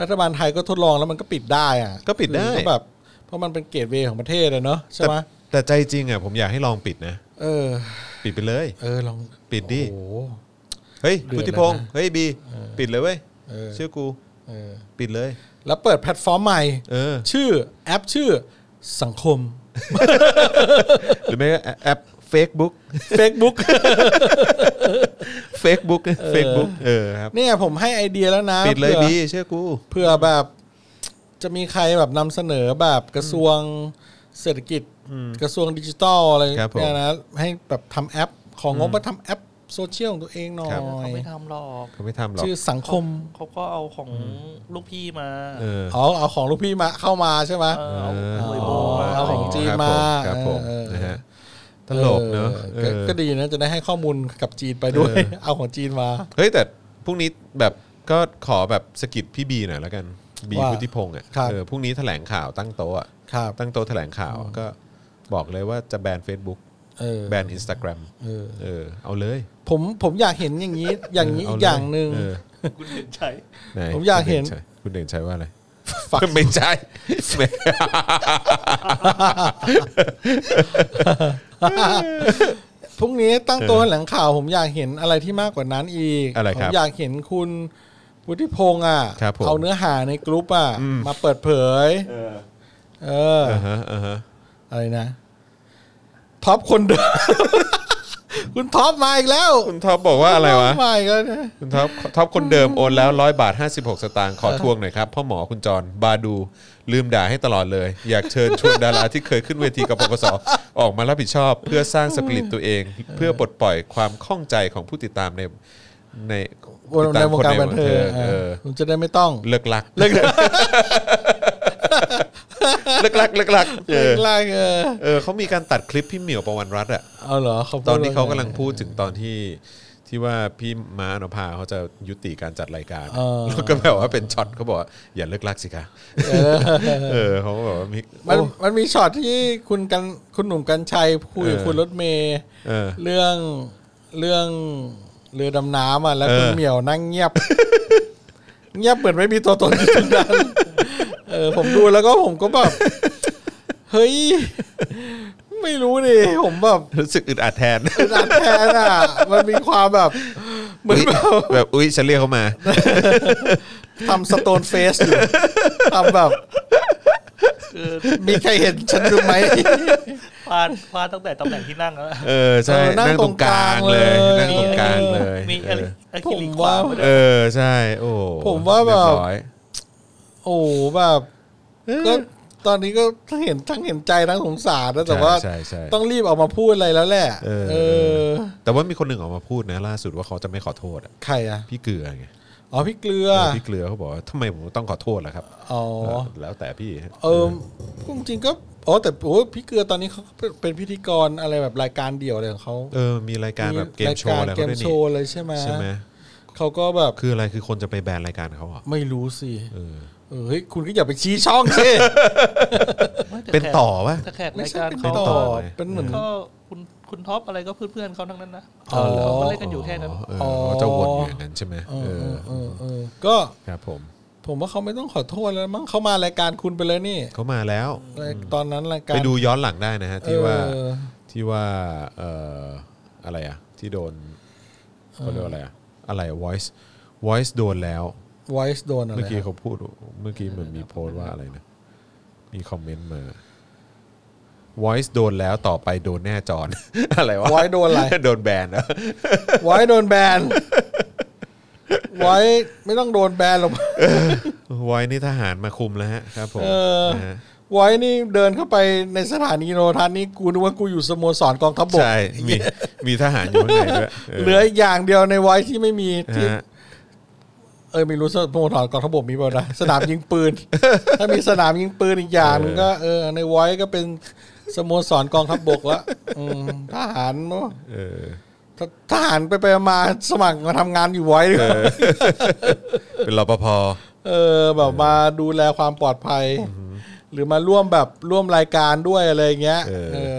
S1: รัฐบาลไทยก็ทดลองแล้วมันก็ปิดได้อ่ะ
S2: ก็ปิดได้
S1: คือแบบเพราะมันเป็นเกตเวย์ของประเทศอะเนาะใช่ไหม
S2: แต่ใจจริงอ่ะผมอยากให้ลองปิดนะ
S1: เออ
S2: ปิดไปเลย
S1: เออลอง
S2: ปิดดิ
S1: โอ้โห
S2: เฮ้ย
S1: เดือด
S2: พุทธิพงศ์
S1: แล้วนะ
S2: เฮ้ยบี ปิดเลยเว้ย
S1: เออ
S2: เชื่อกู
S1: เออ
S2: ปิดเลย
S1: แล้วเปิดแพลตฟอร์มใหม่
S2: เออ
S1: ชื่อแอปชื่อสังคม
S2: หรือไม่ก็แอปเฟซ บุ๊ก
S1: Facebook
S2: เฟซบุ๊กเฟซบุ๊กเออครับ
S1: เนี่ยผมให้ไอเดียแล้วนะ
S2: ปิดเลย
S1: ผื่อ
S2: บีเชื่อกู
S1: เผื่อแบบจะมีใครแบบนำเสนอแบบกระทรวงเศรษฐกิจกระทรวงดิจิทัลอะไรเนี่ยนะให้แบบทำแอป ของงบมาทำแอปโซเชียลของตัวเองหน่อย
S4: เขาไม่ทำหรอก
S2: เขาไม่ทำหรอก
S1: ชื่อสังคม
S4: เขาก็เอาของลูกพี่มา
S2: เออ
S1: เอาเอาของลูกพี่มาเข้ามาใช่ไหม
S4: เออเอา
S2: เออ
S4: เลยโบ
S1: อ๋อ
S4: มา
S1: เอาของจีนมา
S2: ครับผม
S1: เออ
S2: นะฮะตลกเนอะ
S1: เออก็
S2: เออ
S1: ก็ดีนะจะได้ให้ข้อมูลกับจีนไปด้วย
S2: เออ
S1: เอาของจีนมา
S2: เฮ้ยแต่พรุ่งนี้แบบก็ขอแบบสะกิดพี่บีหน่อยแล้วกันบี
S1: ว่า
S2: พุทธิพงศ์อ่ะ
S1: ครับ
S2: เออพรุ่งนี้แถลงข่าวตั้งโต๊ะอะ
S1: ครับ
S2: ตั้งโต๊ะแถลงข่าวก็บอกเลยว่าจะแบน Facebook
S1: เออ
S2: แบน Instagram
S1: เออ
S2: เออเอาเลย
S1: ผมผมอยากเห็นอย่างนี้ อย่างนี้อีกอย่างหนึ่ง
S2: เเลย
S4: คุณเห็นใจ
S2: เออไหน
S1: ผมอยากเห็น
S2: คุณเด่นชัยว่าอะไร
S1: ฝัก
S2: ไม่ใช่ไม่
S1: พรุ่งนี้ตั้งโต๊ะแถลงข่าวผมอยากเห็นอะไรที่มากกว่านั้นอีก
S2: อะไร
S1: ผ
S2: ครั
S1: ม
S2: บ
S1: อยากเห็นคุณวุฒิพงษ์อ่ะ
S2: ครับผม
S1: เอาเนื้อหาในกรุ๊ปอ่ะ
S2: อืม
S1: มาเปิดเผย เออ
S2: อ่าฮะอ่าฮะ
S1: อะไรนะท็อปคน เดิม คุณท็อปมาอีกแล้ว
S2: คุณท็อปบอกว่าอะไรวะ
S1: ท็ปมาอีกแล้วนะ
S2: คุณท็อปท็อปคนเดิมโอนแล้วร้อยบาท 56 สตางค์ขอทวงหน่อยครับ พ่อหมอคุณจรบาดูลืมด่าให้ตลอดเลย อยากเชิญชวนดาราที่เคยขึ้นเวทีกับปปสออกมารับผิดชอบ เพื่อสร้างสปิริตตัวเอง เพื่อปลดปล่อยความข้องใจของผู้ติดตามในใน
S1: วนในวงการ
S2: ติดตมค
S1: บันเทิง
S2: เออ
S1: คุณจะได้ไม่ต้อง
S2: เลิกลักเลิกลั กเลิกลักเอ
S1: เลิ
S2: อก
S1: ลากเออ
S2: เออเขามีการตัดคลิปพี่เหมียวประวันรัตน์อะ
S1: เอาเหรอเขาพูด
S2: ตอนนี้เขากำลัง
S1: ว่ไ
S2: พูดถึงตอนที่ที่ว่าพี่ม้าอนภาเขาจะยุติการจัดรายการ
S1: เออ
S2: แล้วก็แบบว่าเป็นช็อตเขาบอกว่าอย่าเลิกลักสิคะเออเขาก็บอกว่ามิ
S1: มันมันมีช็อตที่คุณกันคุณหนุ่มกันชัยคุยกับคุณรถเมย์
S2: เออ
S1: เรื่องเรื่องเรือดำน้ำอ่ะแล้ว
S2: เออ
S1: คุณเหมียวนั่งเงียบ เงียบเหมือนไม่มีตัวตนอยู่ตรงนั้นเออผมดูแล้วก็ผมก็แบบเฮ้ย ไม่รู้ดิผมแบบ
S2: รู้สึกอึดอัดแทน
S1: อึดอัดแทนอ่ะ มันมีความแบบ เหมือนแบบ
S2: แบบอุ้ยฉันเรียกเขามา
S1: ทำสโตนเฟสอยู่ ทำแบบ มีใครเห็นฉันดูไหม
S4: พลาดพลาดตั้งแต่ตำแหน่งที่นั่งแล้ว
S2: เออใช่
S1: เออนั่
S2: นั่
S1: ง
S2: งตรงกลางเลย
S1: ตรงกลางเลย
S2: นั่งตรงกลางเลย
S4: มี
S2: เอ
S4: อะไร
S2: อ
S4: อะคริลิก
S1: ผม
S4: ขวา
S1: ว่า
S4: มาด้วย
S2: เออใช่ โอ้
S1: ผมว่าแบบ
S2: เรียร้อย
S1: โอ้แบบก็ตอนนี้ก็ทั้งเห็นทั้งเห็นใจทั้งสงสารนะแต่ว่า
S2: ใช่ใช่ใช่
S1: ต้องรีบออกมาพูดอะไรแล้วแหละ
S2: เออ
S1: เออ
S2: แต่ว่ามีคนหนึ่งออกมาพูดนะ ล่าสุดว่าเขาจะไม่ขอโทษอะ
S1: ใครอ่ะ
S2: พี่เกลือไง
S1: อ๋อพี่เกลือ
S2: เออพี่เกลือเขาบอกว่าทำไมผมต้องขอโทษล่ะครับ
S1: อ๋อ
S2: แล้วแต่พี่ฮะ
S1: เออจริงๆก็อ๋อแต่โอ้พี่เกลือตอนนี้เขาเป็นพิธีกรอะไรแบบรายการเดี่ยวอะไรของเขา
S2: เออมีรายการแบบเกมโชว์อะไร
S1: รายารเก
S2: เขา
S1: ม
S2: ด้วย
S1: โช
S2: นี่
S1: ว์เลยใช่ไหม
S2: ใช่ไหม
S1: เขาก็แบบ
S2: คืออะไรคือคนจะไปแบนรายการเขาเหรอ่ะ
S1: ไม่รู้สิ
S2: เออ
S1: เออเฮ้ยคุณก็อย่าไปชี้ช่องสิ
S2: เป็นต่อปะ
S4: แต่แขก
S1: ไม่
S4: ราย
S1: ใช่
S4: การ
S1: เป็น
S4: เขา
S1: ต่อ
S2: ต่อ
S1: เป็นเหมือน
S4: ก็คุณคุณท็อปอะไรก็เพื่อนๆเขาทั้งนั้นนะ
S1: อ๋อ
S4: เขาก็เล่นกันอยู่แค่นั้น
S2: เออเขาจะวนอยู่อย่างนั้นใช่ไหม
S1: เอ
S2: เอ
S1: อเอ
S2: อ
S1: อเออเออก็
S2: ครับผม
S1: ผมว่าเขาไม่ต้องขอโทษแล้วมั้งเขามารายการคุณไปเลยนี่
S2: เขามาแล้ว
S1: รายตอนนั้นรายการ
S2: ไปดูย้อนหลังได้นะฮะ ที่ว่า
S1: เออ
S2: ที่ว่าเอ่ออะไรอ่ะ ที่โดนเขาเรียกว่าอะไรอ่ะอะไรอะ voice voice โดนแล้ว
S1: ไวส์โดนอะไร
S2: เมื่อกี้เขาพูดเมื่อกี้เหมันมีโพสต์ว่าอะไรนะ มีคอมเมนต์มา voice โดนแล้วต่อไปโดนแน่จอน อะไรวะ
S1: ไวส์โดนอะไร
S2: โดนแบนนะ
S1: ไวส์โดนแบนไวส์ไม่ต้องโดนแบนหรอก
S2: ไว้นี่ทหารมาคุมแล้วฮะครับผม
S1: เออ
S2: นะฮะ
S1: ไวส์นี่เดินเข้าไปในสถานีโทรทัศน์นี่กูนึกว่ากูอยู่สโมสรกองทัพบก
S2: ใช่ มีมีทหารอยู่ข้างในด้วย
S1: เหลืออีกอย่างเดียวในไวส์ที่ไม่มีที่
S2: ฮะ
S1: เออไม่รู้สโมสรกองทัพบกมีเปล่านะ สนามยิงปืน ถ้ามีสนามยิงปืนอีกอย่างหนึงก็เออในไว้ก็เป็นสโมสรกองทัพบกละอืมทหารเนอะ
S2: เออ
S1: ททหารไปไปมาสมัครมาทำงานอยู่ไว้ดีกว่า
S2: เป็นรปภ
S1: เออแบบมาดูแลความปลอดภัย หรือมาร่วมแบบร่วมรายการด้วยอะไรอย่างเงี้ยเออ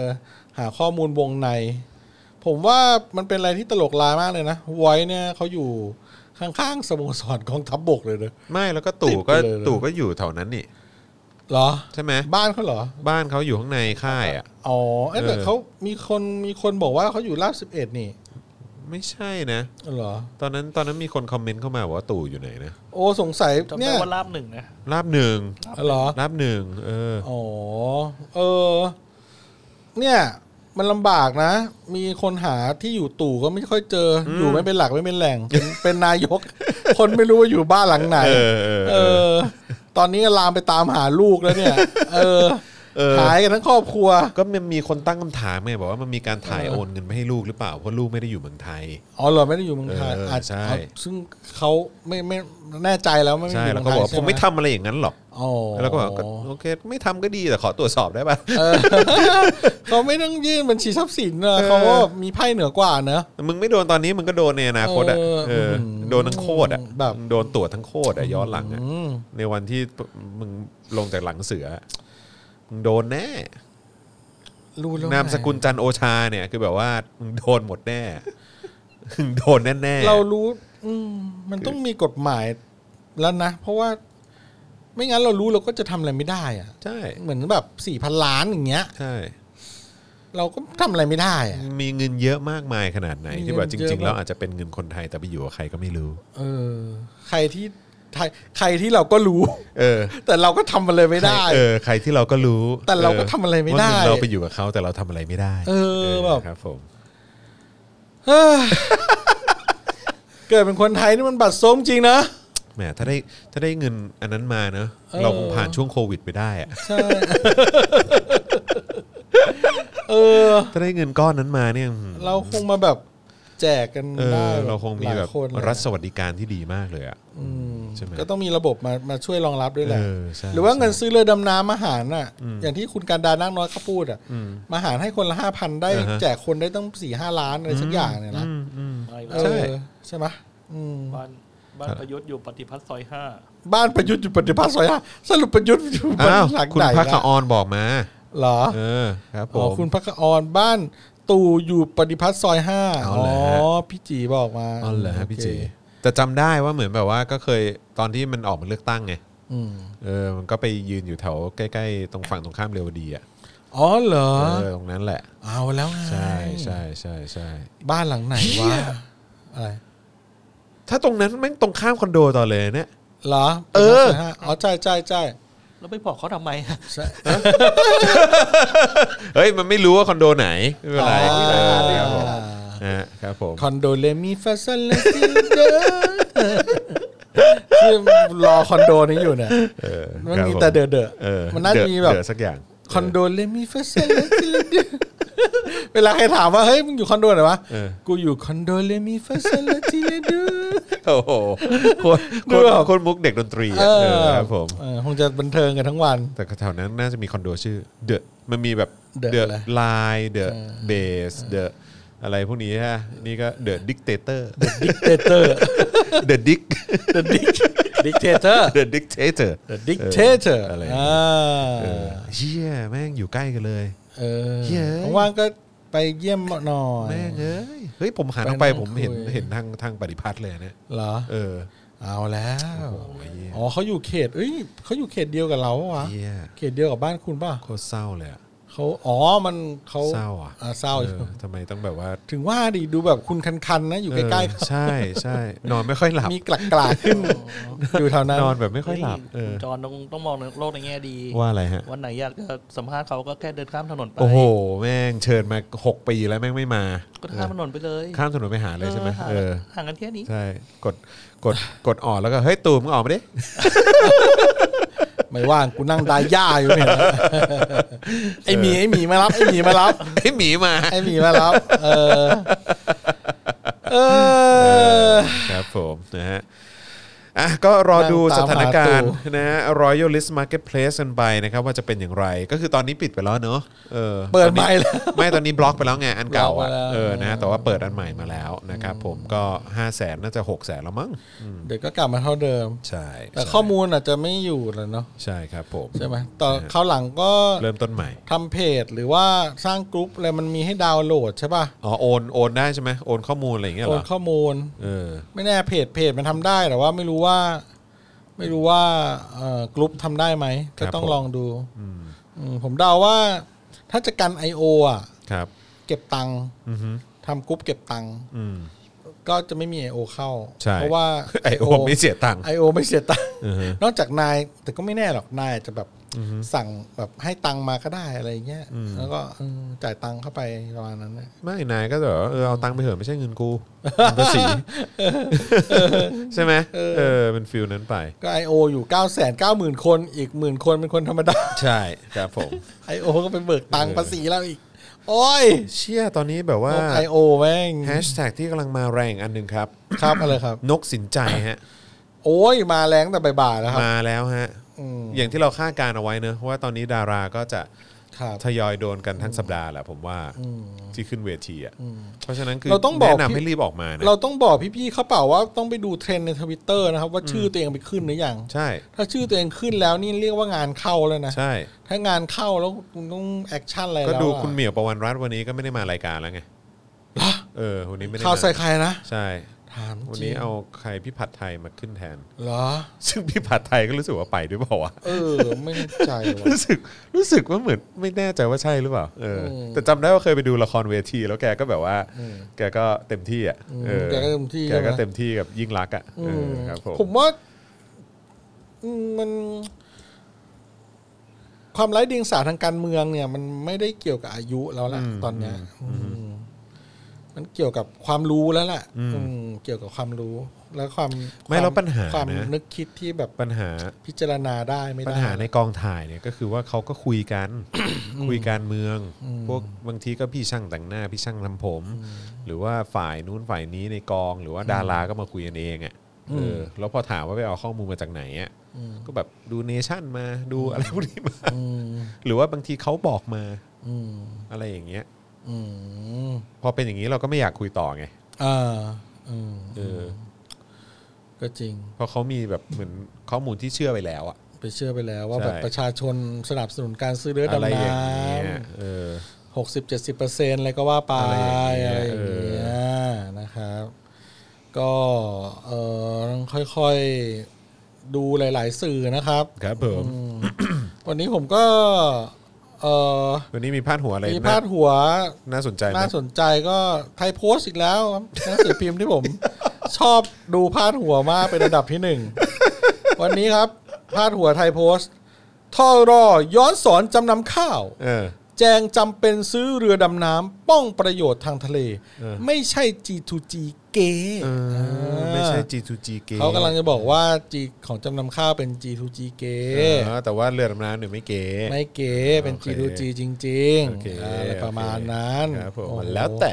S1: หาข้อมูลวงใน ผมว่ามันเป็นอะไรที่ตลกลายมากเลยนะไว้เนี่ยเขาอยู่ข้างๆสโมสรกองทัพบกเลยเนอะ
S2: ไม่แล้วก็ตู่ก็
S1: ติดไปเลยนะ
S2: ตู่ก็อยู่แถวนั้นนี่
S1: เหรอ
S2: ใช่ไหม
S1: บ้านเขาเหรอ
S2: บ้านเขาอยู่ข้างในค่ายอ่ะ
S1: อ๋อเอ้ยแต่
S2: เออ
S1: เขามีคนมีคนบอกว่าเขาอยู่ลาบสิบเอ็ดนี่
S2: ไม่ใช่นะ
S1: เหรอ
S2: ตอนนั้นตอนนั้นมีคนคอมเมนต์เข้ามาบอกว่าตู่อยู่ไหนนะ
S1: โอ้สงสัย
S4: จำ
S1: เนี่
S4: ได้
S1: ย
S4: ว่าลาบหนึ่งนะ
S2: ลาบหนึ่ง
S1: เหรอ
S2: ลาบหนึ่งเออ
S1: อ๋อ เออ เนี่ย มันลำบากนะ มีคนหาที่อยู่ตู่ก็ไม่ค่อยเจอออยู่ไม่เป็นหลักไม่เป็นแหล่ง เป็นเป็นนายก คนไม่รู้ว่าอยู่บ้านหลังไหน
S2: เออเออ
S1: เอ
S2: เออ
S1: อ ตอนนี้ลามไปตามหาลูกแล้วเนี่ย เออ
S2: เออ
S1: หายกันทั้งครอบครัว
S2: ก็มันมีคนตั้งคำถามไงบอกว่ามันมีการถ่ายโอนเงินไปให้ลูกหรือเปล่าเพราะลูกไม่ได้อยู่เมืองไทย
S1: อ๋อเหรอไม่ได้อยู่เมืองไทย
S2: เออ
S1: อาจ
S2: ใช่
S1: เขาซึ่งเขาไม่ไม่แน่ใจแล้วไม่ได้
S2: ใช่
S1: อยู่
S2: แล้ว
S1: เมืองไท
S2: ก็บอย กว่า
S1: ใช่ห
S2: ผมไม่ทำอะไรอย่างนั้นหรอก
S1: อ๋อ
S2: แล้วก็บอกก็โอเค ไม่ทำก็ดีแต่ขอตรวจสอบได้ป่ะ
S1: เออ เขาไม่ต้องยื่นบัญชีทรัพย์สินนะเขาก็มีไพ่เหนือกว่าเนอะ
S2: มึงไม่โดนตอนนี้มึงก็โดนในอนาคตอ่ะ
S1: เออ
S2: เออ
S1: ม
S2: โดนทั้งโคตรอ่ะ
S1: แบบ
S2: มึงโดนตรวจทั้งโคตรอ่ะย้อนหลังอ่ะ
S1: อืม
S2: ในวันที่มึงลงจากหลังเสืออะมึงโดนแน่
S1: รู้แล้ว
S2: นาม
S1: ไง
S2: สกุลจันทร์โอชาเนี่ยคือแบบว่ามึงโดนหมดแน่ มึงโดนแน่ๆ
S1: เรารู้ อืมมันต้องมีกฎหมายแล้วนะ เพราะว่า ไม่งั้นเรารู้เราก็จะทำอะไรไม่ได้อะ
S2: ใช่
S1: เหมือนแบบสี่พันล้านอย่างเงี้ย
S2: ใช่
S1: เราก็ทำอะไรไม่ได้อะ
S2: มีเงินเยอะมากมายขนาดไหน
S1: มีเงิน
S2: ที่แบบจ
S1: เย
S2: ริง
S1: อะมา
S2: ๆ
S1: ก
S2: แล้วอาจจะเป็นเงินคนไทยแต่ไปอยู่กับใครก็ไม่รู้
S1: เออ ใครที่ใครใครที่เราก็รู้
S2: เออ
S1: แต่เราก็ทำอะไรไม่ได้
S2: ใครเออใครที่เราก็รู้
S1: แต่เราก็ทำอะไรไม่ได้
S2: ว่าเงินเราไปอยู่กับเขาแต่เราทำอะไรไม่ได้
S1: เออแบบ
S2: ครับผม
S1: เฮ้ย เกิดเป็นคนไทยนี่มันบัตรซมจริงนะ
S2: แหมถ้าได้ถ้าได้เงินอันนั้นมาเนอะ
S1: เออ
S2: เราคงผ่านช่วงโควิดไปได้อะ
S1: ใช่ เออ
S2: ถ้าได้เงินก้อนนั้นมาเนี่ยอืม
S1: เราคงมาแบบแจกกัน
S2: เอ
S1: ได้
S2: อเราคงมี
S1: ห
S2: แบ
S1: ลา
S2: บ
S1: ยคนเลย
S2: รัฐสวัสดิการที่ดีมากเลยอ่ะใช่ไหม
S1: ก็ต้องมีระบบมามาช่วยรองรับด้วยแหละ
S2: เออใช่
S1: หรือว่า
S2: ใช่
S1: เงินซื้อเรือดำน้ำอาหารน่ะ อย่างที่คุณการดานั่งน้อยเขาพูดอ่ะมาหารให้คนละห้าพันได้ แจกคนได้ต้องสี่ห้าล้านอะไรสักอย่างเนี่ยนะ
S2: อืมอืม
S4: มาอีก
S1: เออ
S4: แล้ว
S2: ใช่
S1: ใช่ไหมอืม
S4: บ้านบ้านประยุทธ์อยู่ปฏิพัฒน์ซอยห้า
S1: บ้านประยุทธ์อยู่ปฏิภาณซอยห้าสรุปประยุทธ์อยู่บ้าน
S2: อ้าว
S1: หลัง
S2: คุณ
S1: ไหน
S2: พักข
S1: ล่ะ
S2: ออนบอกมา
S1: เหรอ
S2: เออครับผ
S1: อ๋อ
S2: ม
S1: คุณพักขออนบ้านตู่อยู่ปฏิพัฒน์ซอยห้า
S2: อ๋
S1: อ๋
S2: อ
S1: อ
S2: เหรอฮะ
S1: พี่จีบอกมา
S2: อ๋อเหรอฮะพี่เจ
S1: โอค
S2: แต่จำได้ว่าเหมือนแบบว่าก็เคยตอนที่มันออกมาเลือกตั้งไง
S1: อืม
S2: เออมันก็ไปยืนอยู่แถวใกล้ๆ ตรงฝั่งตรงข้ามเรวดีอ่ะ
S1: อ๋อเหรอ
S2: เออตรงนั้นแหละ
S1: เอาแล้วไง
S2: ใช่ใช่ใช่ใช่
S1: บ้านหลังไหนวะอะไร
S2: ถ้าตรงนั้นแม่งตรงข้ามคอนโดต่อเลยเนี่ย
S1: เหรอ
S2: เออ
S1: ป็นลักษณะอ๋อใช่ใช่ใช่
S4: แล้วไปบอกเขาทำไม
S1: ใช่
S2: เฮ้ย มันไม่รู้ว่าคอนโดไหนไม่เป็นไร
S1: อ่า
S2: เออครับผมนะฮะครับผม
S1: คอนโดเลมีฟาซันเลซิเดอที่รอคอนโดนี้อยู่เนี่ย
S2: เออ
S1: มัน
S2: ครับ
S1: มี
S2: ผ
S1: แต่เดอะเดอะ
S2: เออ
S1: มันน่าจะมีแบบ
S2: เดอะสักอย่าง
S1: คอนโดเลมีฟาซันเลซิเดอ เวลาใครถามว่าเฮ้ยมึงอยู่คอนโดไหนวะ
S2: เออ
S1: กูอยู่คอนโดเลมีฟาซันเลซิเดอ
S2: โอ้โหโคตรโค
S1: ดูแบบ
S2: ตรโคตรมุกเด็กดนตรีอะ
S1: เอ
S2: เออ
S1: อ
S2: ครับผม
S1: เออคงจะบันเทิงกันทั้ง วัน
S2: แต่แถวนั้นน่าจะมีคอนโดชื่อเดอะมันมีแบบ
S1: The
S2: เดอะ
S1: อะไร
S2: ไลน์เดอะเบสเดอะอะไรพวกนี้ฮะนี่ก็เดอะดิกเตเตอร์
S1: ดิกเตเตอร์
S2: เดอะ ดิก
S1: The Dic- Dictator
S2: เดอะดิกเตเตอร์
S1: The Dictator
S2: เอออะไร
S1: อ่า
S2: เฮียแม่งอยู่ใกล้กันเลย
S1: เออ
S2: เหี้ย
S1: ว่างๆก็ไปเยี่ยมหน่อย
S2: แม่งเอ้ยเฮ้ยผมหันออกไป
S1: ไปนั่ง
S2: ผมเห็น
S1: คุย
S2: เห็นทางทางปฏิพัฒน์เลยเนี่ย
S1: เหรอ
S2: เออ
S1: เอาแล้ว
S2: โอ้ยเหี้ย
S1: อ๋อเขาอยู่เขต เอ้ยเขาอยู่เขตเดียวกับเราปะวะ
S2: เฮีย
S1: เขตเดียวกับบ้านคุณป่ะ
S2: โคตรเศร้าเลยอะ
S1: เขาอ๋อมันเขา
S2: เศร้าอะ
S1: อ่เศร้า
S2: เออทำไมต้องแบบว่า
S1: ถึงว่าดิดูแบบคุณคันๆนะอยู่ใกล้ๆ
S2: เอ
S1: เขา
S2: อใช่ใช่นอนไม่ค่อยหลับ
S1: มีกลักกลาขึ้นอยู่แถวนั้น
S2: นอนแบบไม่ค่อยหลับเอ
S4: เฮ้ย
S2: อ
S4: คุณจอนต้องต้องมองในโลกในแง่ดี
S2: ว่าอะไรฮะ
S4: วันไหนอยากจะสัมภาษณ์เขาก็แค่เดินข้ามถนนไป
S2: โอ้โห แม่งเชิญมา 6 ปีแล้วแม่งไม่มา
S4: ก็ข้ามถนนไปเลย
S2: ข้ามถนนไปหาเลยใช่ไหม
S4: ออห่าง
S2: เออ
S4: ห่างกันแค่นี้
S2: ใช่ กด กด กดออกแล้วก็ เฮ้ย ตูมมึงออกมาดิ
S1: ไม่ว่างกูนั่งดายหญ้าอยู่เนี่ยไอหมีไอหมีมารับไอหมีมารับ
S2: ไอ้หมีมา
S1: ไอหมีมารับ เออ เออ
S2: ครับผมนะฮะ อ่ะ ก็รอดู
S1: นั่ง
S2: ส
S1: ตามหา
S2: ถานการณ์
S1: ตู่
S2: นะฮะ Royal List Marketplace กันไปนะครับ ว่าจะเป็นอย่างไร ก็คือตอนนี้ปิดไปแล้วเนอะเออ
S1: เปิด
S2: ตอน
S1: ให
S2: นี้
S1: ม่แล้ว
S2: ไม่ตอนนี้บล็อกไปแล้วไง อันเก่า
S1: บล็อก
S2: อ่ะ
S1: ไปแล้ว
S2: เออ นะ แต่ว่าเปิดอันใหม่มาแล้วนะครับผม ก็5 0 0แสนน่าจะ6 0แสนแล้วมั้ง
S1: เดี๋ยวก็กลับมาเท่าเดิม
S2: ใช่
S1: แต่ข้อมูลอาจจะไม่อยู่แล้วเนาะ
S2: ใช่ครับผม
S1: ใช่ไหมต่อคราวหลังก็
S2: เริ่มต้นใหม่
S1: ทำเพจหรือว่าสร้างกรุ๊ปอะไรมันมีให้ดาวน์โหลดใช่ป่ะ
S2: อ๋อโอน โอนได้ใช่ไหมโอนข้อมูลอะไรอย่างเงี้ย
S1: โอ
S2: เหร
S1: น
S2: อ
S1: ข้อมูล
S2: เออ
S1: ไม่แน่เพจเพจมันทำได้แต่ว่าไม่รู้ว่า ไ ไม่รู้ว่าเอ่อกรุ๊ปทำได้ไหมก็ต้อง
S2: ผม
S1: ลองดูอืมผมเดาว่า ถ้าจะกัน I.O. อ่ะ
S2: ครับ
S1: เก็บตังค์
S2: อือฮึ
S1: ทำกรุ๊ปเก็บตังค์
S2: อืม
S1: ก็จะไม่มี I.O. เข้า
S2: ใช่
S1: เพ ราะว่า
S2: ไอโอไม่เสียตังค์
S1: ไอโอไม่เสียตังค์
S2: อือฮึ
S1: นอกจากนาย แต่ก็ไม่แน่หรอก นายอาจจะแบบสั่งแบบให้ตังค์มาก็ได้อะไรเงี้ย
S2: อืม
S1: แล้วก็เออจ่ายตังค์เข้าไปประมาณนั้นนะ
S2: ไม่นายก็แบบว่าเออเอาตังค์ไปเถอะไม่ใช่เงิน กูเงินภาษี ใช่ไหมเออเป็นฟิลนั้นไป
S1: ก็ I.O. อยู่ 9 9 0 0 0 0 คนอีกหมื่นคนเป็นคนธรรมดา
S2: ใช่ครับผม
S1: I.O. ก็ไปเบิกตังค์ภาษีแล้วอีก โอ้ย
S2: เชี่ยตอนนี้แบบว่า
S1: ไอโอแม่ง
S2: แฮชแท็กที่กำลังมาแรงอันหนึ่งครับ
S1: ครับอะไรครับ
S2: นกสินใจฮะ
S1: โอ้ยมาแรงแต่บ่ายๆแล้วครับ
S2: มาแล้วฮะ
S1: อืม
S2: อย่างที่เราคาดการณ์เอาไว้เนอะว่าตอนนี้ดาราก็จะ
S1: ครับ
S2: ทยอยโดนกันทั้งสัปดาห์แหละผมว่าที่ขึ้นเวทีอ่ะเพราะฉะนั้นคือ
S1: เราต้องบอก
S2: แนะนำให้รีบออกมานะ
S1: เราต้องบอกพี่ๆเขาเปล่าว่าต้องไปดูเทรนด์ในทวิตเตอร์นะครับ ว่าชื่อตัวเองไปขึ้นหรือยัง
S2: ใช่
S1: ถ้าชื่อตัวเองขึ้นแล้วนี่เรียกว่างานเข้าแล้วนะ
S2: ใช่
S1: ถ้างานเข้าแล้วคุณต้องแอคชั่นอะไร
S2: ก็
S1: แล้ว
S2: ดู
S1: อะ
S2: คุณเหมียวประวันรัตน์วันนี้ก็ไม่ได้มารายการแล้วไงเออวันนี้ไม่ได้
S1: ข่าวใส่
S2: มา
S1: ใครนะ
S2: ใช่
S1: ถาม
S2: วัน
S1: จริ
S2: นี้
S1: ง
S2: เอาใครพี่ผัดไทยมาขึ้นแทน
S1: เหรอ
S2: ซึ่งพี่ผัดไทยก็รู้สึกว่าไปด้วยเป ล่าวะ
S1: เออ ไม่แน่ใจว่ะ
S2: รู้สึกรู้สึกว่าเหมือนไม่แน่ใจว่าใช่หรือเปล่าเอออ
S1: ม
S2: แต่จำได้ว่าเคยไปดูละครเวที แล้วแกก็แบบว่า แกก็เต็มที่อ่ะเออ
S1: แกก็เต็มที่
S2: แก
S1: ใช่ไห
S2: ก็เต็มที่กับยิ่งรักษณ์อ่ะ
S1: อื
S2: เออ
S1: ม
S2: ครับผ
S1: ผม มว่าอืมมัน ความไร้เดียงสาทางการเมืองเนี่ย มันไม่ได้เกี่ยวกับอายุแล้วล่ะตอนเนี้ยอืมมันเกี่ยวกับความรู้แล้วล่ะ อืมเกี่ยวกับความรู้ และความ
S2: ไม่แล้ว
S1: ค
S2: ปัญหา
S1: ความ
S2: นะ
S1: นึกคิดที่แบบ
S2: ปัญหา
S1: พิจารณาได้ไม่ได้
S2: ปัญหาในกองถ่ายเนี่ยก็คือว่าเขาก็คุยกัน คุยการเมือง พวกบางทีก็พี่ช่างแต่งหน้าพี่ช่างทำผม หรือว่าฝ่ายนู้นฝ่ายนี้ในกอง หรือว่าดาราก็มาคุยกันเองอ่ะเออแล้วพอถามว่าไปเอาข้อมูลมาจากไหนอ่ะก็แบบดูเนชั่นมาดูอะไรพวกนี้มา
S1: อืม
S2: หรือว่าบางทีเขาบอกมา
S1: อืม
S2: อะไรอย่างเงี้ย
S1: อืม
S2: พอเป็นอย่างนี้เราก็ไม่อยากคุยต่อไง
S1: อ่าอืม
S2: เออ
S1: ก็จริง
S2: เพราะเขามีแบบเหมือนข้อมูลที่เชื่อไปแล้วอะ
S1: ไปเชื่อไปแล้วว่า
S2: ใช่
S1: แบบประชาชนสนับสนุนการซื้อเรือ
S2: อะไร
S1: ดำ
S2: อ
S1: น้
S2: ย่างเงี้ย
S1: ำ
S2: เออ
S1: หกสิบเจ็ดสิบเปอร์เซ็นต์อะไรก็ว่าไป
S2: อะไรอย่าง
S1: อะไรอย่าง
S2: เงี้ย
S1: เงี้ยนะครับ ก็เออต้องค่อยๆดูหลาย ๆ สื่อนะครับ
S2: ครับผม
S1: วันนี้ผมก็เออ
S2: วันนี้มีพาดหัวอะไร
S1: มี
S2: น่า
S1: พาดหัว
S2: น่าสนใจไหม
S1: น่าสนใจก็ไทยโพสต์อีกแล้วครับหนังสือพิมพ์ที่ผม ชอบดูพาดหัวมากเป็นระดับที่หนึ่ง วันนี้ครับ พาดหัวไทยโพสต์ท่อรอย้อนสอนจำนำข้าว
S2: เออ
S1: แจงจำเป็นซื้อเรือดำน้ำป้องประโยชน์ทางทะเล
S2: เออ
S1: ไม่ใช่ G2G เก
S2: เออ ไม่ใช่ G2G เก
S1: เขากำลังจะบอกว่า G ของจำนำข้าวเป็น G2G เก
S2: เออแต่ว่าเรือดำน้ำหนึ่งไม่เก๋
S1: ไม่เก๋เป็น
S2: โอเค
S1: จีดูจีจริง
S2: โอเค
S1: ๆอะไรประมาณนั้น
S2: ครับผม
S1: โอ้โห
S2: มันแล้วแต่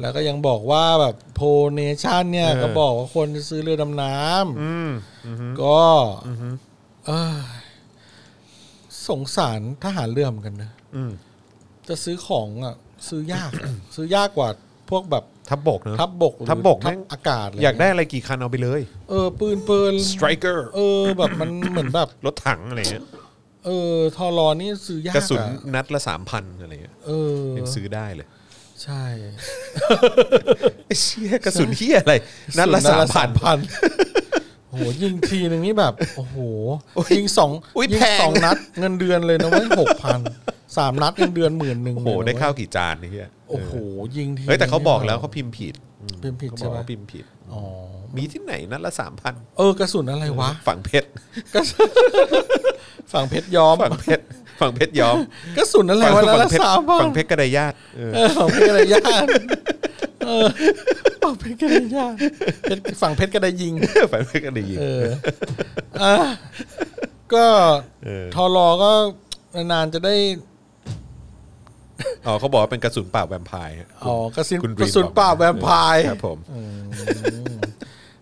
S1: แล้วก็ยังบอกว่าแบบโพเนชั่นเนี่ย
S2: เออ
S1: ก็บอกว่าคนจะซื้อเรือดำน้
S2: อืม
S1: ำก็เอ้ยสงสารทหารเรือเหมอนกันนะ
S2: อืม
S1: จะซื้อของอ่ะ ซื้อยาก อะ ซื้อยากกว่าพวกแบบ
S2: ทับบกเนอะ
S1: ทับบกหรือ
S2: ทับบกแม่ง
S1: อากาศะร
S2: อยากได้อะไรกี่คันเอาไปเลย
S1: เออ ปืนเปิล
S2: Striker
S1: เออ แบบมันเหมือนแบบ
S2: รถถังอะไรเงี้ย
S1: เออทอรอนี่ซื้อยาก
S2: กระสุน
S1: อ
S2: นัดละสามพันอะไรเงี้ย
S1: เออ
S2: ยังซื้อได้เลย
S1: ใช่
S2: ไอ้เชี่ยกระสุนเฮียอะไร นัดละสามพัน
S1: โอ้โหยิงทีหนึ่งนี่แบบ โอ้โห
S2: อุ๊ย
S1: ยิงสอง
S2: อุ๊ย
S1: ยิ
S2: แพง
S1: สองนัด เงินเดือนเลยนะเว้ยหกพันสามนัดเงินเดือนหมื่นหนึ่ง
S2: โอ้โห ได้ข้าวกี่จานนี่เฮีย
S1: โอ้โห ยิงที
S2: เฮ้ย แต่เขาบอกแล้ว
S1: เขา
S2: เขาพิมพ์ผิด
S1: เป็นผิด
S2: เขาบ
S1: ใช่
S2: อก
S1: ไหม
S2: ว่าพิมพ์ผิด
S1: อ๋อ
S2: มีที่ไหนนัดละสามพัน
S1: เออกระสุนอะไรวะ
S2: ฝั่งเพชร
S1: กระสุนฝั่งเพชรยอม
S2: ฝั่งเพชรฝั่งเพชรยอม
S1: กระสุนอะไร
S2: ฝั่ง
S1: วะแล้ว
S2: ฝั่ง
S1: ละ
S2: เพชร
S1: สามพัน
S2: ฝั่งเพชรกระไดญาติเออ
S1: เออของเพชรอะไรยานเออฝั่งเพชรกระไดยานเพชรฝั่งเพชรกระไดยิง
S2: ฝั่งเพชรกระไดยิง
S1: เอออ่ะก็
S2: เออ
S1: ทอรอก็นานๆจะได้
S2: อ๋อเขาบอกว่าเป็นกระสุนปราบแวมไพร์ฮะ
S1: อ๋อกระสิน
S2: คุณ
S1: กระสุน
S2: บอม
S1: ปราบแวมไพร์
S2: ครับผม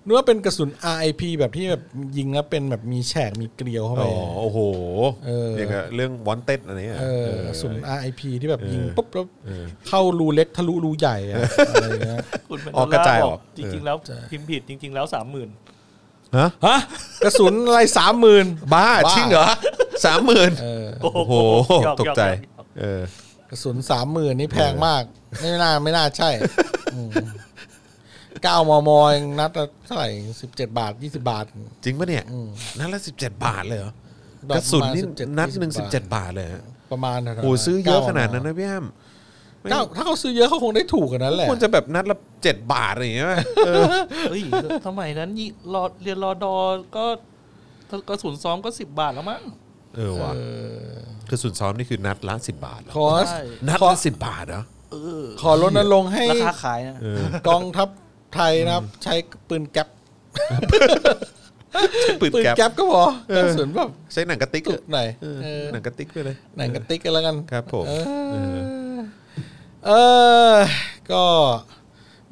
S1: นึกว่าเป็นกระสุน RIP แบบที่แบบยิงแล้วเป็นแบบมีแฉกมีเกลียวเข้าไป
S2: อ๋อโอ้โห
S1: เออ
S2: อย่างกับเรื่องวอนเต็ดอะไรเงี้ย
S1: เออ
S2: เออก
S1: ระสุน RIP ที่แบบยิงปุ๊บแล้วเข้ารูเล็กทะลุรูใหญ่อะอะไรอย่างเงี้ย
S4: คุณเป็น
S2: ออกกระจายออก
S4: จริงๆแล้วพิมพ์ผิดจริง ๆ แล้วสามหมื่น
S2: ฮะ
S1: ฮะกระสุนอะไรสามหมื่น
S2: บ้าจริงเหรอสามหมื่น
S1: เออ
S2: โอ้โหตกใจเออ
S1: กระสุนสามหมื่นนี่แพงมาก ไม่น่าไม่น่าใช่อืม เก้ามมเองนัดละเท่าไหร่สิบเจ็ดบาทยี่สิบาท
S2: จริงปะเนี่ย
S1: อืม
S2: นัดละสิบเจ็ดบาทเลยเหรอ
S1: ดอก
S2: กระสุ
S1: ป
S2: น
S1: ระมาณ
S2: นี่
S1: 17
S2: นัดหนึ่งสิบเจ็ด
S1: 20
S2: บาทเลยฮะ
S1: ประมาณนะครั
S2: โอ้โหซื้อเยอะขนาดนั้นนะพี่แอม
S1: เก้าถ้าเขาซื้อเยอะเขาคงได้ถูกกันนั้นแหละ
S2: ควรจะแบบนัดละเจ็ดบาทอะไรอย่างเงี้ยป่ะเออ
S4: เฮ้ยสมัยนั้นยี่รอเรียนรอดอก็กระสุนซ้อมก็สิบบาทแล้วมั้ง
S2: เออว่ะคือสุนซ้อมนี่คือนัดละสิบบาทเหรอ
S1: คอส
S4: ใช่
S2: นัด
S1: ขอ
S2: ละสิบบาทเหรอ
S4: เออ
S1: ขอรณรงค์ให้
S4: ราคาขายนะ
S1: กองทัพไทยนะครับ ใช้ปืนแก๊ป
S2: ปืน
S1: ปืน
S2: แก๊ป
S1: แก๊ปก็พอกระสุนแบบ
S2: ใช้หนังกระติก
S1: สุ
S2: อะ
S1: ดหน่อย
S2: เออ
S1: เออ
S2: หนังกระติกไปเลย
S1: หนังกระติกกันแล้วกัน
S2: ครับผม
S1: เออเออ ก็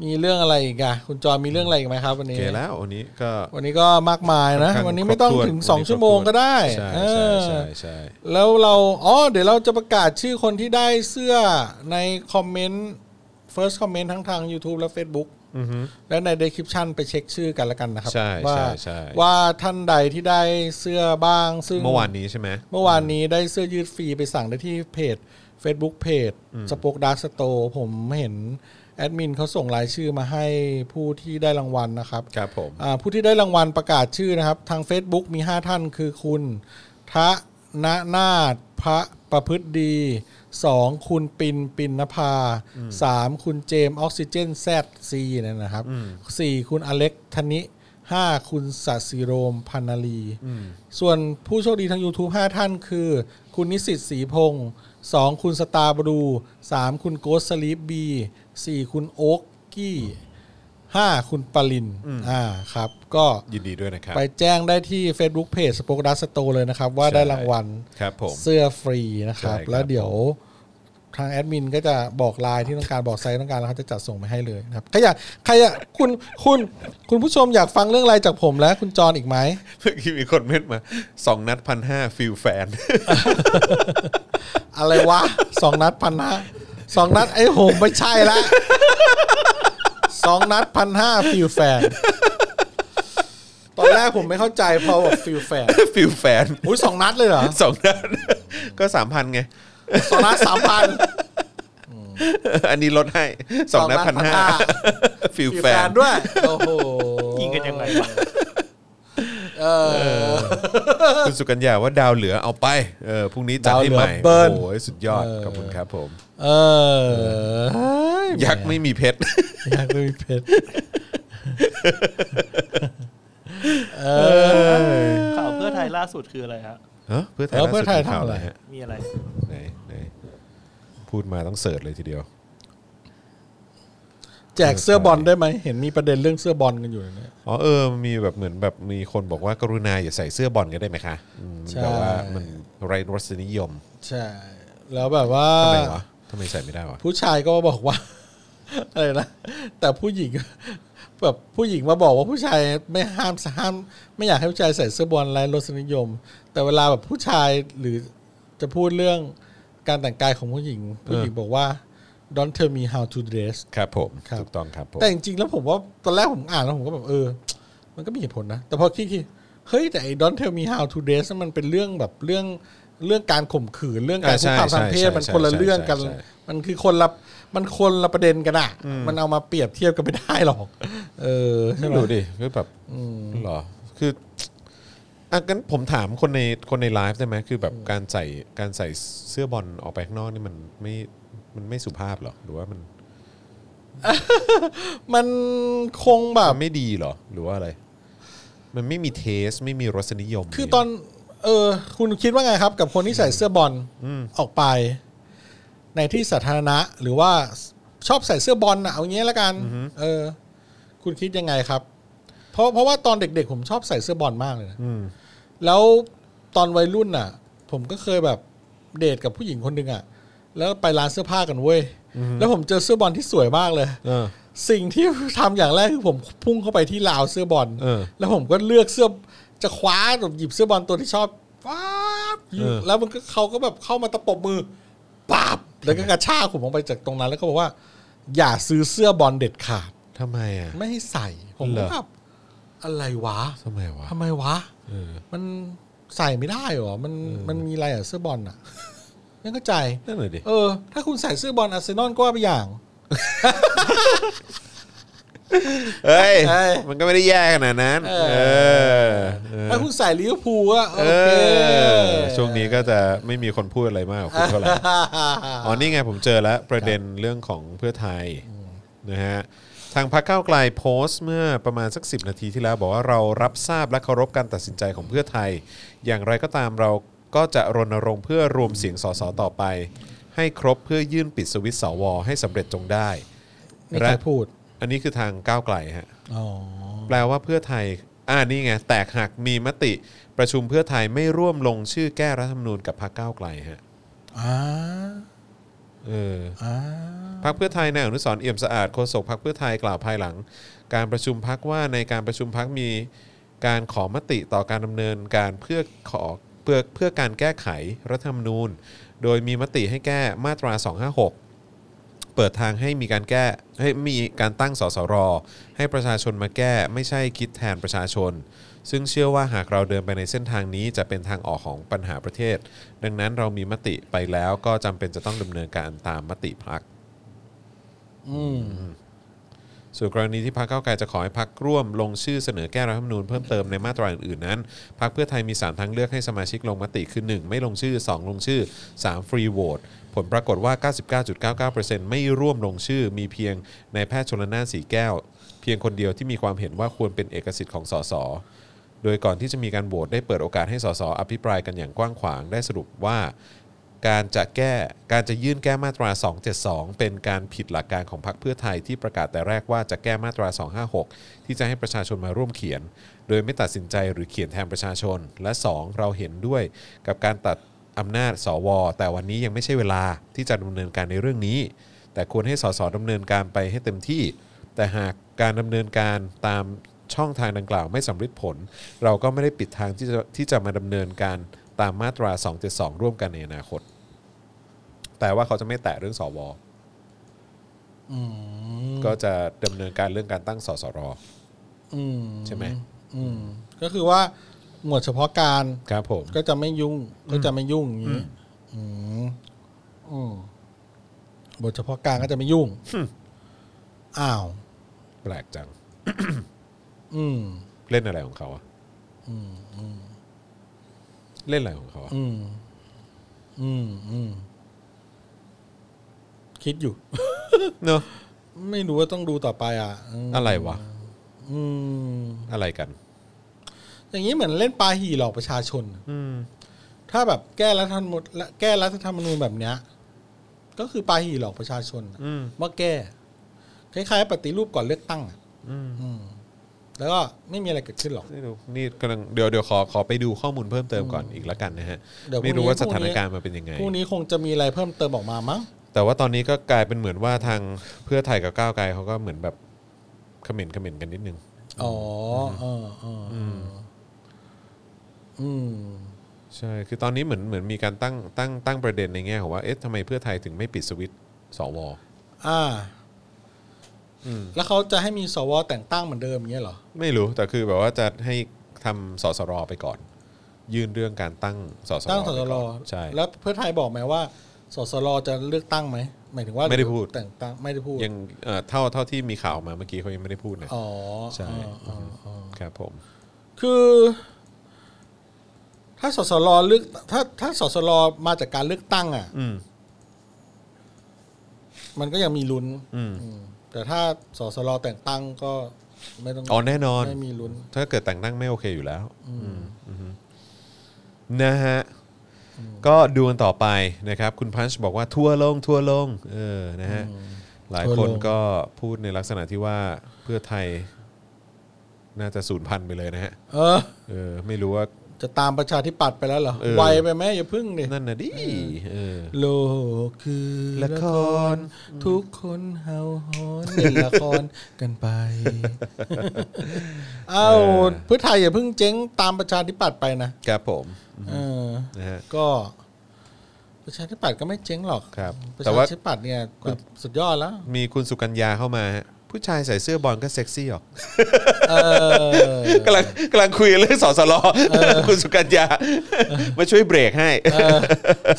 S1: มีเรื่องอะไรอีกอะคุณจอยมีเรื่องอะไรอีกไหมครับวัน
S2: โอ
S1: นี้
S2: เคแล้ววันนี้ก็
S1: วันนี้ก็มากมายนะ
S2: ค่ข้า
S1: วันนี้ไม่ต้อง
S2: ครบถ้
S1: ถึง
S2: วันนี้
S1: สองชั่วโมงก็ได้
S2: ใช่
S1: เออ
S2: ใช่ใช่ใช่
S1: แล้วเราอ๋อเดี๋ยวเราจะประกาศชื่อคนที่ได้เสื้อในคอมเมนต์ first comment ทั้งทาง YouTube และ Facebook
S2: อือฮึ
S1: และใน description ไปเช็คชื่อกันละกันนะครับ
S2: ใช่
S1: ว่า
S2: ใช่ใช่
S1: ว่าท่านใดที่ได้เสื้อบ้างซึ่ง
S2: เมื่อวานนี้ใช่ไหม
S1: เมื่อวานนี้ได้เสื้อยืดฟรีไปสั่งได้ที่เพจ Facebook เพจสป o กดาร์สโตผมเห็นแอดมินเขาส่งรายชื่อมาให้ผู้ที่ได้รางวัลนะครับ
S2: ครับผม
S1: อ่าผู้ที่ได้รางวัลประกาศชื่อนะครับ ทาง Facebook มี 5 ท่านคือคุณ ทะนะนาฏพระประพฤติดี 2 คุณปินปินนภา 3 คุณเจมออกซิเจนแซดซีเนี่ยนะครับ 4 คุณอเล็กธนิ 5 คุณสัสิโรมพันนาลี ส่วนผู้โชคดีทาง YouTube 5 ท่านคือ คุณนิสิตศรีพงศ์2คุณสตาร์บรู 3 คุณโกสลีปบี4คุณโอ๊กกี้ 5 คุณปรินอ่าครับ ก็
S2: ยินดีด้วยนะครับ
S1: ไปแจ้งได้ที่ Facebook Page สป o กดัสสโตเลยนะครับ ว่า
S2: ใช่
S1: ได้รางวัล
S2: ครับผม
S1: เสื้อฟรีนะครับ
S2: ใช่ครับ
S1: แล้วเดี๋ยวทางแอดมินก็จะบอกลายที่ต้องการบอกไซส์ต้องการแล้วเขาจะจัดส่งไปให้เลยนะครับใครอยากใครอยากคุณคุณคุณผู้ชมอยากฟังเรื่องอะไรจากผมและคุณจรอีกไหม
S2: เมื่อกี้มีคนเม้นมาสองนัดพันห้าฟิลแฟน
S1: อะไรวะ สองนัดพันห้าสองนัดไอ้โหมไม่ใช่ละ สองนัดพันห้าฟิลแฟน ตอนแรกผมไม่เข้าใจพอบอกฟิลแฟน
S2: ฟิลแฟน
S1: อุ้ยสองนัดเลยเหรอ
S2: สองนัด ก็สามพันไง
S1: สองนัดสามพัน
S2: อันนี้ลดให้สองนัดพันห้า ฟิลแฟน
S1: ด้วย โอ้โห
S4: ยิงกันยังไงวะ
S1: เออ
S2: คุณสุกัญญาว่าดาวเหลือเอาไปเออพรุ่งนี้จัดให้ให
S1: ดาวเห
S2: ม่
S1: ลือเบิ
S2: โอ้
S1: ร์น
S2: โหสุดยอดขอบคุณครับผม
S1: เออเฮ้
S2: ยักษ์ไม่มีเพชร
S1: ยักษ์ไม่มีเพชรเออ
S4: ข่าวเพื่อไทยล่าสุดคืออะไรฮะ
S2: ฮะเพื่อไทย
S1: เออ
S2: ล่าสุด
S1: เพื่อไทย
S2: มีข่า
S1: ทำ
S2: ว
S1: อะไร
S2: หนฮ
S4: มีอะไร
S2: ไหนไหนพูดมาต้องเสิร์ชเลยทีเดียว
S1: แจกเสื้อบอลได้ไหม เห็นมีประเด็นเรื่องเสื้อบอลกันอยู่เนี่ย
S2: อ๋อเออมีแบบเหมือนแบบมีคนบอกว่ากรุณาอย่าใส่เสื้อบอลกันได้ไหมคะอืม
S1: ใช่
S2: แบบว่ามันไรรสนิยม
S1: ใช่ แล้วแบบว่า
S2: ทำไมวะทำไมใส่ไม่ได้วะ
S1: ผู้ชายก็มาบอกว่า อะไรนะ แต่ผู้หญิง แบบผู้หญิงมาบอกว่าผู้ชายไม่ห้ามห้าม ไม่อยากให้ผู้ชายใส่เสื้อบอลไร้รสนิยม แต่เวลาแบบผู้ชายหรือจะพูดเรื่องการแต่งกายของผู้หญิง ผู้หญิงบอกว่า don't tell me how to dress
S2: ครับผม
S1: ครับ
S2: ถูกต้องครับผม
S1: แต่จริงๆแล้วผมว่าตอนแรกผมอ่านแล้วผมก็แบบเออ มันก็มีเหตุผลนะ แต่พอคิดๆเฮ้ยแต่ไอ้ don't tell me how to dress นั่นมันเป็นเรื่องแบบเรื่องเรื่องการข่มขืนเรื่องการคุกคามทางเพศมันคนละเรื่องกัน มันคือคนละมันคนละประเด็นกันอ่ะ มันเอามาเปรียบเทียบกันไม่ได้หรอก เออใช่
S2: ไม่
S1: ไหม
S2: รู้ดิก็แบบเหรอคืออ่ะงั้นผมถามคนในคนในไลฟ์ได้ไหมคือแบบการใส่การใส่เสื้อบอลออกไปข้างนอกนี่มันไม่มันไม่สุภาพเหรอหรือว่ามัน
S1: มันคงแบบ
S2: มันไม่ดีเหรอหรือว่าอะไร มันไม่มีเทสไม่มีรสนิยม
S1: คือตอน เออ คุณคิดว่าไงครับ กับคนที่ใส่เสื้อบอลออกไป ในที่สาธารณะ หรือว่าชอบใส่เสื้อบอลนะเอางี้แล้วกัน เออ คุณคิดยังไงครับ เพราะเพราะว่าตอนเด็ก ๆ ผมชอบใส่เสื้อบอลมากเลยนะ
S2: อืม
S1: แล้วตอนวัยรุ่นน่ะ ผมก็เคยแบบเดทกับผู้หญิงคนหนึ่งอ่ะ แล้วไปร้านเสื้อผ้ากันเว้ยแล้วผมเจอเสื้อบอลที่สวยมากเลย
S2: เออ
S1: สิ่งที่ทำอย่างแรกคือผมพุ่งเข้าไปที่ราวเสื้อบอล
S2: เออ
S1: แล้วผมก็เลือกเสื้อจะคว้าแบบหยิบเสื้อบอลตัวที่ชอบป๊าบ
S2: เออ
S1: แล้วมันก็เขาก็แบบเข้ามาตะปบมือปาบแล้วก็กระชากผมออกไปจากตรงนั้น แล้วก็บอกว่า อย่าซื้อเสื้อบอลเด็ดขาด
S2: ทำไมอ่ะ
S1: ไม่ให้ใส่ ผม
S2: เหร
S1: ก็
S2: อ
S1: แบบอะไรวะ
S2: ทำไมวะ
S1: ทำไมวะ
S2: เออ
S1: มันใส่ไม่ได้เหรอมันมันมีอะไรอะเสื้อบอลอะไม่เข้าใจ
S2: นั่นเลยดิ
S1: เออ ถ้าคุณใส่เสื้อบอลอาร์เซนอลก็ว่าไปอย่าง
S2: เฮ้ย
S1: เอ้ย
S2: มันก็ไม่ได้แย่ขนาดนั้น เออเออ
S1: ถ้าคุณใส่ลิเวอร์พูลก็โอ
S2: เอ
S1: เค
S2: อ ช่วงนี้ก็จะไม่มีคนพูดอะไรมากกับคุณเท่าไหร่ อ๋อนี่ไงผมเจอแล้วประเด็นเรื่องของเพื่อไทยนะฮะทางพรรคก้าวไกลโพสต์เมื่อประมาณสัก 10 นาทีที่แล้ว บอกว่าเรารับทราบและเคารพการตัดสินใจของเพื่อไทย อย่างไรก็ตามเราก็จะรณรงค์เพื่อรวมเสียงสสต่อไป ให้ครบเพื่อยื่นปิดสวิตช์สวให้สำเร็จจงได้
S1: นี่ใครพูด
S2: อันนี้คือทางก้าวไกลฮะ
S1: อ๋อ
S2: แปลว่าเพื่อไทย อ่านี่ไง แตกหักมีมติประชุมเพื่อไทยไม่ร่วมลงชื่อแก้รัฐธรรมนูญกับพรรคก้าวไกลฮะ
S1: อ่า
S2: เออ
S1: อ่า
S2: พักเพื่อไทยนายอนุสรณ์เอี่ยมสะอาดโฆษกพักเพื่อไทยกล่าวภายหลัง การประชุมพักว่าในการประชุมพักมีการขอมติต่อการดำเนินการเพื่อขอเพื่อเพื่อการแก้ไขรัฐธรรมนูญ โดยมีมติให้แก้มาตรา 256 เปิดทางให้มีการแก้ให้มีการตั้งสสร ให้ประชาชนมาแก้ไม่ใช่คิดแทนประชาชน ซึ่งเชื่อว่าหากเราเดินไปในเส้นทางนี้จะเป็นทางออกของปัญหาประเทศ ดังนั้นเรามีมติไปแล้วก็จำเป็นจะต้องดำเนินการตามมติพัก
S1: อืม
S2: ส่วนกรณีที่พรรคก้าวไกลจะขอให้พรรคร่วมลงชื่อเสนอแก้รัฐธรรมนูญเพิ่มเติมในมาตราอื่นๆนั้นพรรคเพื่อไทยมี 3 ทางเลือกให้สมาชิกลงมติคือ 1 ไม่ลงชื่อ 2 ลงชื่อ 3 ฟรีโหวตผลปรากฏว่า 99.99%ไม่ร่วมลงชื่อ มีเพียงนายแพทย์ชนละนานสีแก้ว เพียงคนเดียวที่มีความเห็นว่าควรเป็นเอกสิทธิ์ของสส โดยก่อนที่จะมีการโหวตได้เปิดโอกาสให้สสอภิปรายกันอย่างกว้างขวางได้สรุปว่า การจะแก้การจะยื่นแก้มาตรา 272 เป็นการผิดหลักการของพรรคเพื่อไทยที่ประกาศแต่แรกว่าจะแก้มาตรา 256 ที่จะให้ประชาชนมาร่วมเขียน โดยไม่ตัดสินใจหรือเขียนแทนประชาชน และ 2 เราเห็นด้วยกับการตัดอำนาจสว แต่วันนี้ยังไม่ใช่เวลาที่จะดำเนินการในเรื่องนี้ แต่ควรให้สสดำเนินการไปให้เต็มที่ แต่หากการดำเนินการตามช่องทางดังกล่าวไม่สำเร็จผล เราก็ไม่ได้ปิดทางที่จะที่จะมาดำเนินการตามมาตรา 272 ร่วมกันในอนาคต แต่ว่าเขาจะไม่แตะเรื่องสว
S1: อืม
S2: ก็จะดำเนินการเรื่องการตั้งสสร
S1: อืม
S2: ใช่ไหม
S1: อืมก็คือว่าหมวดเฉพาะการ
S2: ครับผม
S1: ก็จะไม่ยุ่งก็จะไม่ยุ่งอย่างนี้อืมอืมบทเฉพาะการก็จะไม่ยุ่งอ้าว
S2: แปลกจัง
S1: อืม
S2: เล่นอะไรของเขาอะเล่นอะไรของเขาอะ
S1: อืม อืม อืม คิดอยู่
S2: เนอะ
S1: ไม่รู้ว่าต้องดูต่อไปอ่ะม
S2: อะไรวะ
S1: อืม
S2: อะไรกัน
S1: อย่างนี้เหมือนเล่นปลาหี่หลอกประชาชน
S2: อืม
S1: ถ้าแบบแก้รัฐธรรมนูญและแก้รัฐธรรมนูญแบบเนี้ย ก็คือปลาหี่หลอกประชาชนอะ
S2: อืม
S1: ว่าแก้คล้ายๆปฏิรูปก่อนเลือกตั้งอะ
S2: อืม
S1: อืม แล้วก็ไม่มีอะไรเกิดขึ้นหรอก
S2: ไม่รู้นี่กำลังเดี๋ยวเดี๋ยวขอขอไปดูข้อมูลเพิ่มเติมก่อนอีกแล้วกันนะฮะ
S1: เดี๋ยวพรุ่งนี้
S2: ไม่รู้ว่าสถานการณ์มันเป็นยังไง
S1: พรุ่งนี้คงจะมีอะไรเพิ่มเติมออกมามั้ง
S2: แต่ว่าตอนนี้ก็กลายเป็นเหมือนว่าทางเพื่อไทยกับก้าวไกลเขาก็เหมือนแบบเขม่นเขม่นกันนิดนึง
S1: อ๋อเออเออเอออืม
S2: ใช่ คือตอนนี้เหมือนเหมือนมีการตั้งตั้งตั้งประเด็นในแง่ของว่า เอ๊ะทำไมเพื่อไทยถึงไม่ปิดสวิตช์สว
S1: อ่า
S2: อืม
S1: แล้วเขาจะให้มีสวแต่งตั้งเหมือนเดิมอย่างเงี้ยเหรอ
S2: ไม่รู้ แต่คือแบบว่าจะให้ทำสสรไปก่อน ยื่นเรื่องการตั้งสสร
S1: ตั้งสส
S2: ไป
S1: ร
S2: ก่อนใช่
S1: แล้วเพื่อไทยบอกไหมว่า สสรจะเลือกตั้งไหม หมายถึงว่า
S2: ไม่ได้พูด
S1: แต่งตั้งไม่ได้พูด
S2: ยังเอ่อเท่าเท่าที่มีข่าวออกมาเมื่อกี้เขายังไม่ได้พูดนะ
S1: อ๋อ
S2: ใช่
S1: อ๋ออ๋ออ๋อ
S2: ครับผม
S1: คือ ถ้าสสรเลือกถ้าถ้าสสรมาจากการเลือกตั้ง อ่ะ
S2: อืม
S1: มันก็ยังมีลุ้น
S2: อืม
S1: อืมแต่ถ้าสสรแต่งตั้งก็ไม่ต้อง
S2: อ๋อแน่นอน
S1: ไม่มีลุ้น
S2: ถ้าเกิดแต่งตั้งไม่โอเคอยู่แล้วอืมอือฮึนะฮะ ก็ดูกันต่อไปนะครับ คุณพันช์บอกว่าทั่วร์ลงทั่วร์ลง เออนะฮะ หลาย
S1: ทัวร์
S2: ค
S1: ล
S2: น
S1: ง
S2: ก็พูดในลักษณะที่ว่าเพื่อไทย น่าจะสูญพันธุ์ไปเลยนะฮะ
S1: เออ
S2: เออ ไม่รู้ว่า
S1: จะตามประชาธิปัตย์ไปแล้วเหรอ
S2: เออ
S1: ไวไปไหมอย่าพึ่งดิ
S2: นั่นนะดิเออ
S1: โลกคือ
S2: ละคร
S1: ทุกคนเฮาฮอนเล่นละครกันไป เอ้าเพื่อไทยอย่าเพิ่งเจ๊งตามประชาธิปัตย์ไปนะครับ
S2: ผม
S1: เออ
S2: นะฮะ
S1: ก็ ประชาธิปัตย์ก็ไม่เจ๊งหรอก
S2: ครับ
S1: ประ
S2: แต่ว่า
S1: ชาธิปัตย์เนี่ยแบบสุดยอดแล้ว
S2: มีคุณสุกัญญาเข้ามาฮะผู้ชายใส่เสื้อบอลก็เซ็กซี่หรอก
S1: เออก
S2: ำลังกำลังคุยเรื่องสอสลอคุณสุกัญญา มาช่วยเบรกให้
S1: เออ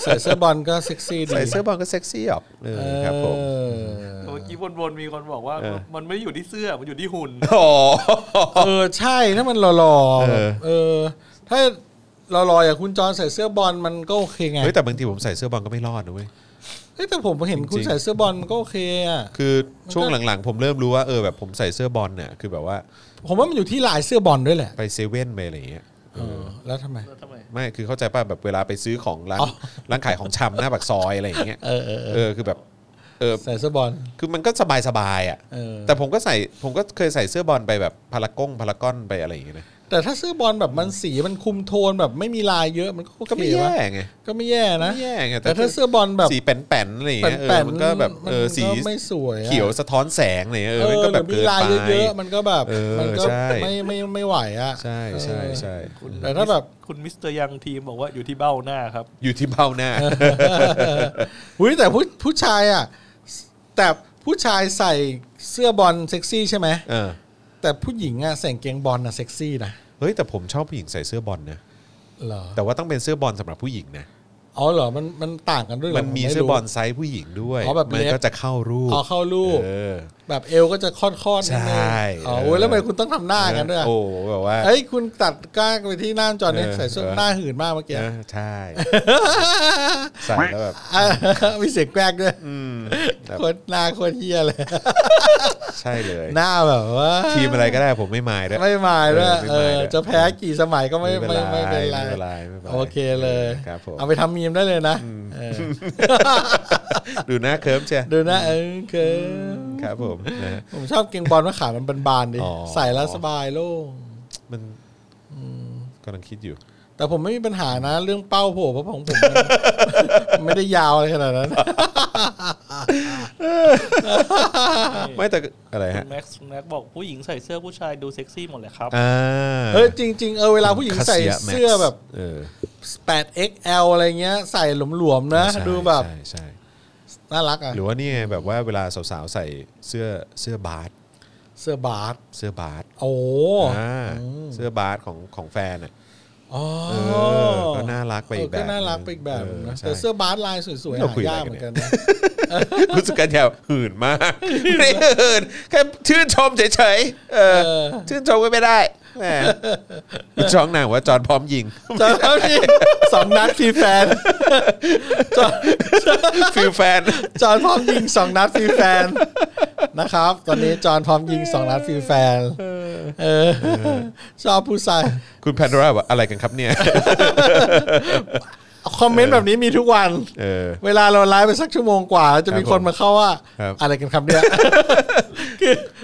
S1: ใส่เสื้อบอลก็เซ็กซี่ดี
S2: ใส่เสื้อบอลก็เซ็กซี่หรอกเออครับผม
S1: เออ
S4: เมื่อ อกี้วนๆมีคนบอกว่า
S2: เออ
S4: มันไม่ได้อยู่ที่เสื้อมันอยู่ที่หุ่น
S2: อ๋อ
S1: เออใช่ถ้ามันหล่อๆแบบ
S2: เออ
S1: เออ ถ้าหล่อๆอย่างคุณจอนใส่เสื้อบอลมันก็โอเคไง
S2: เฮ้ยแต่บางทีผมใส่เสื้อบอลก็ไม่รอดนะเว้ย
S1: เฮ้ยแต่ผมเห็นคุณ
S2: จริงๆ
S1: ใส่เสื้อบอลมันก็โอเคอ่ะ
S2: คือช่วง
S1: มันก็
S2: หลังๆ ผมเริ่มรู้ว่าเออแบบผมใส่เสื้อบอลเนี่ยคือแบบว่า
S1: ผมว่ามันอยู่ที่ลายเสื้อบอลด้วยแหละ
S2: ไปเซเว่นไปอะไรอย่างเงี้ย
S1: เออแล้วทำไม
S4: แล้วทำไม
S2: ไม่คือเข้าใจป่ะแบบเวลาไปซื้อของร้าน
S1: อ๋อ
S2: ร้านขายของชำหน้าปากซอยอะไรอย่างเงี้ย
S1: เออเออเออ
S2: เออคือแบบเออ
S1: ใส่เสื้อบอล
S2: คือมันก็สบายๆอ่ะ
S1: เออ
S2: แต่ผมก็ใส่ผมก็เคยใส่เสื้อบอลไปแบบพารากงพารากอนไปอะไรอย่างเงี้ยนะ
S1: แต่ถ้าเสื้อบอลแบบมันสีมันคุมโทนแบบไม่มีลายเยอะมันก็โอเค
S2: ก็ไม่แย่
S1: วะ
S2: ไง
S1: ก็ไม่แย่นะ
S2: ไม่แย่ไง
S1: แต่ถ้าเสื้อบอลแบบ
S2: สีแป้นๆอะไรอย่างเงี้ยเอ
S1: แป้
S2: อน
S1: ๆ
S2: มันก็แบบเออ
S1: มันก็
S2: สี
S1: ไม่สวยอะ
S2: เขียวสะท้อนแสงอะไรเงี้ยเออมันก็แบบ
S1: หรืมี
S2: เกิน
S1: ลาย
S2: ไป
S1: เยอะๆมันก็แบบ
S2: เออ
S1: มันก็
S2: ใช่
S1: ไม่ไม่ไม่ไหวอ่ะ
S2: ใช่ใช่ใช่
S1: แต่ถ้าแบบ
S4: คุณมิสเตอร์ยังทีมบอกว่าอยู่ที่เบ้าหน้าครับ
S2: อยู่ที่เบ้าหน้า
S1: อุ้ยแต่ผู้ผู้ชายอ่ะแต่ผู้ชายใส่เสื้อบอลเซ็กซี่ใช่ไหม
S2: เออ
S1: แต่ผู้หญิงอ่ะใส่กางเกงบอลอ่ะเซ็กซี่นะ
S2: เฮ้ยแต่ผมชอบผู้หญิงใส่เสื้อบอลนะ
S1: เหรอ
S2: แต่ว่าต้องเป็นเสื้อบอลสำหรับผู้หญิงนะ
S1: อ๋อเหรอมันมันต่างกันด้วยหร
S2: มันมี
S1: ผไรู้
S2: เสื้อบอลไซส์ผู้หญิงด้วย
S1: อ๋อแบบ
S2: มั
S1: เล็บ
S2: ก็จะเข้ารูป
S1: อ๋อเข้ารูป
S2: เออ
S1: แบบเอวก็จะค่อนๆนิดนึง
S2: ใช่
S1: อ๋อ
S2: เออ
S1: โอ้ยแล้วทำไมคุณต้องทำหน้ากันด้วยอะ
S2: โอ้แบบว่า
S1: เฮ้ยคุณตัดกล้าไปที่หน้าจอเนี่ย
S2: เออ
S1: ใส่เสื้อ
S2: เออ
S1: หน้าหืนมากเมื่อกี้
S2: เออใช่ ใส่แล้วแบบ
S1: อ่ะมีเสียงแกรกด้วย
S2: อืมแบบ
S1: โคตรหน้าโคตรเฮียเลย
S2: ใช่เลย
S1: หน้าแบบว่า
S2: ทีมอะไรก็ได้ผมไม่มายด้วย
S1: ไม่มายด้วย
S2: เออไม่
S1: เอ
S2: มา
S1: อ
S2: ยด้วย
S1: จะแพ้กี่สมัยก็ไม่
S2: ไม่
S1: ไม่ไม่เป็นไร
S2: ไม่เป็นไรไม่ป็นไร
S1: โอเคเลย
S2: ครับผม
S1: เอาไปทำมีมได้เลยนะเออ
S2: ดูหน้าเคิร์ฟเชีย
S1: ดูนะเออเคย
S2: ครับผมนะฮะ
S1: ผมชอบเกงบอลว่าขามันบานๆดิ
S2: อ๋อ
S1: ใส่แล้วสบายโล่ง
S2: มันกำลังคิดอยู่
S1: แต่ผมไม่มีปัญหานะ เรื่องเป้าโผล่เพราะของผมมันมันไม่ได้ ยาวอะไรขนาดนั้น
S2: ไม่แต่อะไร
S4: คุ
S2: ฮะ
S4: ณแม็กซ์คุณแม็กซ์บอกผู้หญิงใส่เสื้อผู้ชายดูเซ็กซี่หมดเลยครับ
S2: อ่า
S1: เออจริง ๆ เออเวลาผู้หญิงใส่เสื้อแบบ
S2: เออ
S1: 8XL อะไรเงี้ย ใส่หลวมๆนะ
S2: ใช่
S1: ดูแบบ
S2: ใช่ใช่
S1: น่ารักอ่ะ
S2: หรือว่านี่ไงแบบว่าเวลาสาวๆใส่เสื้อเสื้อบาส
S1: เสื้อบาส
S2: เสื้อบาส
S1: โอ้
S2: อ่าเสื้อบาสของของแฟนอ่ะ
S1: อ๋อ
S2: เออก็น่ารักไปอีกแบบ
S1: เก็น่ารักไปอีกแบบหนึ่งนะ
S2: ใช่
S1: แต่เสื้อบาสลายสวยๆ
S2: เรา
S1: หา
S2: คุยอะไร
S1: ยาก
S2: กัน
S1: เหมือย น
S2: เนี่
S1: กันนะ
S2: คุณสุกัญญาหื่นมากไม่ได้หื่นแค่ชื่นชมเฉยๆเออชื่นชมก็ไม่ได้แหมคุณช้องนางว่าจอนพร้อมยิง
S1: จอครับพี่สองนัดฟรีแฟนจอ
S2: ฟิลแฟน
S1: จอนพร้อมยิงสองนัดฟรีแฟนนะครับ ตอนนี้จอนพร้อมยิงสองนัดฟรีแฟนเออชอบผู้ชาย
S2: คุณแพนดราว่าอะไรกันครับเนี่ย
S1: คอมเมนต์แบบนี้มีทุกวัน
S2: เออ
S1: เวลาเราไลฟ์ไปสักชั่วโมงกว่า จะมี
S2: ครับ
S1: คน
S2: ผม
S1: มาเข้าว่า
S2: ครับ
S1: อะไรกันครับเนี่ย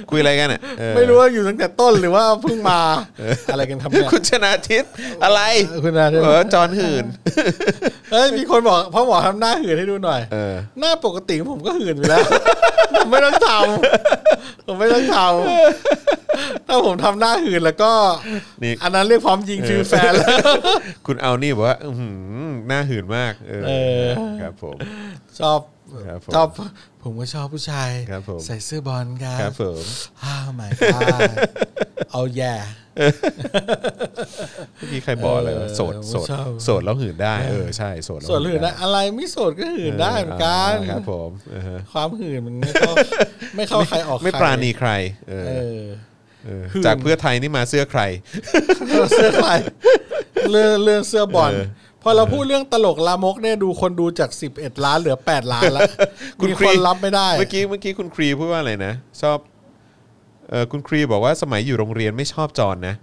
S2: คุยอะไรกันอ่ะเออ
S1: ไม่รู้ว่าอยู่ตั้งแต่ต้นหรือว่าเพิ่งมาอะไรกันครับเนี่ย
S2: คุณชนะทิพย์อะไร
S1: คุณชนาทิพย์
S2: เออจอนหื่น
S1: เอ้ยมีคนบอกพ่อหมอทำหน้าหื่นให้ดูหน่อย
S2: เออ
S1: หน้าปกติผมก็หื่นอยู่แล้ว ผมไม่ต้องทำผมไม่ต้องทำถ้าผมทำหน้าหื่นแล้วก็
S2: นี่
S1: อันนั้นเรียกพร้อมยิงฟิลแฟนแล้ว
S2: คุณเอานี่บอกว่าอื้อหือหน้าหื่นมาก เอ
S1: เออ
S2: อครับผม
S1: ชอบ
S2: ครับผม
S1: ชอบ ผมก็ชอบผู้ชาย
S2: ครับผม
S1: ใส่เสื้อบอลกัน
S2: ครับผม
S1: อ้าวไม่ เอาแย่
S2: เมื่อกี้ใครบอกเลยว่าโสด
S1: ผม
S2: โสด
S1: ชอบ
S2: โสดแล้วหื่นได้เออใช่โสดแล้
S1: ส่วนหื่นนะอะไรไม่โสดก็หื่นได้เหมือนกัน
S2: อ่าครับผมเออฮะ
S1: ความหื่นมันไม่เข้า ไม่เข้าใครออกใคร
S2: ไม่ปราณีใครเออ
S1: เออ
S2: เออ
S1: หื่น
S2: จากเพื่อไทยนี่มาเสื้อใคร
S1: เสื้อใคร เรื่องเรื่องเสื้อบอล
S2: เออ
S1: พอเราพูดเรื่องตลกลามกเนี่ยดูคนดูจาก 11 ล้านเหลือ 8 ล้านแล้วมีคนรับไม่ได้
S2: เมื่อกี้เมื่อกี้คุณครีพูดว่าอะไรนะ ชอบเออคุณครีบอกว่าสมัยอยู่โรงเรียนไม่ชอบจอนนะ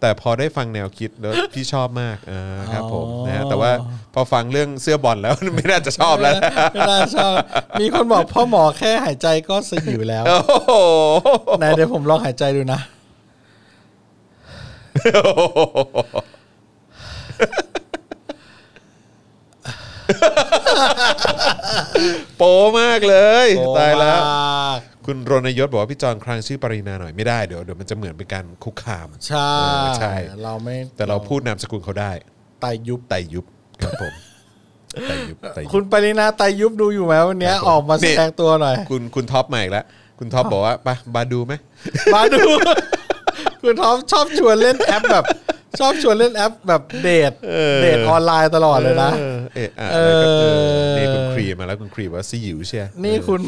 S2: แต่พอได้ฟังแนวคิดแล้วพี่ชอบมากอ่าครับผมนะฮะแต่ว่าพอฟังเรื่องเสื้อบอลแล้ว ไม่น่าจะชอบแล้วนะ
S1: ไม่ได้ชอบมีคนบอกพ่อหมอแค่หายใจก็สยิวแล้ว
S2: โอ้โห
S1: ไหนเดี๋ยวผมลองหายใจดูนะ
S2: โป้มากเลย
S1: โอ้
S2: ตายแล้
S1: มา
S2: ว
S1: ก
S2: คุณรณยศบอกว่าพี่จอนครางชื่อปรินาหน่อยไม่ได้เดี๋ยวเดี๋ยวมันจะเหมือนเป็นการคุกคาม
S1: ใช่
S2: เออใช่
S1: เราไม่
S2: แต่เราพูดนามสกุลเขาได้
S1: ไตายยุบ
S2: ไตยุบครับผมไตยุบไตยุบ
S1: คุณปรินาไตายยุบดูอยู่ไหมวันเนี้ยออกมาแสดงตัวหน่อย
S2: คุณคุณท็อปมาอีกแล้ว คุณท็อปบอกว่าไปบาดูไหม
S1: มาดู คุณท็อปชอบชวนเล่นแอปแบบ ชอบชวนเล่นแอปแบบเดทเดทออนไลน์ตลอดเลยนะ
S2: เออ เอะอะอะไรกับเออ
S1: เอ่อ
S2: นี่คุณครีมมาแล้วคุณครีมบอกว่าซีอิ๋วเชีย
S1: นี่คุณ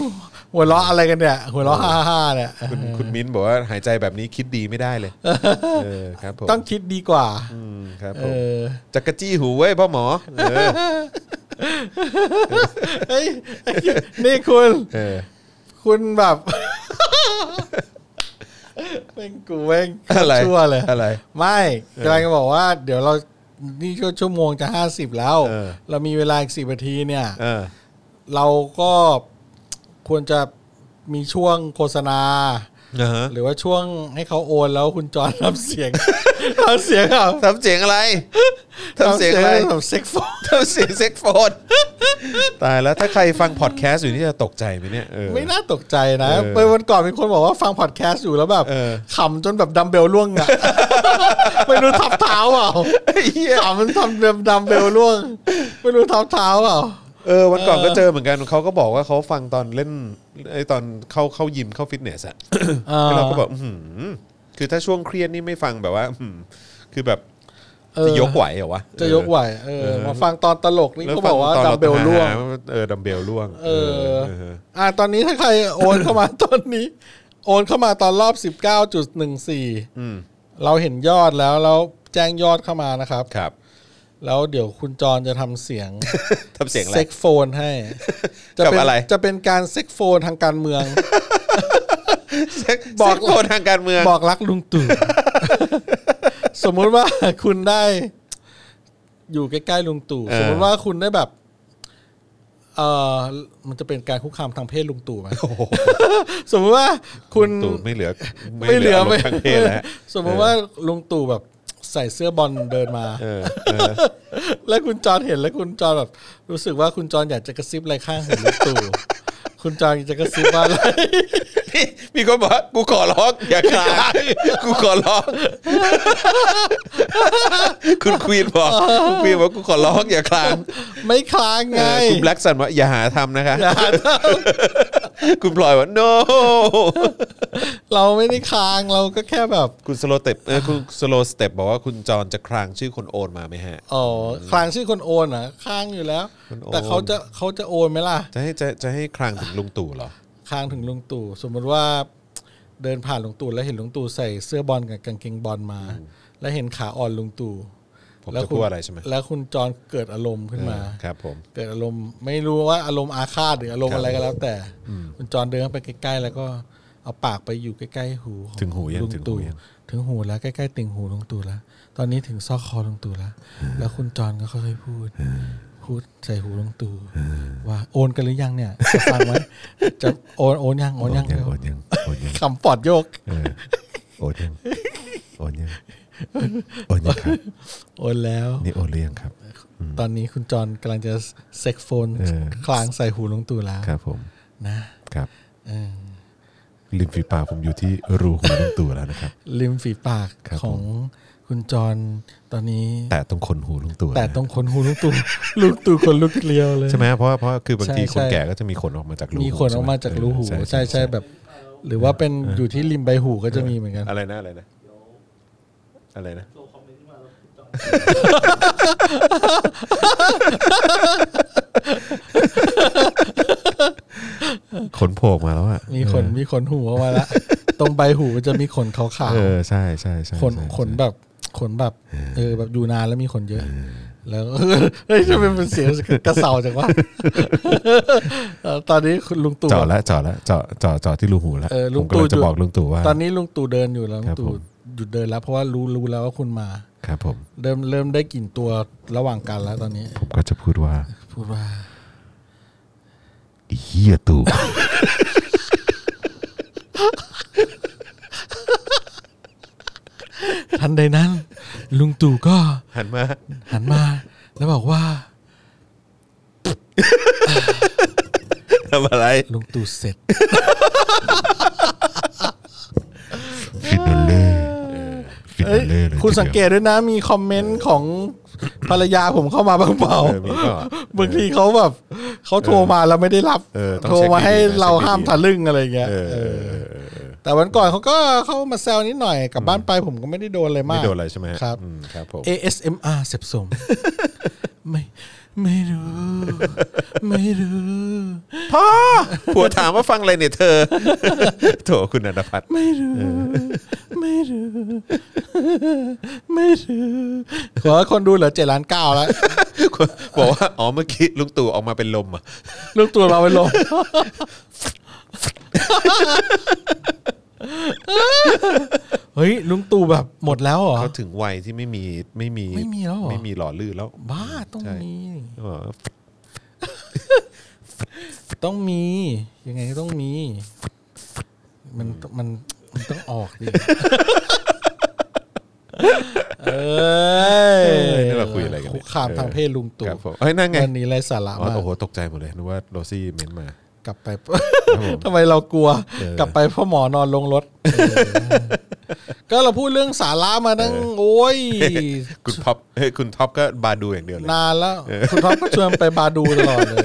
S1: หัวเราะอะไรกันเนี่ย หัวเราะฮ่าฮ่าๆเนี่ย
S2: คุณคุณมิ้นบอกว่าหายใจแบบนี้คิดดีไม่ได้เลยเออครับผม
S1: ต้องคิดดีกว่า
S2: อืมครับ
S1: เอ
S2: ผม
S1: อ
S2: จักรจี้หูเว้ยพ่อหมอเออ
S1: เฮ้ยนี่คุณ
S2: เออ
S1: คุณแบบ เป็นกูเว้ง
S2: อะไร
S1: ชั่วเลย
S2: อะไร
S1: ไม่กำลังจะบอกว่า เดี๋ยวเรานี่ก็ชั่วโมงจะห้าสิบแล้ว
S2: เออ
S1: เรามีเวลาอีกสิบนาทีเนี่ย
S2: เออ
S1: เราก็ควรจะมีช่วงโฆษณา
S2: นะฮะ
S1: หรือว่าช่วงให้เขาโอนแล้วคุณจอนทำเสีย ง ทำเสียงเอ่
S2: ทำเสียงอะไรทำเสียงอะไร
S1: แบบเซ็กโฟน
S2: ทำเสียงเซ็กโฟน ตายแล้วถ้าใครฟังพอดแคสต์อยู่นี่จะตกใจไหมเนี่ยเออ
S1: ไม่น่าตกใจนะ
S2: เออ
S1: เมื่อวันก่อนมีคนบอกว่าฟังพอดแคสต์อยู่แล้วแบบ
S2: เออ
S1: ขำจนแบบดัมเบลล่วงอะ ไม่รู้ทับเท้าเปล่า ขำมันทำเดิมดัมเบลล่วง ไม่รู้ทับเท้าเปล่า
S2: เออวันก่อนก็เจอเหมือนกันเขาก็บอกว่าเขาฟังตอนเล่นไอตอนเข้าเข้ายิมเข้าฟิตเนสอะ
S1: อ่า
S2: แล้วเราก็แบบอื้อหือคือถ้าช่วงเครียดนี่ไม่ฟังแบบว่าอื้อหือคือแบบจะยกไหวเหรอวะ
S1: จะยกไหวเออมาฟังตอนตลกนี่
S2: แล้ว
S1: ก็
S2: ฟั
S1: บ
S2: ง
S1: อกว่า
S2: ตน
S1: ดัมเบลล่วง
S2: หาเออดัมเบลล่วง
S1: เออ
S2: เออ
S1: อ่าตอนนี้ถ้าใครโอนเข้ามา ตอนนี้ โอนเข้ามาตอนรอบ
S2: อืม
S1: 19.14 เราเห็นยอดแล้วแล้วแจ้งยอดเข้ามานะครับ
S2: ครับ
S1: แล้วเดี๋ยวคุณจรจะทำเสียง
S2: ทำเสียงอะไร
S1: เซ็กโฟนให้
S2: กับ
S1: เป็น
S2: อะไร
S1: จะเป็นการเซ็กโฟนทางการเมือง
S2: เซ็ก
S1: บบ อ
S2: อก กโทนทางการเมือง
S1: บอกรักลุงตู่ สมมุติว่าคุณได้ อยู่ใกล้ๆลุงตู่ สมมติว่าคุณได้แบบ เออมันจะเป็นการคุกคามทางเพศลุงตู่ไหม
S2: โอ้โห
S1: สมมติว่าคุณ
S2: ตู่ไม่เหลือ
S1: ไม่เหลือ
S2: าร
S1: ไม่
S2: ณ์ทางเพศแล้วฮะ
S1: สมมติว่าลุงตู่แบบใส่เสื้อบอลเดินมา
S2: เออ
S1: แล้วคุณจอนเห็นแล้วคุณจอนแบบ รู้สึกว่าคุณจอนอยากจะกระซิบอะไรข้างหูลุงตู่ คุณจอนจะกระซิบว่าอะไร
S2: นี่ มีคนบอกว่ากูขอร้องอย่าคลางกูขอร้อง คุณควีนบอกคุณควีนบอกกูขอร้องอย่าคลาง
S1: ไม่คลาง
S2: เอ
S1: ไง
S2: อคุณแบล็กสันว่าอย่าหาทำนะคะคุณพลอยว่า no
S1: เราไม่ได้คลางเราก็แค่แบบ
S2: คุณสโลเต็ปเออคุณสโลสเต็ปบอกว่าคุณจอนจะคลางชื่อคนโอนมาไหมฮะ
S1: อ๋อคลางชื่อคนโอนอ่ะคลางอยู่แล้ว
S2: คนโอน
S1: แต่เขาจะเขาจะโอนไหมล่ะ
S2: จะให้จะจะให้คลางถึงลุงตู่เหรอ
S1: คลางถึงลุงตู่ สมมติว่า เดินผ่านลุงตู่แล้วเห็นลุงตู่ใส่เสื้อบอลกับกางเกงบอลมา แล้วเห็นขาอ่อนลุงตู่
S2: ผม
S1: แล้ว
S2: จะ
S1: คุณ
S2: พูดอะไรใช่ไหม
S1: แล้วคุณจอนเกิดอารมณ์ขึ้นมา
S2: ครับผม
S1: เกิดอารมณ์ไม่รู้ว่าอารมณ์อาฆาตหรืออารมณ์อะไรก็แล้ว แต่คุณจอนเดินเข้าไปใกล้ๆแล้วก็เอาปากไปอยู่ใกล้ๆหูขอ
S2: ถึงหูยัง
S1: ลุ
S2: ถึงหู
S1: ตู่
S2: ยัง
S1: ถึงหูแล้วใกล้ๆติ่งหูลุงตู่แล้วตอนนี้ถึงซอกคอลุงตู่แล้ว แล้วคุณจอนก็ค่อยๆพูด พูดใส่หูลุงตู่ว่าโอนกันหรือยังเนี่ยจะฟังไหมจะโอนโอนยังโอนยังเร็ว
S2: โอนยัง
S1: คำปอดโยก
S2: เออโอนยังโอนยังโอนยังครับ
S1: โอนแล้ว
S2: นี่โอนหรือยังครับ
S1: ตอนนี้คุณจอนกำลังจะเซ็กโฟน
S2: เออ
S1: คลางใส่หูลุงตู่แล้ว
S2: ครับผม
S1: นะครับ เออ
S2: ริมฝีปากผมอยู่ที่รูหูลุงตู่แล้วนะครับ
S1: ริมฝีปาก
S2: ครับ
S1: ของคุณจรตอนนี้
S2: แต่ตรงคนหูลุงตู่
S1: แต่ต้องคนหูลูกตู่ ลูกตู่คนลูกเลียวเลย
S2: ใช่ไหมเพราะเพราะคือบางที
S1: ใช่
S2: คน
S1: ใช่
S2: แก่ก็จะมีขนออกมาจากรู
S1: มีขนออกมาจากรูหู
S2: ใช่ไหม
S1: ใช่ใช่แบบ หรือว่าเป็นอยู่ที่ริมใบหูก็จะมีเหมือนกัน
S2: อะไรนะอะไรนะอะไรนะ ขนโผล่ออกมาแล้วอะ
S1: มีขนมีขนหูออกมาละ ตรงใบหูมันจะมีขนขาว
S2: เออใช่ใช่ใช่
S1: ๆขน
S2: ใช่
S1: ขนแบบขนแบบเออแบบอยู่นานแล้วมีขนเยอะ แล้ว เฮ้ยทำไมมันเสียงกระเซาจัง วะ เออตอนนี้คุณลุงตู่
S2: เจาะละเจาะละเจาะเจาะเจาะที่รูหูละ
S1: เออลุ
S2: ผ
S1: ง
S2: ม
S1: ตู่
S2: กำลัง
S1: ห
S2: จะ
S1: ยุด
S2: บอกลุงตู่ว่า
S1: ตอนนี้ลุงตู่เดินอยู่แล้วลุ
S2: ครั
S1: ง
S2: บ
S1: ตู่
S2: ผม
S1: หยุดเดินแล้ว เพราะว่ารู้รู้แล้วว่าคุณมา
S2: ครับผม
S1: เริ่มเริ่มได้กลิ่นตัวระหว่างกันแล้วตอนนี้
S2: ผมก็จะพูดว่า
S1: พูดว่า
S2: เฮียตู่
S1: ทันใดนั้น ลุงตู่ก็
S2: หันมา
S1: หันมา แล้วบอกว่า
S2: ทำอะไร
S1: ลุงตู่เสร็จ
S2: ฟินาเล่ฟินาเล่เลย
S1: คุณสังเกตด้วยนะ มีคอมเมนต์ของภรรยาผมเข้ามาบ้างเปล่า
S2: เออมีก็
S1: บางทีเขาแบบเขาโทรมาแล้วไม่ได้รับ
S2: เออต้อง
S1: โทรมา
S2: เช็คดีๆ
S1: ให้เรา
S2: เช็คดีๆ
S1: ห้ามทะลึ่งอะไรอย่างเงี้ย
S2: เออ
S1: เอ
S2: เออ
S1: อ
S2: เออเออ
S1: แต่วันก่อนเขาก็เข้ามาแซวนิดหน่อยกลับบ้านไปผมก็ไม่ได้โดนอะไรมาก
S2: ไม่โดนอะไรใช่ไหมฮะ
S1: ครับ
S2: อืมครับผม
S1: ASMR เสพสม ไม่ ไม่รู้ ไม่รู้
S2: พ่อผัวถามว่าฟังอะไรเนี่ยเธอ โถคุณนันทพัฒน์
S1: ไม่รู้ ไม่รู้ ไม่รู้ขอคนดูเหลือเจ็ดล้านเก้าแล้ว
S2: บอกว่า อ๋อเมื่อกี้ลุงตู่ออกมาเป็นลมอ่ะ
S1: ลูกตัวเราไปลง เฮ้ย ลุงตู่แบบหมดแล้วเหรอ
S2: เขาถึงวัยที่ไม่มีไม่มี
S1: ไม่มีแล้วเหรอ
S2: ไม่มีหล่อลื่นแล้ว
S1: บ้าต้อง
S2: ใช่
S1: มี
S2: เขาบอกว่า
S1: ต้องมี ยังไงก็ต้องมี มันมันมันต้องอ อกดิ เอ้ย
S2: นี่เราคุยอะไรกัน
S1: คุ
S2: เนี่ย
S1: กคามทางเพศลุงตู่
S2: ครับผมเฮ้ยนั่นไง
S1: วันนี้ไรสาระ
S2: อ๋อ
S1: มาก
S2: โอ้โหตกใจหมดเลยนึกว่าโรซี่เม้นต์มา
S1: กลับไป
S2: บผม
S1: ทำไมเรากลัว
S2: เออ
S1: กลับไปพ่อหมอนอนลงรถเออก็เราพูดเรื่องสาระมาตั้งโอ้ย
S2: คุณท็อปเฮ้ยคุณท็อปก็บาดูอย่างเดียวเลย
S1: นานแล้ว คุณท็อปก็ชวนไปบาดูตลอดเลย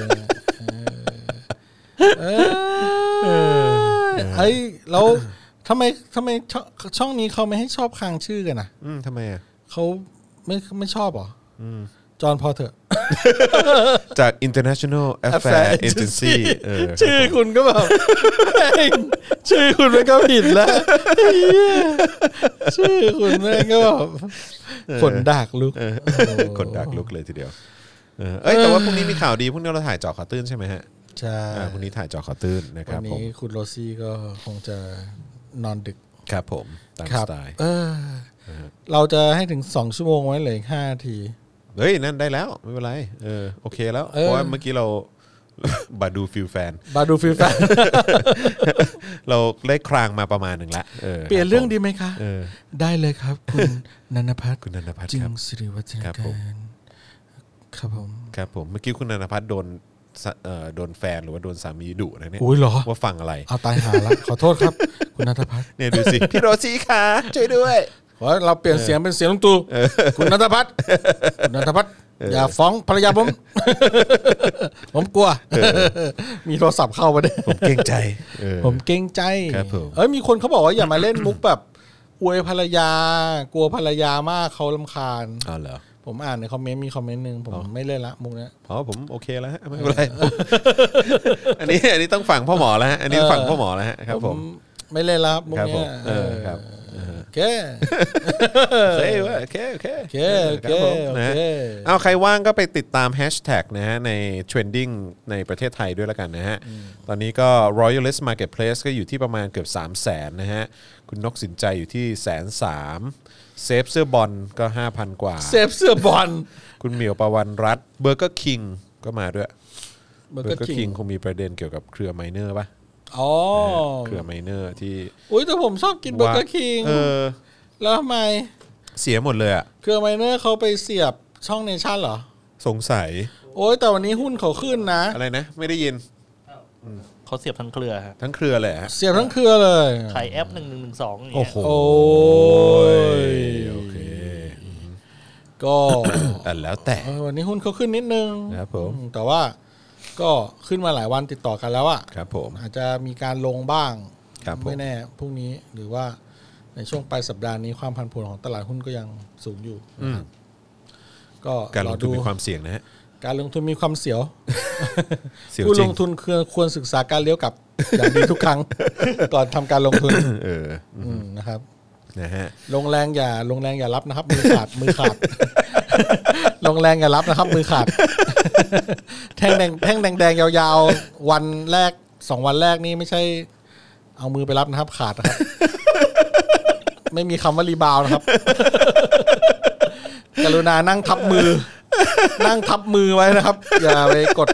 S1: เออเออเอ้ยแล้วทำไมทำไมช่องช่องนี้เขาไม่ให้ชอบค้างชื่อกันนะ
S2: อืมทำไมอ่ะ
S1: เขาไม่ไม่ชอบเหรออจอห์นพอเถอะ
S2: จาก International Affair
S1: Affair
S2: Agency
S1: Agency
S2: เออ
S1: ชื่อคุณก็แบบ แม่งชื่อคุณมันก็ผิดแล้ว เหี้ยชื่อคุณแม่งก็แบบขนดากลุก
S2: คนดักลุกเลยทีเดียวเออเอ้ยแต่ว่าพรุ่งนี้มีข่าวดีพรุ่งนี้เราถ่ายเจอข่าวตื้นใช่ไหมฮะ
S1: ใช่
S2: อ่าพรุ่งนี้ถ่ายเจอข่าวตื้นนะค
S1: วั
S2: รับ
S1: น
S2: ผม
S1: นี้คุณโรซี่ก็คงจะนอนดึก
S2: ครับผมตามสไตล์
S1: เออเราจะให้ถึงสองชั่วโมงไว้เหลยห้านาที
S2: เฮ้ยนั่นได้แล้วไม่เป็นไรเออโอเคแล้วเพ
S1: เออ
S2: ราะว่าเมื่อกี้เรา บาดูฟิลแฟน
S1: บาดูฟิลแฟ น
S2: เราได้ครางมาประมาณหนึ่งละอ
S1: เปลี่ยนเรื่องดีไหมคะ
S2: เออ
S1: ได้เลยครับ คุณ นันพัฒน์
S2: คุณนันทพัฒน์
S1: จึ
S2: ครับ
S1: งสิริวัฒน
S2: ครับผ
S1: กาม รครับผม
S2: ครับผมเมื่อกี้คุณนันทพัฒน์โดนสะเอ่อโดนแฟนหรือว่าโดนสามีดุนะเนี่ย
S1: อุ๊ยเหรอ
S2: ว่าฟังอะไร
S1: เอาตายหาละ ขอโทษครับ คุณนันทพัฒน์
S2: เนี่ยดูสิ พี่โรซี่ค่ะช่วยด้วย
S1: ขอเราเปลี่ยนเสียงเป็นเสียงลุงตู่คุณนันทพัฒน์คุณนันทพัฒน์อย่าฟ้องภรรยาผม ผมกลัว มีโทรศัพท์เข้ามาด้วย
S2: ผมเกรงใจเออ
S1: ผมเกรงใจ
S2: ครับผม
S1: เอ้ยมีคนเขาบอกว่าอย่ามาเล่นมุกแบบ อวยภรรยา กลัวภรรยามากเขาลำคาญ
S2: อ๋อเหรอ
S1: ผมอ่านในคอมเมนต์มีคอมเมนต์หนึ่งผมไม่เล่นละมุกเนี้ย
S2: อ๋อผมโอเคแล้วฮะไม่ เป็นไร อันนี้อันนี้ต้องฝั่งพ่อหมอแล้วฮะอันนี้
S1: เออ
S2: ฝั่งพ่อหมอแล้วฮะครับ ผม
S1: ไม่เล่นละมุก
S2: ครับผ
S1: เนี้
S2: ม
S1: ย
S2: เออครับ
S1: โอเค
S2: โอเคเว้ยโอเคโอเค
S1: โอเคโอเค
S2: ครับผม
S1: โอ
S2: นะ
S1: เค
S2: เอาใครว่างก็ไปติดตามแฮชแท็กนะฮะในเทรนดิ้งในประเทศไทยด้วยแล้วกันนะฮะ ตอนนี้ก็ Royalist Marketplace ก็อยู่ที่ประมาณเกือบ 3 0 0แสนนะฮะ คุณนกสินใจอยู่ที่แสนสามเซฟเสื้อบอลก็ 5,000 กว่า
S1: เซฟเสื้อบอล
S2: คุณเหมียวประวันรัตเบอร์เกอร์คิงก็มาด้วย
S1: เบอร์
S2: เบ
S1: เก
S2: อ
S1: อร์
S2: ร์เกอร์
S1: คิ
S2: คิง
S1: ง
S2: คงมีประเด็นเกี่ยวกับเครือไมเนอร์ป่ะ
S1: อ๋อ
S2: เครือไมเนอร์ที่
S1: อุ้ยแต่ผมชอบกินเบอร์เกอร์
S2: ว่า
S1: คิง
S2: เออ
S1: แล้วทำไม
S2: เสียหมดเลยอ่ะ
S1: เครือไมเนอร์เขาไปเสียบช่องเนชั่นเหรอ
S2: สงสัย
S1: โอ้ยแต่วันนี้หุ้นเขาขึ้นนะ
S2: อะไรนะ ไม่ได้ยิน
S4: เขาเสียบทั้งเครือฮะ
S2: ทั้งเครือเลยฮะ
S1: เสียบทั้งเครือเลย
S4: ขายแอปหนึ่งหนึ่งหนึ่งสอง
S2: โอ้โห
S1: โอ้ย
S2: โอเค
S1: ก็
S2: อ่ะแล้วแต่
S1: เออวันนี้หุ้นเขาขึ้นนิดนึง
S2: ครับผม
S1: อืแต่ว่าก็ขึ้นมาหลายวันติดต่อกันแล้วอะ
S2: ครับผม
S1: อาจจะมีการลงบ้าง
S2: ครับผม
S1: ไม่แน่พรุ่งนี้หรือว่าในช่วงปลายสัปดาห์นี้ความผันผวนของตลาดหุ้นก็ยังสูงอยู่นะครับก็
S2: การล
S1: อง
S2: ทุนมีความเสี่ยงนะฮะ
S1: การลงทุนมีความเสียว
S2: เสี่ยว
S1: ผู้
S2: จ
S1: ล
S2: ริง
S1: งทุนควรควรศึกษาการเลี้ยวกลับ อย่างดีทุกครั้ง ก่อนทำการลงทุน
S2: เออ
S1: อืมนะครับ
S2: นะฮะ
S1: ลงแรงอย่าลงแรงอย่ารับนะครับ มือขาดมือขาด ลงแรงอย่ารับนะครับ มือขาด แท่งแดงแท่งแดงแดงๆยาวๆ วันแรกสองวันแรกนี่ไม่ใช่ เอามือไปรับนะครับ ขาดนะครับ ไม่มีคำว่ารีบาวนะครับ กรุณานั่งทับมือ นั่งทับมือไว้นะครับ อย่าไปกด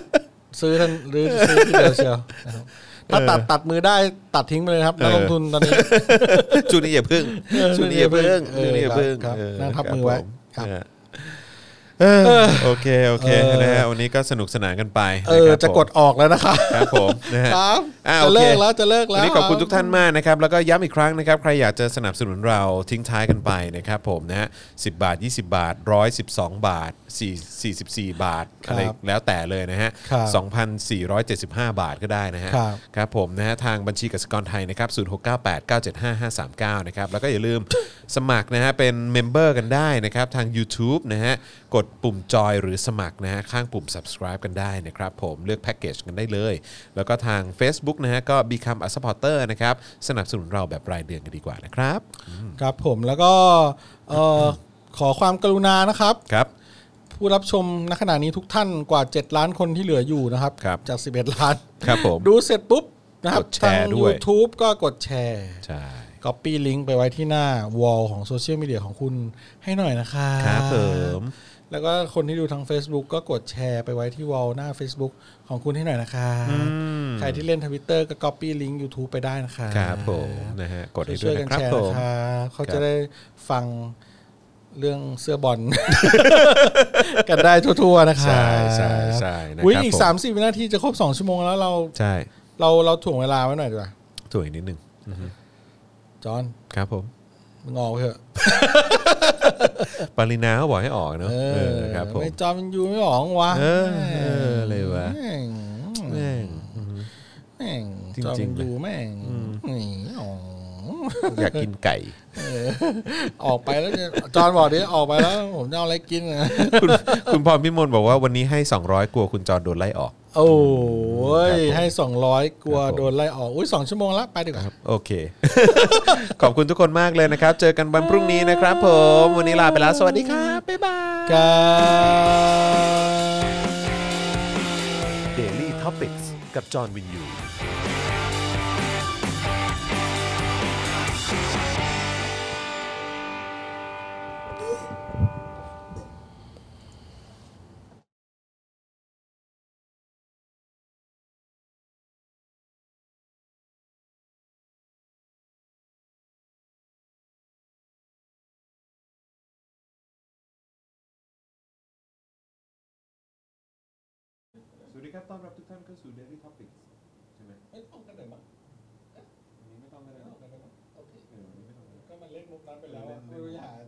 S1: ซื้อทันหรือซื้อที่เดียวเชียวนะครับถ้าตัดตัดมือได้ตัดทิ้งไปเลยนะครับนักลงทุนตอนนี้
S2: ช่วงนี้อย่าพึ่งช่วงนี้อย่าพึ่ง
S1: เออ
S2: ช่วงนี้อย่าพึ่ง
S1: ครับ
S2: เออ
S1: นั่งทับ
S2: ครั
S1: มือไว้
S2: ผ
S1: ครับ
S2: เออเออโอเคโอเคนะฮะวันนี้ก็สนุกสนานกันไป
S1: เอน อ
S2: ครับ
S1: จะ
S2: ผม
S1: กดออกแล้วนะคะ
S2: ครับผมนะฮะ
S1: ครับ
S2: อ่า
S1: จะ
S2: โอค
S1: เลิกแล้วจะเลิกแล้ว
S2: นนี้ขอบคุ
S1: ค
S2: ณ
S1: รับ
S2: ทุกท่านมากนะครับ แล้วก็ย้ำอีกครั้งนะครับ ใครอยากจะสนับสนุนเราทิ้งท้ายกันไปนะครับผมนะฮะสิบาท 20 บาท 112 บาท4 44 บาท
S1: ครับ
S2: อะไรแล้วแต่เลยนะฮะ
S1: ครับ
S2: 2,475 บาทก็ได้นะฮะ
S1: ครับ
S2: ครับผมนะฮะทางบัญชีกสิกรไทยนะครับ0698 975 539 นะครับ แล้วก็อย่าลืม สมัครนะฮะเป็นเมมเบอร์กันได้นะครับ ทาง YouTube นะฮะกด ปุ่มจอยหรือสมัครนะฮะข้างปุ่ม subscribe กันได้นะครับผมเลือกแพ็กเกจกันได้เลย แล้วก็ทาง Facebook นะฮะก็ become a supporter นะครับสนับสนุนเราแบบรายเดือนกันดีกว่านะครับ
S1: ครับผมแล้วก็เอ่อขอความกรุณานะครับ
S2: ครับ
S1: ผู้รับชมณขณะนี้ทุกท่านกว่า 7 ล้านคนที่เหลืออยู่นะครับ
S2: ครับ
S1: จาก 11 ล้าน
S2: ครับผม
S1: ดูเสร็จปุ๊บนะครับ
S2: กดแช
S1: ทาง
S2: ร์ด้วย
S1: YouTube ก็กดแชร์
S2: ใช่
S1: ก็ปี้ลิงก์ไปไว้ที่หน้าวอลของโซเชียลมีเดียของคุณให้หน่อยนะคะ
S2: ครับผม
S1: แล้วก็คนที่ดูทาง Facebook ก็กดแชร์ไปไว้ที่วอลหน้า Facebook ของคุณให้หน่อยนะคะ
S2: ม
S1: ใครที่เล่นทวิตเตอร์ก็ Copy ลิงก์ YouTube ไปได้นะคะ
S2: ครับผมนะฮะกดให้ด้
S1: ช่
S2: ว
S1: วย ยๆกั
S2: นะ
S1: น
S2: ครับ
S1: แชร์
S2: ผ
S1: นะ
S2: ม
S1: คะเขา
S2: ครับ
S1: จะได้ฟังเรื่องเสื้อบ อล กันได้ทั่วๆนะคะ
S2: ใช่ใช่ใช่นะ
S1: อุ้ย
S2: ครับ
S1: อีก
S2: ผ
S1: 30 วินาทีจะครบ 2 ชั่วโมงแล้วเรา
S2: ใช่
S1: เราเราถ่วงเวลาไว้หน่อยดีกว่า
S2: ถูกอีกนิดนึงอือฮึ
S1: จอห์น
S2: ครับผม
S1: มึงออกไปเถอะ
S2: ปรินาเขาบอกให้ออกเนอะเออครับผม
S1: ไม่จอห์นมันยูไม่ออกวะ
S2: เออเอออะไรวะ
S1: แม่ง
S2: แม่ง
S1: แม่ง
S2: จริง
S1: จ
S2: ๆ
S1: อห์นมันยู
S2: เลย
S1: แม่งหนีออก
S2: อยากกินไก่
S1: ออกไปแล้วจะจอห์นบอกดิออกไปแล้ว ผมจะเอาอะไรกินอะ
S2: คุณคุณพรพิมลบอกว่าวันนี้ให้ 200 กลัวคุณจรโดนไล่ออก
S1: โอ้ย
S2: ครับผม
S1: ให้ 200 กลัว
S2: ครับผม
S1: โดนไล่ออก อุ้ยสองชั่วโมงละไปดีกว่าครับ
S2: โอเค ขอบคุณทุกคนมากเลยนะครับ เจอกันวันพรุ่งนี้นะครับผม วันนี้ลาไปแล้ว สวัสดีครับ บ๊ายบาย Daily Topics กับจอห์นวินยูสวัสดีครับ ต้อนรับทุกท่านเข้าสู่ Daily Topics ใช่ไหมไม่ต้องกันเลยมั้งวันนี้ไม่ต้องกันเลยโอเค
S1: ก็มันเล่นมุกนั้นไปแล้วไม่รู้จะหา